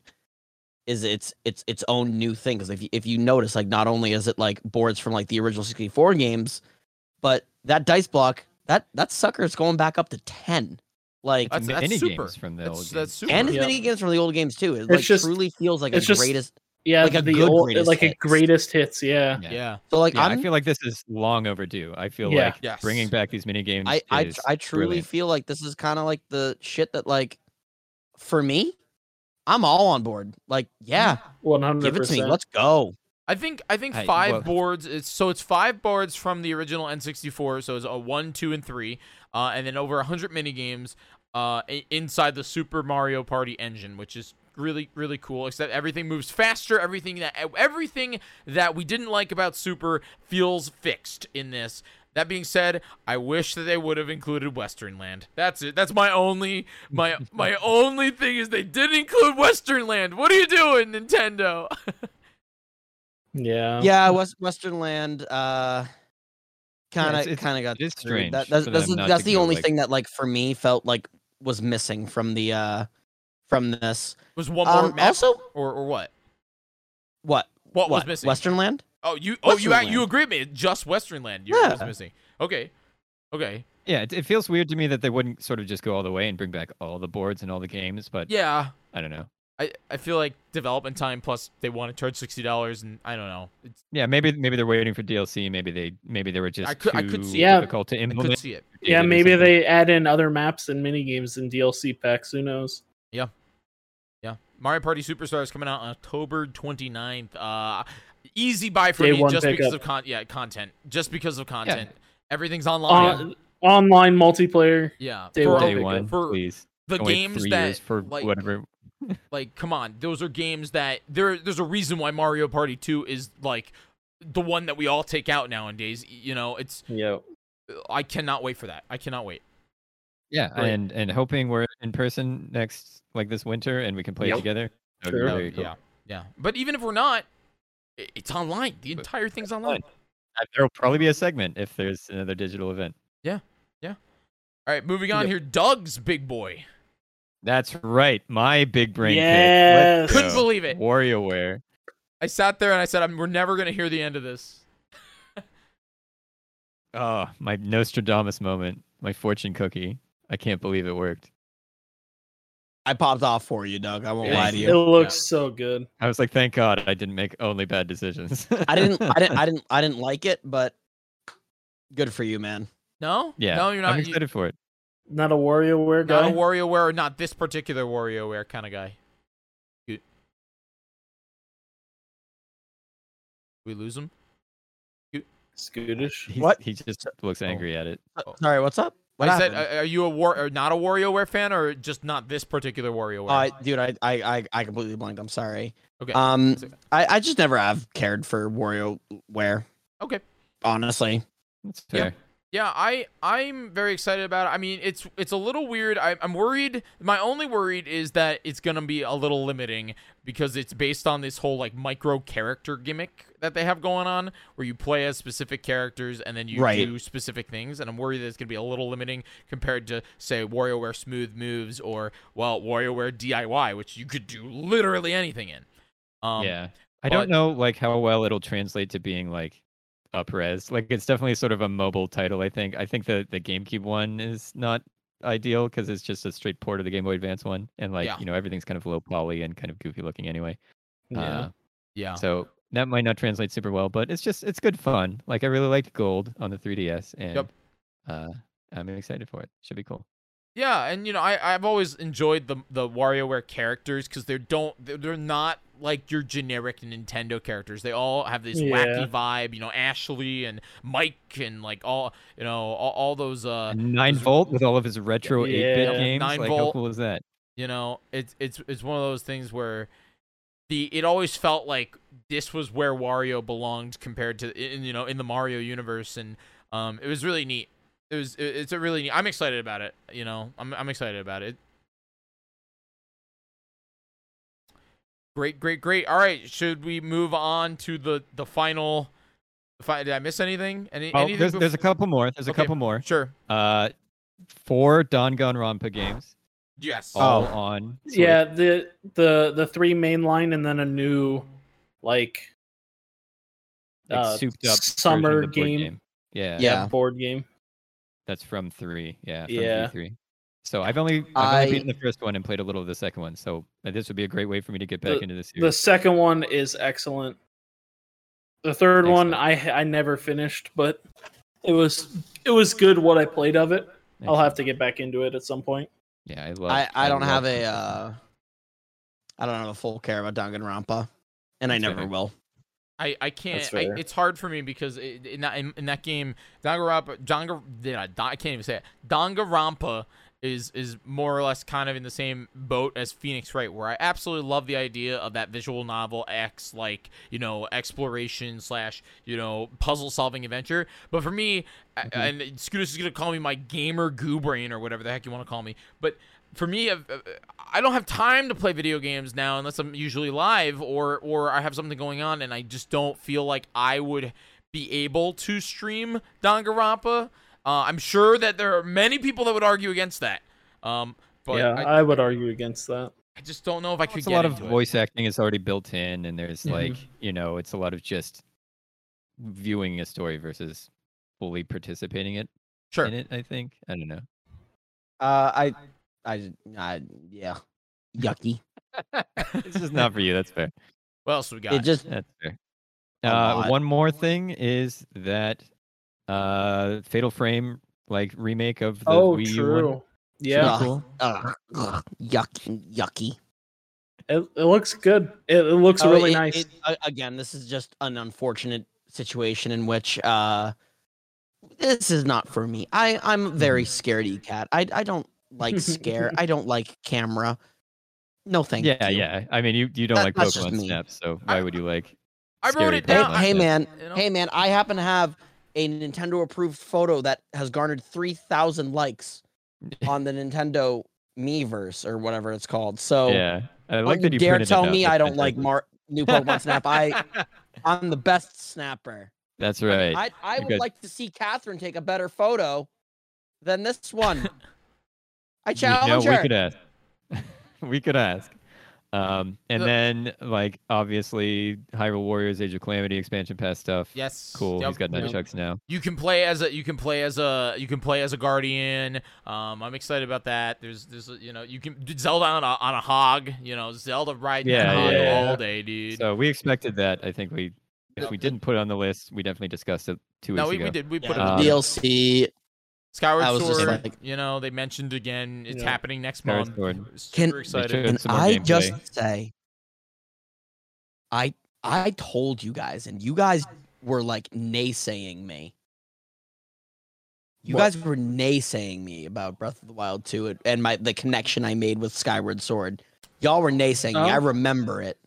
is its its its own new thing because if you, if you notice like not only is it like boards from like the original 64 games, but that dice block that that sucker is going back up to 10. Like
That's- that's
mini
super.
games from the old
that's,
games.
that's super.
and as
Yeah.
many games from the old games too. It like
just-
truly feels like
it's
a
just-
greatest.
Yeah,
Like a
the
good
old,
greatest
like a
hits.
greatest hits. Yeah,
Yeah.
yeah.
So like
Yeah, i
I'm
feel like this is long overdue. I feel
Yeah.
like
Yes.
bringing back these mini games.
I I,
is
tr- I truly
brilliant.
feel like this is kind of like the shit that like for me, I'm all on board. Like yeah,
one hundred
give it to me.
percent.
Let's go.
I think I think
Hey,
five
well-
boards. It's, so it's five boards from the original N64. So it's a one, two, and three, uh, and then over hundred mini games uh, i- inside the Super Mario Party engine, which is really really cool. Except everything moves faster. Everything that e-, everything that we didn't like about Super feels fixed in this. That being said, I wish that they would have included Western Land. That's it. That's my only
[laughs]
my my only thing is they didn't include Western Land. What are you doing, Nintendo? [laughs]
Yeah,
yeah, West Western Land. Uh, kind
it's-
of
it's-
kind of got
it is
screwed.
strange
That, that's
for
that's,
them not
that's
to
the
go,
only
like-
thing that like for me felt like was missing from the uh from this.
Was one more
Um,
map
also,
or or what?
what
What,
what
was missing?
Western Land?
Oh, you oh you
Western
you
Land.
agree with me? Just Western Land. You're was
Yeah.
missing. Okay, okay.
Yeah, it, it feels weird to me that they wouldn't sort of just go all the way and bring back all the boards and all the games. But
Yeah,
I don't know.
I I feel like development time plus they want to charge sixty dollars and I don't know. It's,
Yeah, maybe maybe they're waiting for DLC. Maybe they maybe they were just
could-
too
I could see
it. Yeah.
difficult to
I could
implement.
see it.
yeah.
or
Maybe
something.
they add in other maps and mini games in DLC packs. Who knows?
Mario Party Superstar is coming out on October 29th. Uh, easy buy for
Day
me
one
just because
pickup.
of con- yeah content. Just because of content. Everything's
Oh,
On-
online.
online multiplayer.
yeah.
Day
For-
one
Day
pickup.
one,
for
please.
The
Don't wait
games
three years
that
for
like-
whatever.
like come on those are games that there there's a reason why mario party 2 is like the one that we all take out nowadays you know it's
Yeah.
i cannot wait for that i cannot wait
Yeah,
Right.
and and hoping we're in person next like this winter and we can play
Yep.
it together. That would be
Sure.
Um,
very cool.
yeah yeah but even if we're not i- it's online the
But-
entire thing's online
Uh, There'll probably be a segment if there's another digital event.
all right moving on
Yep.
here doug's big boy
That's right, my big brain.
Yes.
Pick.
couldn't believe it
WarioWare.
i sat there and i said I'm, we're never gonna hear the end of this
Oh, my Nostradamus moment, my fortune cookie. I can't believe it worked.
I popped off for you, Doug. I won't
Yeah.
lie to
It
you.
looks so good.
I was like, thank God I didn't make only bad decisions.
I didn't.
[laughs]
I didn't. I didn't. I didn't like it, but good for you, man.
no
yeah,
no you're not
I'm
you-
excited for it.
Not a WarioWare guy.
not a WarioWare, or not this particular WarioWare kind of guy. You- We lose him.
Scootish.
He,
What?
He just
Oh.
looks angry at it.
Uh, Sorry, what's up? What
I
happened?
said, uh, are you a war, or not a WarioWare fan, or just not this particular WarioWare?
Oh, I, dude, I, I, I, I completely blanked. I'm sorry.
Okay.
Um,
So-
I, I just never have cared for WarioWare,
okay.
honestly.
That's
Yeah.
fair.
Yeah, I I'm very excited about it. I mean, it's it's a little weird. I, I'm worried. My only worried is that it's gonna be a little limiting because it's based on this whole like micro character gimmick that they have going on, where you play as specific characters and then you
Right.
do specific things. And I'm worried that it's gonna be a little limiting compared to say WarioWare Smooth Moves or well WarioWare DIY, which you could do literally anything in. Um,
yeah. I don't
but-
know like how well it'll translate to being like up res. Like it's definitely sort of a mobile title, I think. I think the, the GameCube one is not ideal because it's just a straight port of the Game Boy Advance one. And like,
Yeah.
you know, everything's kind of low poly and kind of goofy looking anyway.
Yeah.
Uh,
Yeah.
So that might not translate super well, but it's just it's good fun. Like I really liked Gold on the 3DS, and
Yep.
uh, I'm excited for it. Should be cool.
Yeah, and you know, I I've always enjoyed the the WarioWare characters because they don't they're- they're not like your generic Nintendo characters. They all have this
Yeah.
wacky vibe. You know, Ashley and Mike and like all you know all, all those uh
And Nine
those-
Volt with all of his retro
Yeah.
8-bit
Yep,
games.
Nine
like
Volt.
how cool is that?
you know it's it's it's one of those things where the it always felt like this was where Wario belonged compared to in you know in the Mario universe and um it was really neat. It was it, it's a really neat. I'm excited about it. You know, I'm I'm excited about it. Great, great, great. All right, should we move on to the the final? the fi- Did I miss anything? Any
Oh,
anything?
there's, there's a
before-
couple more. There's a
Okay.
couple more.
Sure.
Uh, four Danganronpa games,
Yes.
Oh.
all on. Switch.
yeah, the the the three mainline and then a new like
like
uh,
souped up version of
summer
the board
game.
Yeah,
Yeah.
board game.
that's from three. Yeah, from
Yeah.
three. So I've only I've only
I-
beaten the first one and played a little of the second one. So uh, this would be a great way for me to get back into this.
The second one is excellent. The third one I I never finished, but it was it was good what I played of it. I'll have to get back into it at some point.
Yeah, I love.
I, I don't have
love
a,
Princess
uh, I don't have a full care about Danganronpa, and I
That's
never
fair.
will.
I, I can't.
That's
I,
fair.
it's hard for me because it, in that in, in that game, Danganronpa, Danga, yeah, Da- I can't even say it. Danganronpa is is more or less kind of in the same boat as Phoenix Wright, where I absolutely love the idea of that visual novel X like you know exploration slash you know puzzle solving adventure. But for me, I-
Mm-hmm.
and Scooters is gonna call me my gamer goo brain or whatever the heck you want to call me, but for me, I've- uh, I don't have time to play video games now unless I'm usually live or or I have something going on, and I just don't feel like I would be able to stream Danganronpa. Uh, I'm sure that there are many people that would argue against that, um, but
yeah,
I,
I, would argue against that.
I just don't know if I could
Oh, it's a
get
lot of
into it.
voice acting is already built in, and there's
Mm-hmm.
Mhm.
like you know, it's a lot of just viewing a story versus fully participating it
Sure,
in it. I think I don't know.
Uh, I, I, I, yeah, yucky.
It's just [laughs] not for you. That's fair.
what else we got?
It just
That's fair.
A
Uh,
lot.
one more thing is that uh, Fatal Frame like remake of the
oh,
Wii U one.
true. Yeah.
ugh, ugh, ugh, yucky, yucky.
It, it looks good. It, it looks
Oh,
really
it-
nice.
it- a- again, this is just an unfortunate situation in which uh, this is not for me. I I'm very
Mm-hmm.
scaredy cat. I I don't
[laughs]
like scare. I don't like camera. No thank
yeah,
you.
yeah. I mean, you, you don't
That-
like
that's just
Pokemon
me.
Snap, so why would you like?
I wrote
Scary
it
Hey,
down.
Pokemon
hey
Snap?
man,
You know?
hey man, I happen to have a Nintendo approved photo that has garnered 3,000
[laughs]
likes on the Nintendo Meverse or whatever it's called. So
yeah, I
don't
like that
Oh, you
you
dare
printed it
tell
out.
me
That's
I don't like
fantastic.
Mar- new Pokemon Snap. I I'm the best snapper.
[laughs] That's right. [laughs]
I I
you
would
guys-
like to see Catherine take a better photo than
[laughs]
this one. I
You know,
challenge
we
her.
could ask. [laughs] we could ask. Um, and
The-
then like obviously Hyrule Warriors Age of Calamity expansion pass stuff.
Yes.
Cool.
Yep.
He's got
Yep.
nunchucks now.
You can play as a you can play as a you can play as a guardian. Um, I'm excited about that. There's there's a- you know you can Zelda on a on a hog. You know Zelda riding
Yeah,
on a hog
yeah.
all day, dude.
So we expected that. I think we if we didn't put it on the list, we definitely discussed it two weeks
no, we,
ago.
we did we put it
Yeah. Um,
in.
DLC.
Skyward
I was just
Sword.
like-
you know they mentioned again. It's
Yeah.
happening next
Skyward
month.
Sword.
Super
Can-
excited.
Good,
Can
some more
I
gameplay.
just say, I I told you guys, and you guys were like naysaying me. You
What?
guys were naysaying me about Breath of the Wild 2 and- and my the connection I made with Skyward Sword. Y'all were naysaying me. I
Oh.
remember it.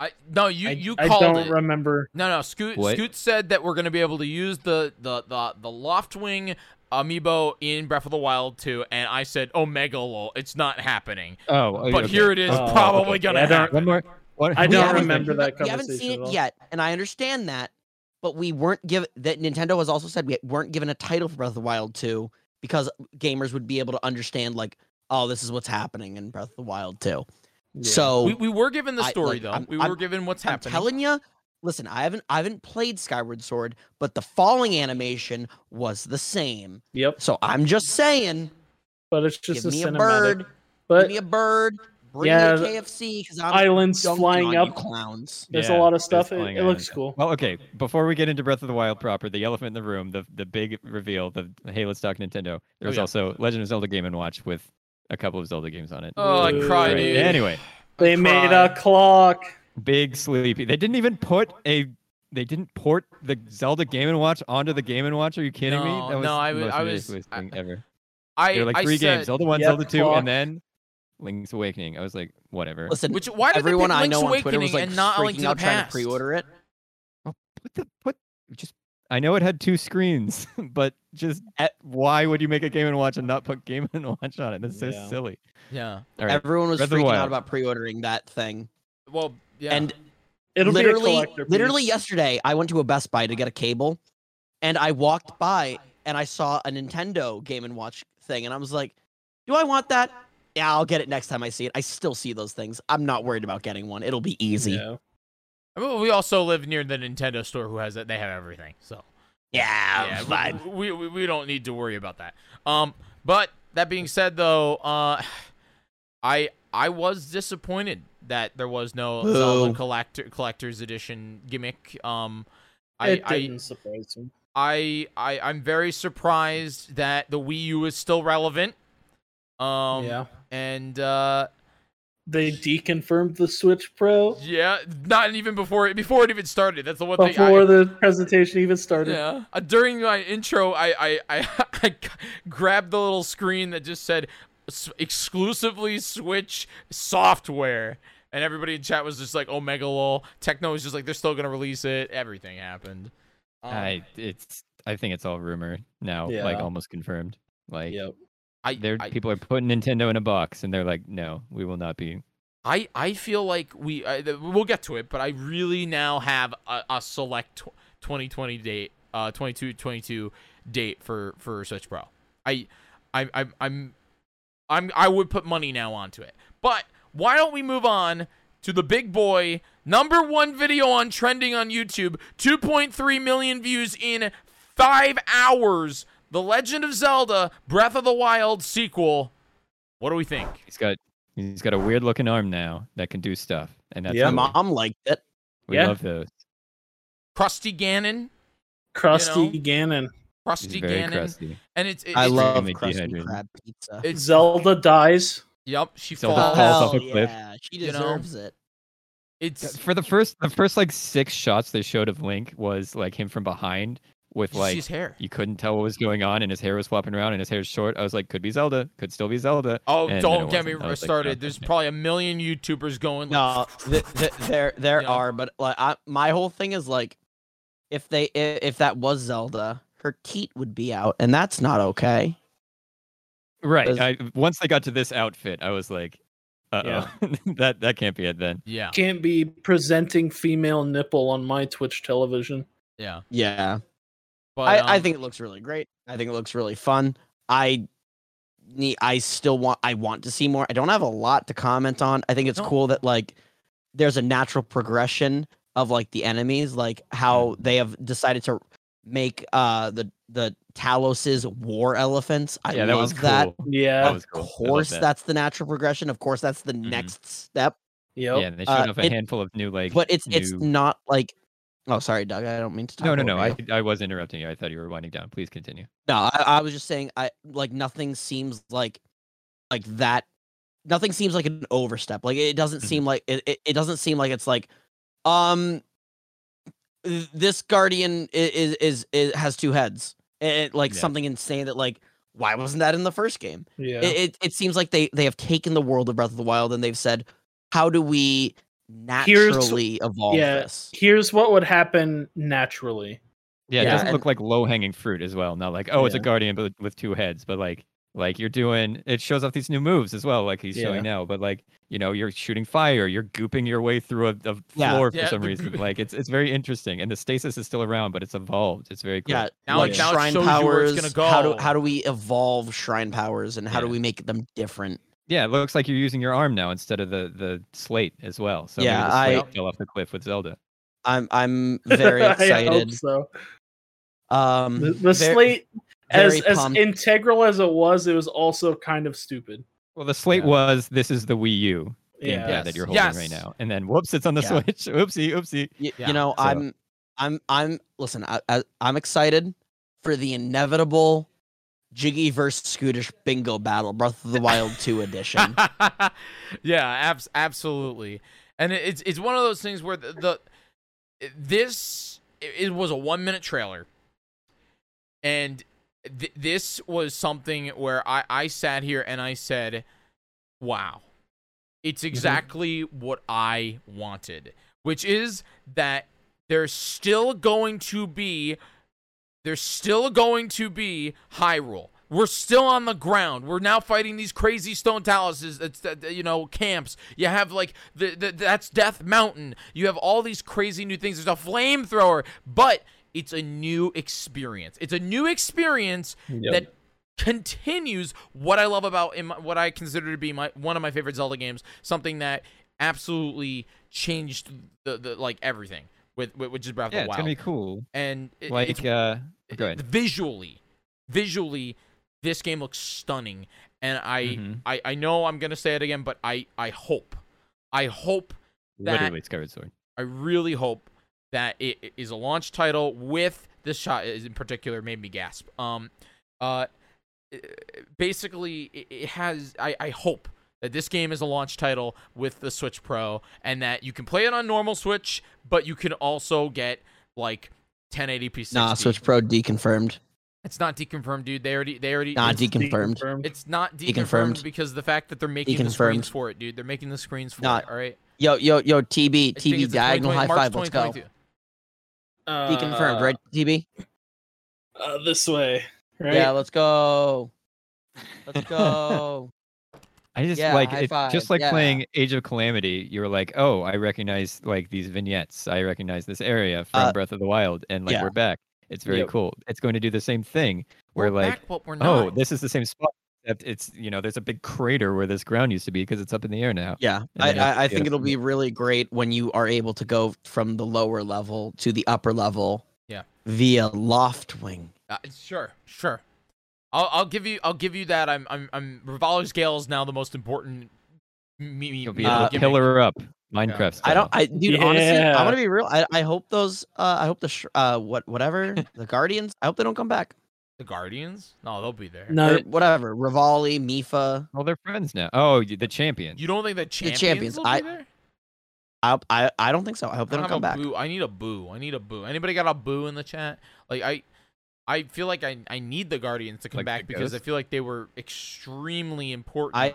I, no, you
I,
you
I
called
don't
it.
remember.
No, no. Scoot
What?
Scoot said that we're gonna be able to use the the the the Loftwing amiibo in Breath of the Wild 2, and I said, "Oh, mega lol, it's not happening."
Oh, okay.
But here it is,
Oh,
probably
okay.
gonna
I don't-
happen.
One more. [laughs] one-
I
We
don't
one more
haven't-
thing.
remember that
We haven't
conversation
seen
at
it
all.
yet, and I understand that, but we weren't given that Nintendo has also said we weren't given a title for Breath of the Wild 2 because gamers would be able to understand like, oh, this is what's happening in Breath of the Wild 2.
Yeah.
So
We, we were given the
Oh, I-
story
like,
though.
I'm-
we
I'm-
were given what's
I'm
happening.
telling you, listen, I haven't I haven't played Skyward Sword, but the falling animation was the same.
yep,
So I'm just saying,
but it's just
give
a
me a
cinematic.
bird, give
but
me a bird, bring
Yeah,
me
the
a KFC because I'm
islands
dunking on
flying
you
up.
clowns.
There's
Yeah,
a lot of
it's
stuff. It,
flying
it
out.
looks cool.
Well, okay. Before we get into Breath of the Wild proper, the elephant in the room, the the big reveal, the Hey, let's talk Nintendo. There
Oh,
was
yeah.
also Legend of Zelda Game and Watch with a couple of Zelda games on it.
Oh, I
Ooh.
cried,
Right.
dude.
Anyway,
They made a
Cry.
clock.
big sleepy. They didn't even put a. They didn't port the Zelda Game and Watch onto the Game and Watch. Are you kidding
No,
me? That was
no, I
the
was-
most
I was-
ridiculous
I-
thing ever.
I,
There were like
I
three
said,
games: Zelda One,
Yep,
Zelda Two,
clock.
and then Link's Awakening. I was like, whatever.
Listen,
Which why did
everyone
they pick
I
Link's
know on Twitter
Awakening
was like
and not a Link
freaking
to the
out trying
Past?
to pre-order it.
What the what? Just I know it had two screens, [laughs] but just at, why would you make a Game and Watch and not put Game and Watch on it? That's so
Yeah.
silly.
Yeah.
All right,
Everyone was
Breath of the
freaking
Wild.
out about pre-ordering that thing.
Well, yeah.
And
It'll be a
literally,
collector.
literally
piece.
yesterday, I went to a Best Buy to get a cable, and I walked by and I saw a Nintendo Game and Watch thing, and I was like, "Do I want that? Yeah, I'll get it next time I see it. I still see those things. I'm not worried about getting one. It'll be easy. Yeah,
Yeah.
I mean, we also live near the Nintendo store, who has that. They have everything. So
I'm
yeah,
fine.
We, we we don't need to worry about that. Um, but that being said, though, uh, [sighs] I I was disappointed that there was no
Boo.
Zelda collector collector's edition gimmick. Um, I
it
I,
didn't surprise me.
I I I'm very surprised that the Wii U is still relevant. Um,
yeah,
and uh,
they deconfirmed the Switch Pro
yeah, not even before it before it even started. That's the one thing. I-
before the presentation even started.
Yeah. Uh, during my intro, I I, I [laughs] I g- grabbed the little screen that just said "S- exclusively Switch software, and everybody in chat was just like, "Oh, mega lol." Techno was just like, "They're still gonna release it." Everything happened. Um,
I it's I think it's all rumor now, like
Yeah.
almost confirmed. Like
Yep.
I,
there
I,
people are putting Nintendo in a box, and they're like, no, we will not be.
I I feel like we I, th- we'll get to it, but I really now have a, a select tw- 2020 date, uh, 22 22 date for for Switch Pro. I I I I'm I'm I would put money now onto it. But why don't we move on to the big boy number one video on trending on YouTube, 2.3 million views in five hours. The Legend of Zelda: Breath of the Wild sequel. What do we think?
He's got he's got a weird looking arm now that can do stuff, and that's
Yeah.
My
cool.
mom liked it.
we
Yeah.
love those.
Krusty Ganon.
Krusty
You
Ganon.
He's
Krusty
very
Ganon,
crusty.
and it's it,
I
it's-
gonna
love
make
crusty
dehydrated.
crab pizza.
it's
Zelda dies.
Yep, she
So the
falls.
falls off
Hell
a cliff.
Yeah, she
You know?
deserves it.
It's
For the first, the first like six shots they showed of Link was like him from behind with like
she's hair.
you couldn't tell what was going on, and his hair was flopping around, and his hair's short. I was like, could be Zelda, could still be Zelda.
Oh,
and then
don't
it
get me
wasn't. I was like,
started.
okay,
There's
okay.
probably a million YouTubers [laughs] going. Like,
No, th- th- there there
Yeah.
are, but like I, my whole thing is like, if they if, if that was Zelda, her teat would be out, and that's not okay.
Right.
Does-
I, once they got to this outfit, I was like, uh oh, [laughs] that that can't be it then.
yeah,
Can't be presenting female nipple on my Twitch television.
yeah.
Yeah,
But
I, I
um,
think it looks really great. I think it looks really fun. I need. I still want. I want to see more. I don't have a lot to comment on. I think it's
No.
cool that like there's a natural progression of like the enemies, like how they have decided to make uh the the Talos's war elephants. I
yeah,
love
that was
that.
cool.
Yeah.
That was
of
cool. I love
course,
that.
that's the natural progression. Of course, that's the
Mhm.
next step.
Yep.
Yeah, and they showed
Uh,
off a
it-
handful of new like.
But it's it's
new-
not like. Oh, sorry, Doug. I don't mean to. Talk
no, no, no.
over
I
you.
I was interrupting you. I thought you were winding down. Please continue.
no. I, I was just saying. I like nothing seems like like that. Nothing seems like an overstep. Like it doesn't
Mhm.
seem like it, it. It doesn't seem like it's like, um, th- this guardian i- is is, is has two heads. It, like
Yeah.
something insane that like why wasn't that in the first game?
Yeah.
it, it, it seems like they they have taken the world of Breath of the Wild and they've said, how do we naturally evolve
yeah,
this?
Here's what would happen naturally.
Yeah, it
Yeah,
doesn't
and-
look like low hanging fruit as well. Not like oh, it's a
Yeah.
guardian but with two heads, but like like you're doing. It shows off these new moves as well, like he's
Yeah.
showing now. But like you know, you're shooting fire. You're gooping your way through a, a
Yeah.
floor
Yeah,
for some
the
reason.
[laughs] goop-
Like it's it's very interesting, and the stasis is still around, but it's evolved. It's very cool.
Yeah,
Now
like
it- now it
shrine
shows you where
powers.
it's gonna
How do
go.
how do we evolve shrine powers and how do
Yeah.
we make them different?
Yeah, it looks like you're using your arm now instead of the the slate as well. So maybe
Yeah,
the slate
I-
fell off the cliff with Zelda.
I'm I'm
[laughs]
very
I hope
excited.
so.
um,
The, the
ver-
slate, as,
very
as
pumped.
integral as it was, it was also kind of stupid.
Well, the slate
Yeah.
was this is the Wii U gamepad
Yeah.
Yes.
that you're holding
Yes.
right now, and then whoops, it's on the [laughs]
Yeah.
Switch. Oopsie, oopsie.
Y-
Yeah,
you know
so-
i'm i'm i'm listen I, I, i'm excited for the inevitable jiggy versus scootish bingo battle breath of the wild
[laughs]
2 edition
yeah, abs- absolutely. And it- it's it's one of those things where the, the this it it was a one minute trailer, and th- this was something where I I sat here and I said, "Wow, it's exactly what I wanted," which is that there's still going to be there's still going to be Hyrule. We're still on the ground. We're now fighting these crazy stone taluses. It's that that, you know camps. You have like the, the that's Death Mountain. You have all these crazy new things. There's a flamethrower, but it's a new experience. It's a new experience that continues what I love about in my, what I consider to be my one of my favorite Zelda games. Something that absolutely changed the, the like everything with, with which is Breath of the
Yeah, it's
Wild.
gonna be cool.
and it- it's
Like, uh, go ahead.
visually visually this game looks stunning and I,
Mm-hmm.
Mhm.
I i know i'm gonna say it again but i i hope i hope that-
Literally, it's covered sword.
i really hope that it it is a launch title with this shot is in particular made me gasp um uh basically it- it has I, I hope that this game is a launch title with the switch pro and that you can play it on normal switch but you can also get like 1080p 60.
nah switch pro deconfirmed
It's not deconfirmed, dude. They already they already
nah
it's,
deconfirmed
it's not deconfirmed,
Deconfirmed.
because the fact that they're making the
Deconfirmed.
screens for it, dude. They're making the screens for
Not-
it, all right?
yo yo yo tb
I think
tb
it's a
diagonal
2020
high
March
five let's go
2022.
Uh,
deconfirmed right tb
Uh, this way, right?
yeah let's go let's go
I just
Yeah,
like
high
it,
five,
just like
yeah.
playing Age of Calamity. You were like, oh, I recognize like these vignettes. I recognize this area from
Uh,
Breath of the Wild, and like
yeah.
we're back. It's very
Yep.
cool. It's going to do the same thing. We're,
We're
like,
back, but we're not.
oh, this is the same spot. Except it's you know, there's a big crater where this ground used to be because it's up in the air now.
[laughs] yeah
And
i
then it's
i, I
the
think it'll
other-
be really great when you are able to go from the lower level to the upper level
Yeah.
via loftwing
Uh, sure, sure. I'll, I'll give you I'll give you that. I'm I'm I'm Revolver Scale is now the most important me, me,
You'll be
me-
able
Uh,
to
gimmick.
pillar up Minecraft.
I
style.
don't. I dude, honestly,
Yeah.
I'm gonna [laughs] be real. I, I hope those. Uh, I hope the sh- uh, what whatever the Guardians. I hope they don't come back.
The Guardians? No, they'll be there.
No,
or whatever. Rivali, Mifa.
Well, they're friends now. Oh, y- the champion.
You don't think the champions,
champions,
will
I-
be there?
I, I I don't think so. I hope they
I
don't
have
come
a
back.
Boo. I need a boo. I need a boo. Anybody got a boo in the chat? Like I, I feel like I, I need the Guardians to come
Like the
back because I
ghost?
feel like they were extremely important.
I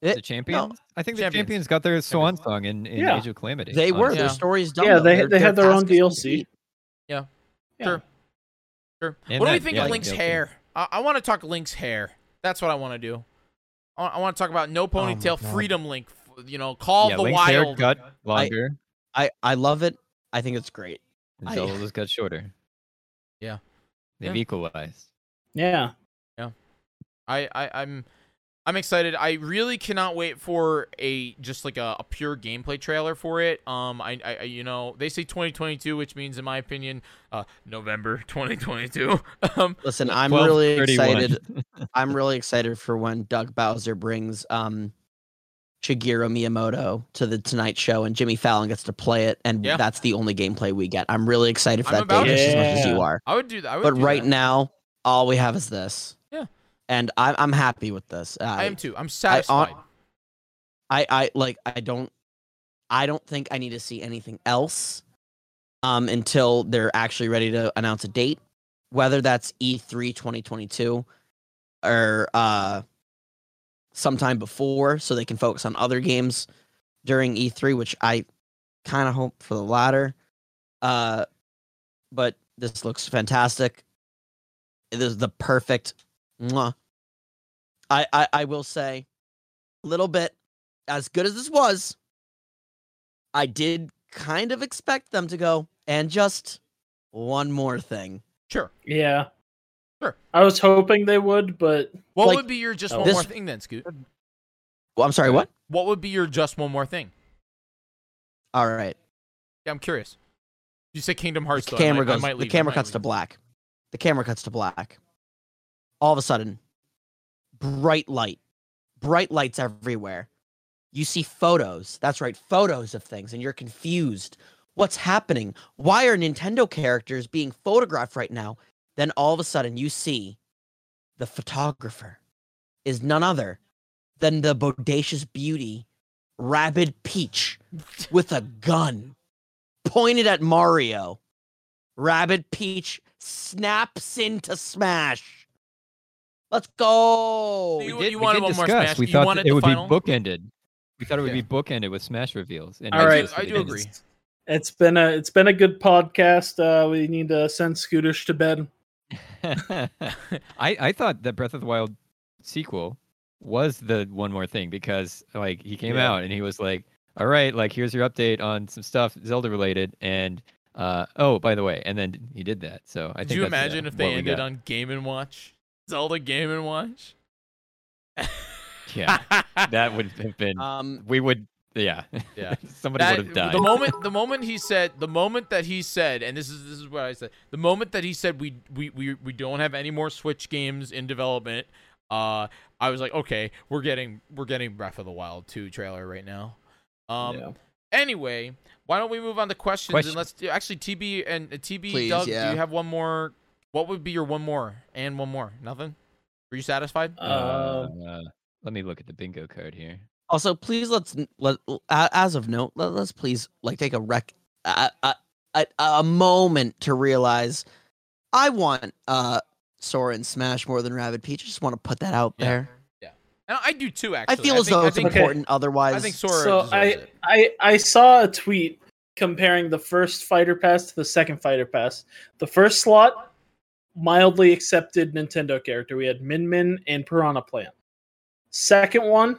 the champions. I think the
Champions.
champions, got their swan
Champions.
song in, in
Yeah.
Age of Calamity.
they were
honestly.
Yeah.
their stories done.
Yeah,
though.
they-
Their-
they had their own
task is
DLC.
complete.
Sure.
And
what do we
that-
think
yeah,
of
like
Link's
Goku.
hair? I, I want to talk Link's hair. That's what I want to do. I, want to talk about no
my
ponytail,
God.
freedom Link. f- You know, call
Oh yeah,
the
Link's hair
wild.
got longer.
I I love it. I think it's great.
and
I-
Zelda's got shorter.
Yeah.
They've
Yeah.
equalized.
yeah.
I, I I'm I'm excited. I really cannot wait for a just like a, a pure gameplay trailer for it. Um, I, I I- you know they say 2022, which means in my opinion, uh, November [laughs] 2022. um,
Listen, I'm
12,
really
31. [laughs]
[laughs]
excited. I'm really excited for when Doug Bowser brings um Shigeru Miyamoto to the Tonight Show and Jimmy Fallon gets to play it, and
Yeah.
that's the only gameplay we get. I'm really excited for
I'm
that
about
day just as much as
it.
you are.
I would do that. I would
But
do
right
that.
now, all we have is this.
Yeah.
And I'm I'm happy with this. I,
I am too. I'm satisfied.
I I like I don't I don't think I need to see anything else um until they're actually ready to announce a date whether that's E E3 2022 or uh sometime before so they can focus on other games during E3 which I kind of hope for the latter uh but this looks fantastic it is the perfect mwah. I, I I will say a little bit as good as this was, I did kind of expect them to go and just one more thing.
sure.
Yeah.
Sure.
I was hoping they would, but
What
Like,
would be your just
Oh.
one
this-
more thing then, Scoot?
Well, I'm sorry, what?
What would be your just one more thing?
All right.
Yeah, I'm curious. You say Kingdom
The
Hearts. though, I
camera
might- I
goes.
might
the
leave, I
camera
might
cuts to
leave.
black. The camera cuts to black. All of a sudden, bright light, bright lights everywhere. You see photos. That's right, photos of things, and you're confused. What's happening? Why are Nintendo characters being photographed right now? Then all of a sudden, you see the photographer is none other than the bodacious beauty, Rabid Peach, with a gun pointed at Mario. Rabid Peach snaps into Smash. Let's go.
You-
We did-
you
we
wanted
did
one more
discuss.
Smash.
We
You
thought
wanted
it
the
would
final?
be bookended. We thought it would
Yeah.
be bookended with Smash reveals. And
All right.
just-
I
it
do
didn't.
agree.
it's been a it's been a good podcast. Uh, we need to send Scootish to bed.
I, [laughs] I thought that Breath of the Wild sequel was the one more thing because like he came
Yeah.
out and he was like, "All right, like here's your update on some stuff Zelda related," and uh, oh by the way, and then he did that. So I
Could
think
you
that's, uh,
imagine if they
what we
ended
got.
on Game and Watch? Zelda Game and Watch.
yeah,
[laughs]
that would have been
Um,
we would yeah
Yeah.
[laughs] somebody
That-
would have died.
The moment, the moment he said, the moment that he said, and this is this is what I said. The moment that he said we we we, we don't have any more Switch games in development. Uh, I was like, okay, we're getting we're getting Breath of the Wild two trailer right now. Um,
Yeah.
anyway, why don't we move on to questions,
Questions.
and let's do, actually TB and uh, TB
Please,
Doug, do
yeah.
you have one more? What would be your one more and one more? Nothing. Were you satisfied?
Uh,
Uh, let me look at the bingo card here.
also, please let's n- let l- a- as of note, let, us please like take a rec a, a, a, a moment to realize I want uh Sora and Smash more than Rabbit Peach. I just want to put that out
Yeah.
there.
And I do too.
I
Actually,
feel as
think-
though
I
it's
think-
Okay.
important. Otherwise,
I think Sora.
So
deserves
I-
it.
I I saw a tweet comparing the first fighter pass to the second fighter pass. The first slot mildly accepted Nintendo character. We had Min Min and Piranha Plant. Second one,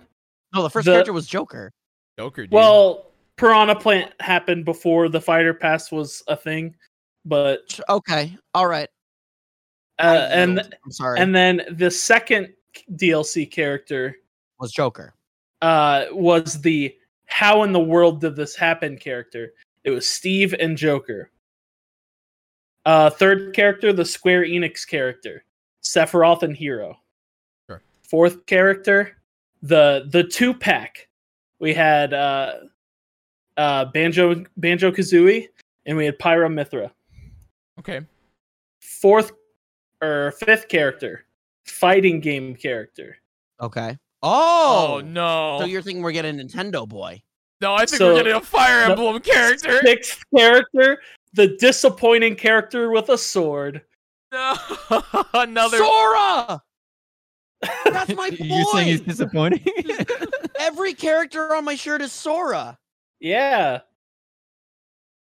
no. The first
the-
character was Joker.
Joker, dude.
well, Piranha Plant happened before the fighter pass was a thing, but
Ch- Okay, all right. I
uh, and
yield. I'm sorry,
and then the second DLC character
was Joker.
uh, was the how in the world did this happen character. It was Steve and Joker. Uh, third character, the Square Enix character, Sephiroth and Hero.
Sure.
Fourth character, the the two pack. We had uh, uh, Banjo Banjo Kazooie, and we had Pyra Mithra.
okay.
Fourth or fifth character, fighting game character.
Okay. Oh,
no!
So you're thinking we're getting Nintendo Boy?
no, I think
So-
we're getting a Fire
No.
Emblem
[laughs]
character.
Sixth character, the disappointing character with a sword.
No, [laughs] another. [laughs]
Sora. That's
[laughs]
my boy.
You're saying he's disappointing? [laughs]
Every character on my shirt is Sora.
Yeah,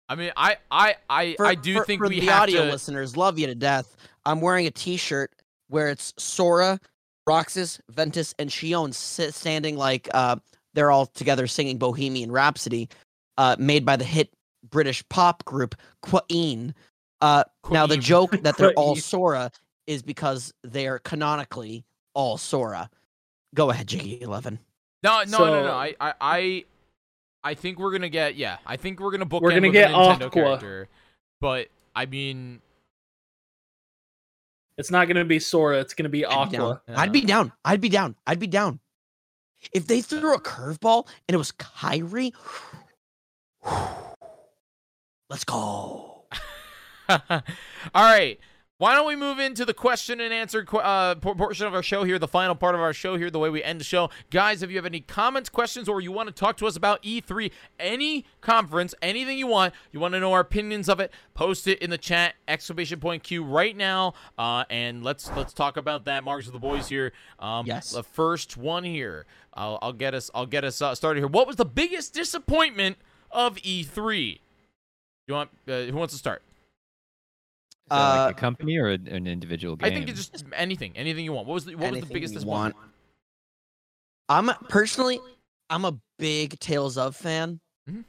I mean, I, I, I, I do
for-
think
for
we
the
have
audio
to.
listeners love you to death. I'm wearing a T-shirt where it's Sora, Roxas, Ventus, and Shion sit, standing like uh, they're all together singing Bohemian Rhapsody, uh, made by the hit British pop group Queen. Uh, now
[laughs]
the
Queen.
joke that they're all
Queen.
Sora is because they are canonically all Sora. Go ahead, Jiggy Eleven.
No, no, no, no.
So-
I, I, I, I think we're gonna get. Yeah, I think we're gonna book.
We're gonna
with
get
a Nintendo
Aqua.
character, but I mean,
it's not gonna be Sora. It's gonna be
I'd be down.
Aqua.
Yeah.
I'd be down. I'd be down. I'd be down. If they threw a curveball and it was Kyrie, [sighs] let's go.
All right. Why don't we move into the question and answer qu- uh, por- portion of our show here, the final part of our show here, the way we end the show. Guys, if you have any comments, questions, or you want to talk to us about E3, any conference, anything you want, you want to know our opinions of it, post it in the chat, exclamation point Q right now, uh, and let's let's talk about that. Marks of the boys here. Um,
Yes.
The first one here. I'll, I'll get us I'll get us uh, started here. What was the biggest disappointment of E3? You want uh, who wants to start?
So, like
Uh,
a company or an an individual game?
I think it's just anything, anything you want. What was the, what was the
Anything
biggest
you
disappointment?
I'm personally, I'm a big Tales of fan.
Mhm.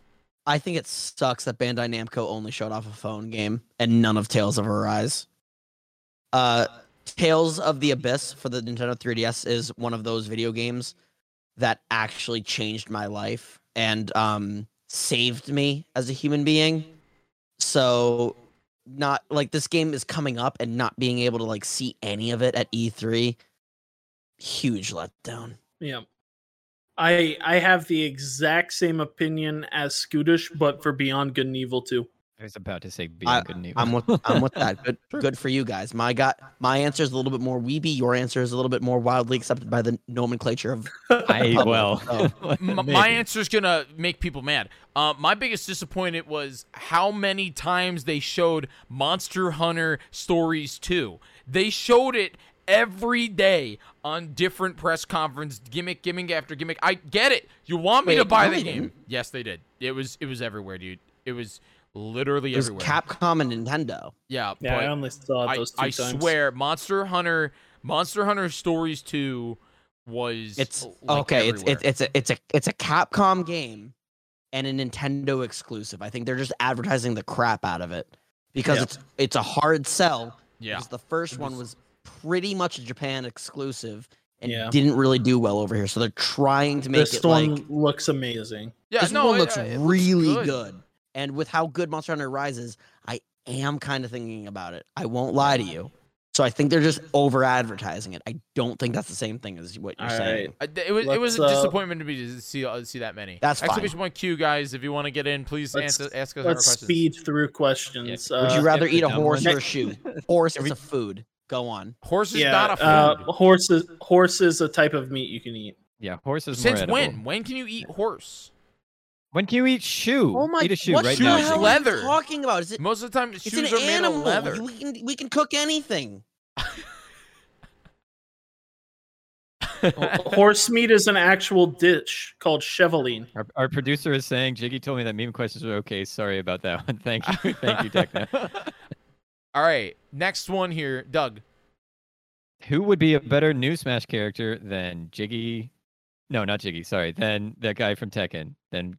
I think it sucks that Bandai Namco only showed off a phone game and none of Tales of Arise. Uh, Tales of the Abyss for the Nintendo 3DS is one of those video games that actually changed my life and um, saved me as a human being. So, not like this game is coming up and not being able to like see any of it at E E3, huge letdown.
Yeah. I I have the exact same opinion as Scootish, but for Beyond Good and Evil 2.
I was about to say Beyond Good and Evil.
I'm with I'm with that. Good good for you guys. My got my answer is a little bit more weeby. Your answer is a little bit more wildly accepted by the nomenclature of
[laughs]
[laughs]
I
public,
well. [laughs]
M- my answer's gonna make people mad. Uh, my biggest disappointment was how many times they showed Monster Hunter Stories 2. They showed it every day on different press conference, gimmick, gimmick after gimmick. I get it. You want me to
Wait,
buy
no,
the
they
game?
didn't.
Yes, they did. It was it was everywhere, dude. It was literally
It was
everywhere.
Capcom and Nintendo.
yeah,
Yeah,
but-
I only saw it
I,
those two
I
times.
swear, Monster Hunter, Monster Hunter Stories Two was
It's
l- like,
okay. It's
everywhere.
it's it's a it's a it's a Capcom game and a Nintendo exclusive. I think they're just advertising the crap out of it because
Yeah.
it's it's a hard sell.
yeah.
Because the first one was pretty much a Japan exclusive and
Yeah.
didn't really do well over here. So they're trying to make
This
it
one
like
looks amazing.
yeah,
this
no,
one
it-
looks
uh, it
really
good.
good. And with how good Monster Hunter Rises, I am kind of thinking about it. I won't lie to you. So I think they're just over advertising it. I don't think that's the same thing as what you're
All
saying.
right.
I- th- it was it was a
Let's, uh,
disappointment to me to see uh, see that many.
That's fine.
exclamation point Q guys. If you want to get in, please
Let's-
answer, ask us our
Let's
questions.
speed through questions.
Would you
Uh,
rather
Skip the
eat a
dumb one.
horse or a
Next-
shoe? Horse
Every-
is a food. Go on.
Horse is
yeah,
not a
uh,
food.
horse is horse is a type of meat you
[laughs]
can eat.
Yeah, horses.
Since when? When can you eat horse?
When can you eat shoe? eat a Oh shoe
Oh what
right
the
now.
Shoes
Jacob.
hell are you
leather.
talking about? Is it?
Most of the time,
It's
shoes are
an
made
animal.
of leather.
We can we can cook anything.
[laughs]
[laughs] horse meat is an actual dish called chevaline.
Our, our producer is saying Jiggy told me that meme questions are okay. Sorry about that one. [laughs] Thank you, thank you, Techna.
All right, next one here, Doug.
Who would be a
Mm-hmm.
better new Smash character than Jiggy? No, not Jiggy. Sorry, than that guy from Tekken. Then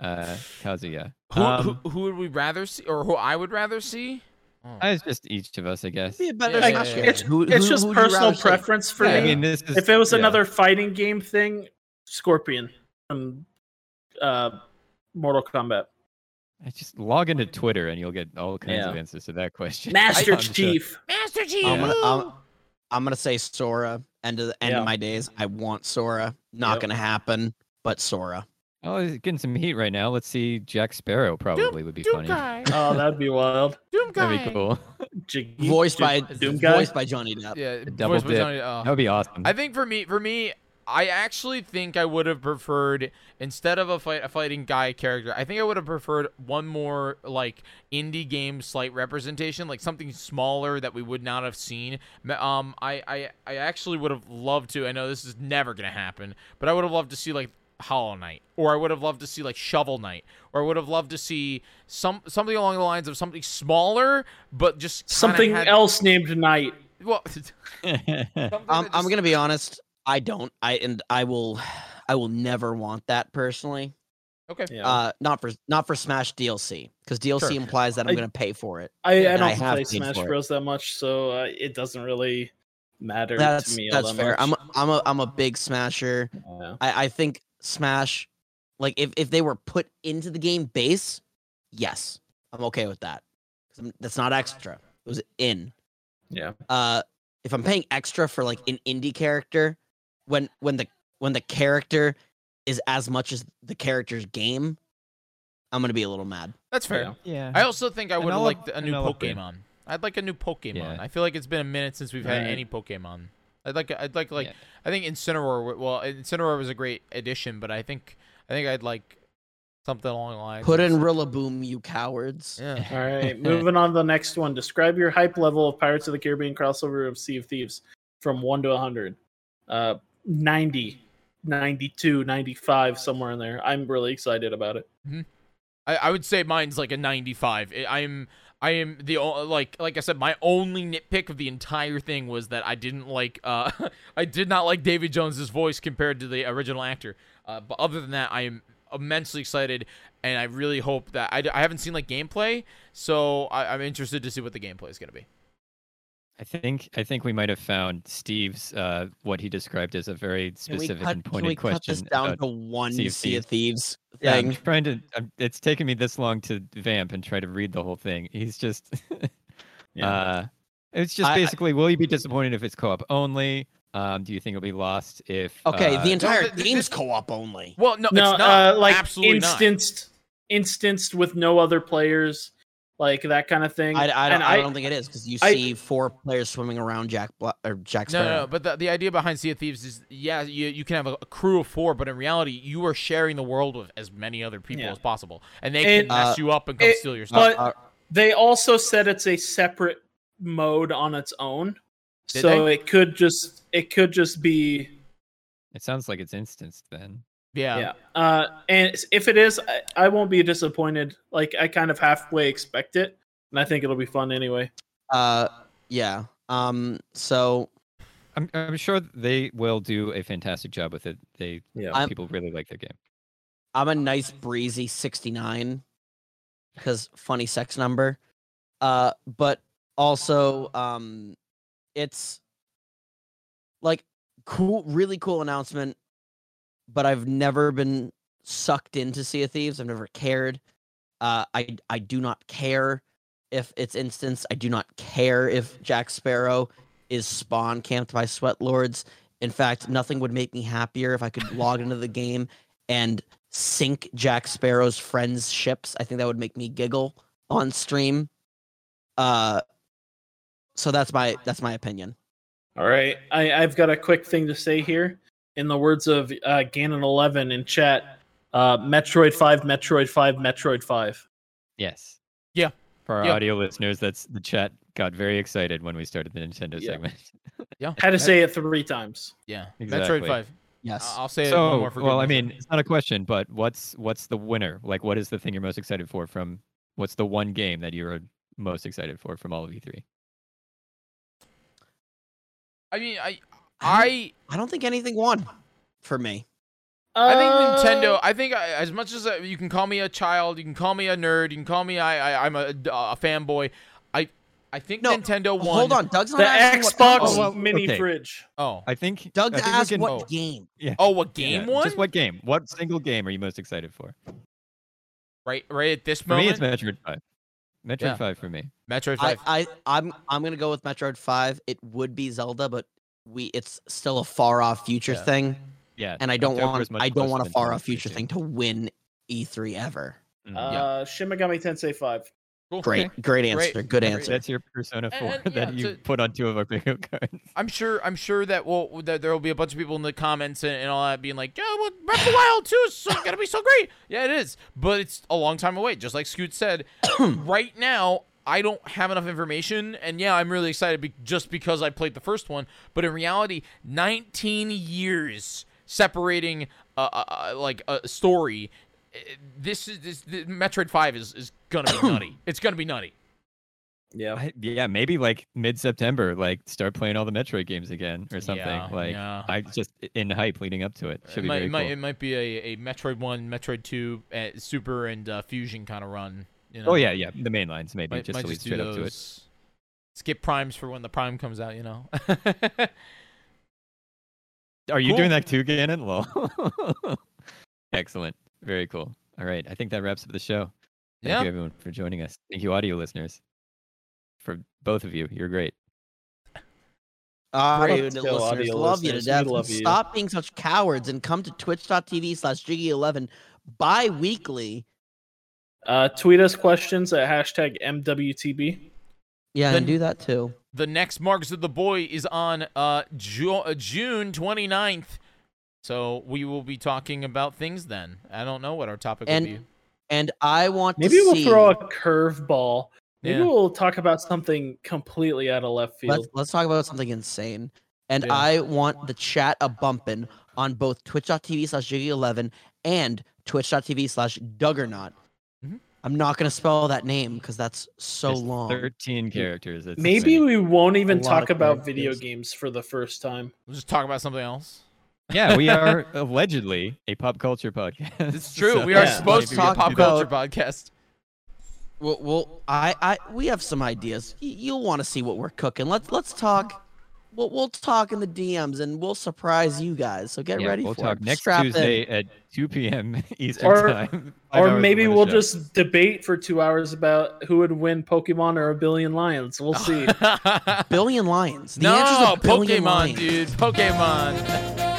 uh, Kazuya.
Who,
Um,
who who would we rather see, or who I would rather see? Oh.
I was just each of us, I guess.
Be a better
Yeah,
smash
yeah, yeah.
character.
It's,
Who-
it's
who-
just
who'd you
personal
rather see?
preference for
Yeah, I
me.
mean, this is
if it was
yeah.
another fighting game thing, Scorpion from uh, Mortal Kombat.
I just log into Twitter and you'll get all kinds
Yeah.
of answers to that question. [laughs]
Master
I'm sure-
Chief.
Master Chief.
I'm gonna, I'm, I'm gonna say Sora. End of the end
Yeah.
of my days. I want Sora. Not
Yep.
gonna happen, but Sora.
Oh, he's getting some heat right now. Let's see. Jack Sparrow probably would be funny.
Doomguy.
Oh, that'd be wild.
That'd be
Doomguy.
cool. [laughs]
Jiggy,
Voiced
Jig-
by
Doom guy.
voiced by Johnny Depp.
Yeah,
double
voice by
dip.
Johnny- oh.
That would be awesome. [laughs]
I think for me, for me, I actually think I would have preferred instead of a fight a fighting guy character. I think I would have preferred one more like indie game slight representation, like something smaller that we would not have seen. Ma- Um, I I, I actually would have loved to. I know this is never gonna happen, but I would have loved to see like. Hollow Knight, or I would have loved to see like Shovel Knight, or I would have loved to see some something along the lines of something smaller, but just kinda
Something
had-
else named Knight.
Well, [laughs]
Um, I'm gonna be honest. I don't. I and I will. I will never want that personally.
okay.
Yeah.
Uh, not for not for Smash DLC because DLC
Sure.
implies that I'm
I-
gonna pay for it.
I, I
and
don't
I have
play
paid
Smash
for it.
Bros that much, so uh, it doesn't really matter
That's
to me. all
that's
that
fair. I'm
much.
a- I'm
[laughs]
a I'm a big Smasher.
Yeah.
I I think Smash, like if if they were put into the game base, yes, I'm okay with that. 'Cause I'm- That's not extra. It was in.
Yeah.
Uh, if I'm paying extra for like an indie character, when when the when the character is as much as the character's game, I'm gonna be a little mad.
That's fair.
Yeah.
yeah.
I also think I
And
would have
I'll-
liked a
and
new
I'll upgrade.
Pokemon. I'd like a new Pokemon.
Yeah.
I feel like it's been a minute since we've had
Right.
any Pokemon. I'd like. I'd like. Like.
Yeah.
I think Incineroar. w- Well, Incineroar was a great addition, but I think. I think I'd like something along the lines.
Put
of-
in Rillaboom, you cowards.
Yeah.
All right, moving on to the next one. Describe your hype level of Pirates of the Caribbean crossover of Sea of Thieves from 1 to 100. Uh, 90, 92, 95, somewhere in there. I'm really excited about it.
I, I would say mine's like a 95. I- I'm I am the o- like like I said my only nitpick of the entire thing was that I didn't like uh [laughs] I did not like David Jones's voice compared to the original actor. Uh, but other than that, I am immensely excited and I really hope that I, d- I haven't seen like gameplay, so I, I'm interested to see what the gameplay is going to be.
I think I think we might have found Steve's uh, what he described as a very
Can we
specific
cut-
and
can
pointed
we cut
question.
this down
about-
to one
Sea
Sea
of
of, Thieves
yeah,
thing?
I'm trying to. I'm, it's taken me this long to vamp and try to read the whole thing. He's just. [laughs] uh, it's just
I- I-
basically, will you be disappointed if it's co-op only? Um, do you think it'll be lost if?
Okay,
uh,
the entire
th- th- this-
game's co-op only.
Well, no,
no,
it's not
uh, like
absolutely not.
instanced, instanced with no other players, like that kind of thing.
I, I, don't,
And
I, don't think it is because you
I-
see four players swimming around Jack Bla- or Jack
No,
Sparrow.
no, no, but the, the idea behind Sea of Thieves is yeah, you, you can have a, a crew of four, but in reality, you are sharing the world with as many other people
Yeah.
as possible, and they
And-
can mess
Uh,
you up and come
it-
steal your stuff.
but they also said it's a separate mode on its own.
Did
so it could just it could just be
It sounds like it's instanced then.
yeah,
yeah. Uh, and s- if it is, I, I won't be disappointed. Like I kind of halfway expect it, and I think it'll be fun anyway.
Uh, yeah. Um. So
I'm, I'm sure they will do a fantastic job with it. They
Yeah.
I'm-
people really like their game.
I'm a nice breezy 69 because funny sex number. Uh, but also, um, it's like cool, really cool announcement. But I've never been sucked into Sea of Thieves. I've never cared. Uh, I I do not care if it's instance. I do not care if Jack Sparrow is spawn camped by sweat lords. In fact, nothing would make me happier if I could log into the game and sink Jack Sparrow's friends' ships. I think that would make me giggle on stream. Uh, so that's my that's my opinion.
All right, I, I've got a quick thing to say here. In the words of uh, Ganon Eleven in chat, uh, Metroid Five, Metroid Five, Metroid Five.
Yes.
Yeah.
For our
Yeah.
audio listeners, that's the chat got very excited when we started the Nintendo
Yeah.
segment. [laughs]
Had to say it three times.
yeah. Metroid
Exactly.
Five.
Yes.
Uh,
I- I'll say it one
so,
more for good
well, I
measure.
mean, it's not a question, but what's what's the winner? Like, what is the thing you're most excited for from? What's the one game that you're most excited for from all of E E3?
I mean, I,
I
I,
I don't think anything won for me.
I think
Uh,
Nintendo. I think I, as much as uh, you can call me a child, you can call me a nerd, you can call me I, I I'm a, a fanboy. I, I think
No,
Nintendo won.
Hold on, Doug's not
The
asking what
Xbox
console-
Oh, well,
mini
okay.
fridge.
Oh,
I think
Doug
I think we
asked
can-
what
oh.
game.
oh, a
yeah,
game one.
Just what game? What single game are you most excited for?
Right, right at this
For me,
moment,
it's Metroid Five. Metroid
Yeah.
Five for me.
Metroid
I,
Five.
I I'm I'm gonna go with Metroid Five. It would be Zelda, but we it's still a far off future
Yeah.
thing.
Yeah.
and I don't
October
want
is much
I don't
closer
want a
than
far off future
2015.
thing to win E3 ever.
Mm.
Uh, Shin Megami Tensei Five.
Cool.
Great,
Okay.
great
Great.
answer. Good
Great.
answer.
That's your Persona
And-
4
and, yeah,
[laughs] that you
so-
put on two of our bingo cards.
I'm sure. I'm sure that will that there will be a bunch of people in the comments and, and all that being like, "Yeah, well, Breath of the Wild too is so, [coughs] gonna be so great." Yeah, it is, but it's a long time away. Just like Scoot said,
[coughs]
right now I don't have enough information, and yeah, I'm really excited be- just because I played the first one. But in reality, 19 years separating, uh, uh, uh, like a story. Uh, This is this, this Metroid Five is is gonna
[coughs]
be nutty. It's gonna be nutty. Oh.
Yeah.
I- yeah, maybe like mid September, like start playing all the Metroid games again or something.
Yeah,
like
yeah.
I just in hype leading up to it. Should
it
be
might,
very
it might,
cool.
it might be a, a Metroid One, Metroid Two, uh, Super, and uh, Fusion kind of run. You know?
Oh yeah, yeah. The main lines maybe
might,
just
might
to lead
do
straight up to it.
those. Skip primes for when the prime comes out. You know. [laughs]
Are you
Cool.
doing that too, Gannon? [laughs] Lol. Excellent. Very cool. All right. I think that wraps up the show. Thank
yeah.
you everyone for joining us. Thank you, audio listeners. For both of you. You're great.
Audio
Great. Still
listeners,
audio
love you to
listeners,
death.
we love you.
Stop being such cowards and come to twitch.tv slash jiggy11 bi-weekly.
Uh, tweet us questions at hashtag MWTB.
Yeah,
Then-
and do that too.
The next Marks of the Boy is on uh, Ju- uh, June 29th. So we will be talking about things then. I don't know what our topic
And
will be.
And I want
Maybe
to
we'll
see.
throw a curveball. Maybe
Yeah.
we'll talk about something completely out of left field.
let's, let's talk about something insane. And
Yeah.
I want the chat a bumpin' on both twitch.tv slash jiggy11 and twitch.tv slash duggernaut.
Mhm.
I'm not going to spell that name because that's so
There's
long.
Thirteen characters. It's
Maybe
insane.
we won't
A
even
lot
talk
of
about
characters.
video games for the first time.
We'll just talk about something else.
Yeah, we are allegedly a pop culture podcast.
It's true.
[laughs] so-
we are
Yeah.
supposed to be a
Let's
pop
talk
culture podcast. [laughs]
Well, well, I, I, we have some ideas. Y- you'll want to see what we're cooking. Let's, let's talk. We'll, we'll talk in the DMs and we'll surprise you guys. So get
Yeah,
ready
We'll
for
talk
it.
next
Strap in.
Tuesday at 2 p.m. [laughs] Eastern
Or-
time. five hours
Or
before
maybe
the
we'll
show.
just debate for two hours about who would win Pokemon or a billion lions.
[laughs]
We'll see.
Billion lions. The answer's
no,
a billion
Pokemon,
lions.
dude. Pokemon.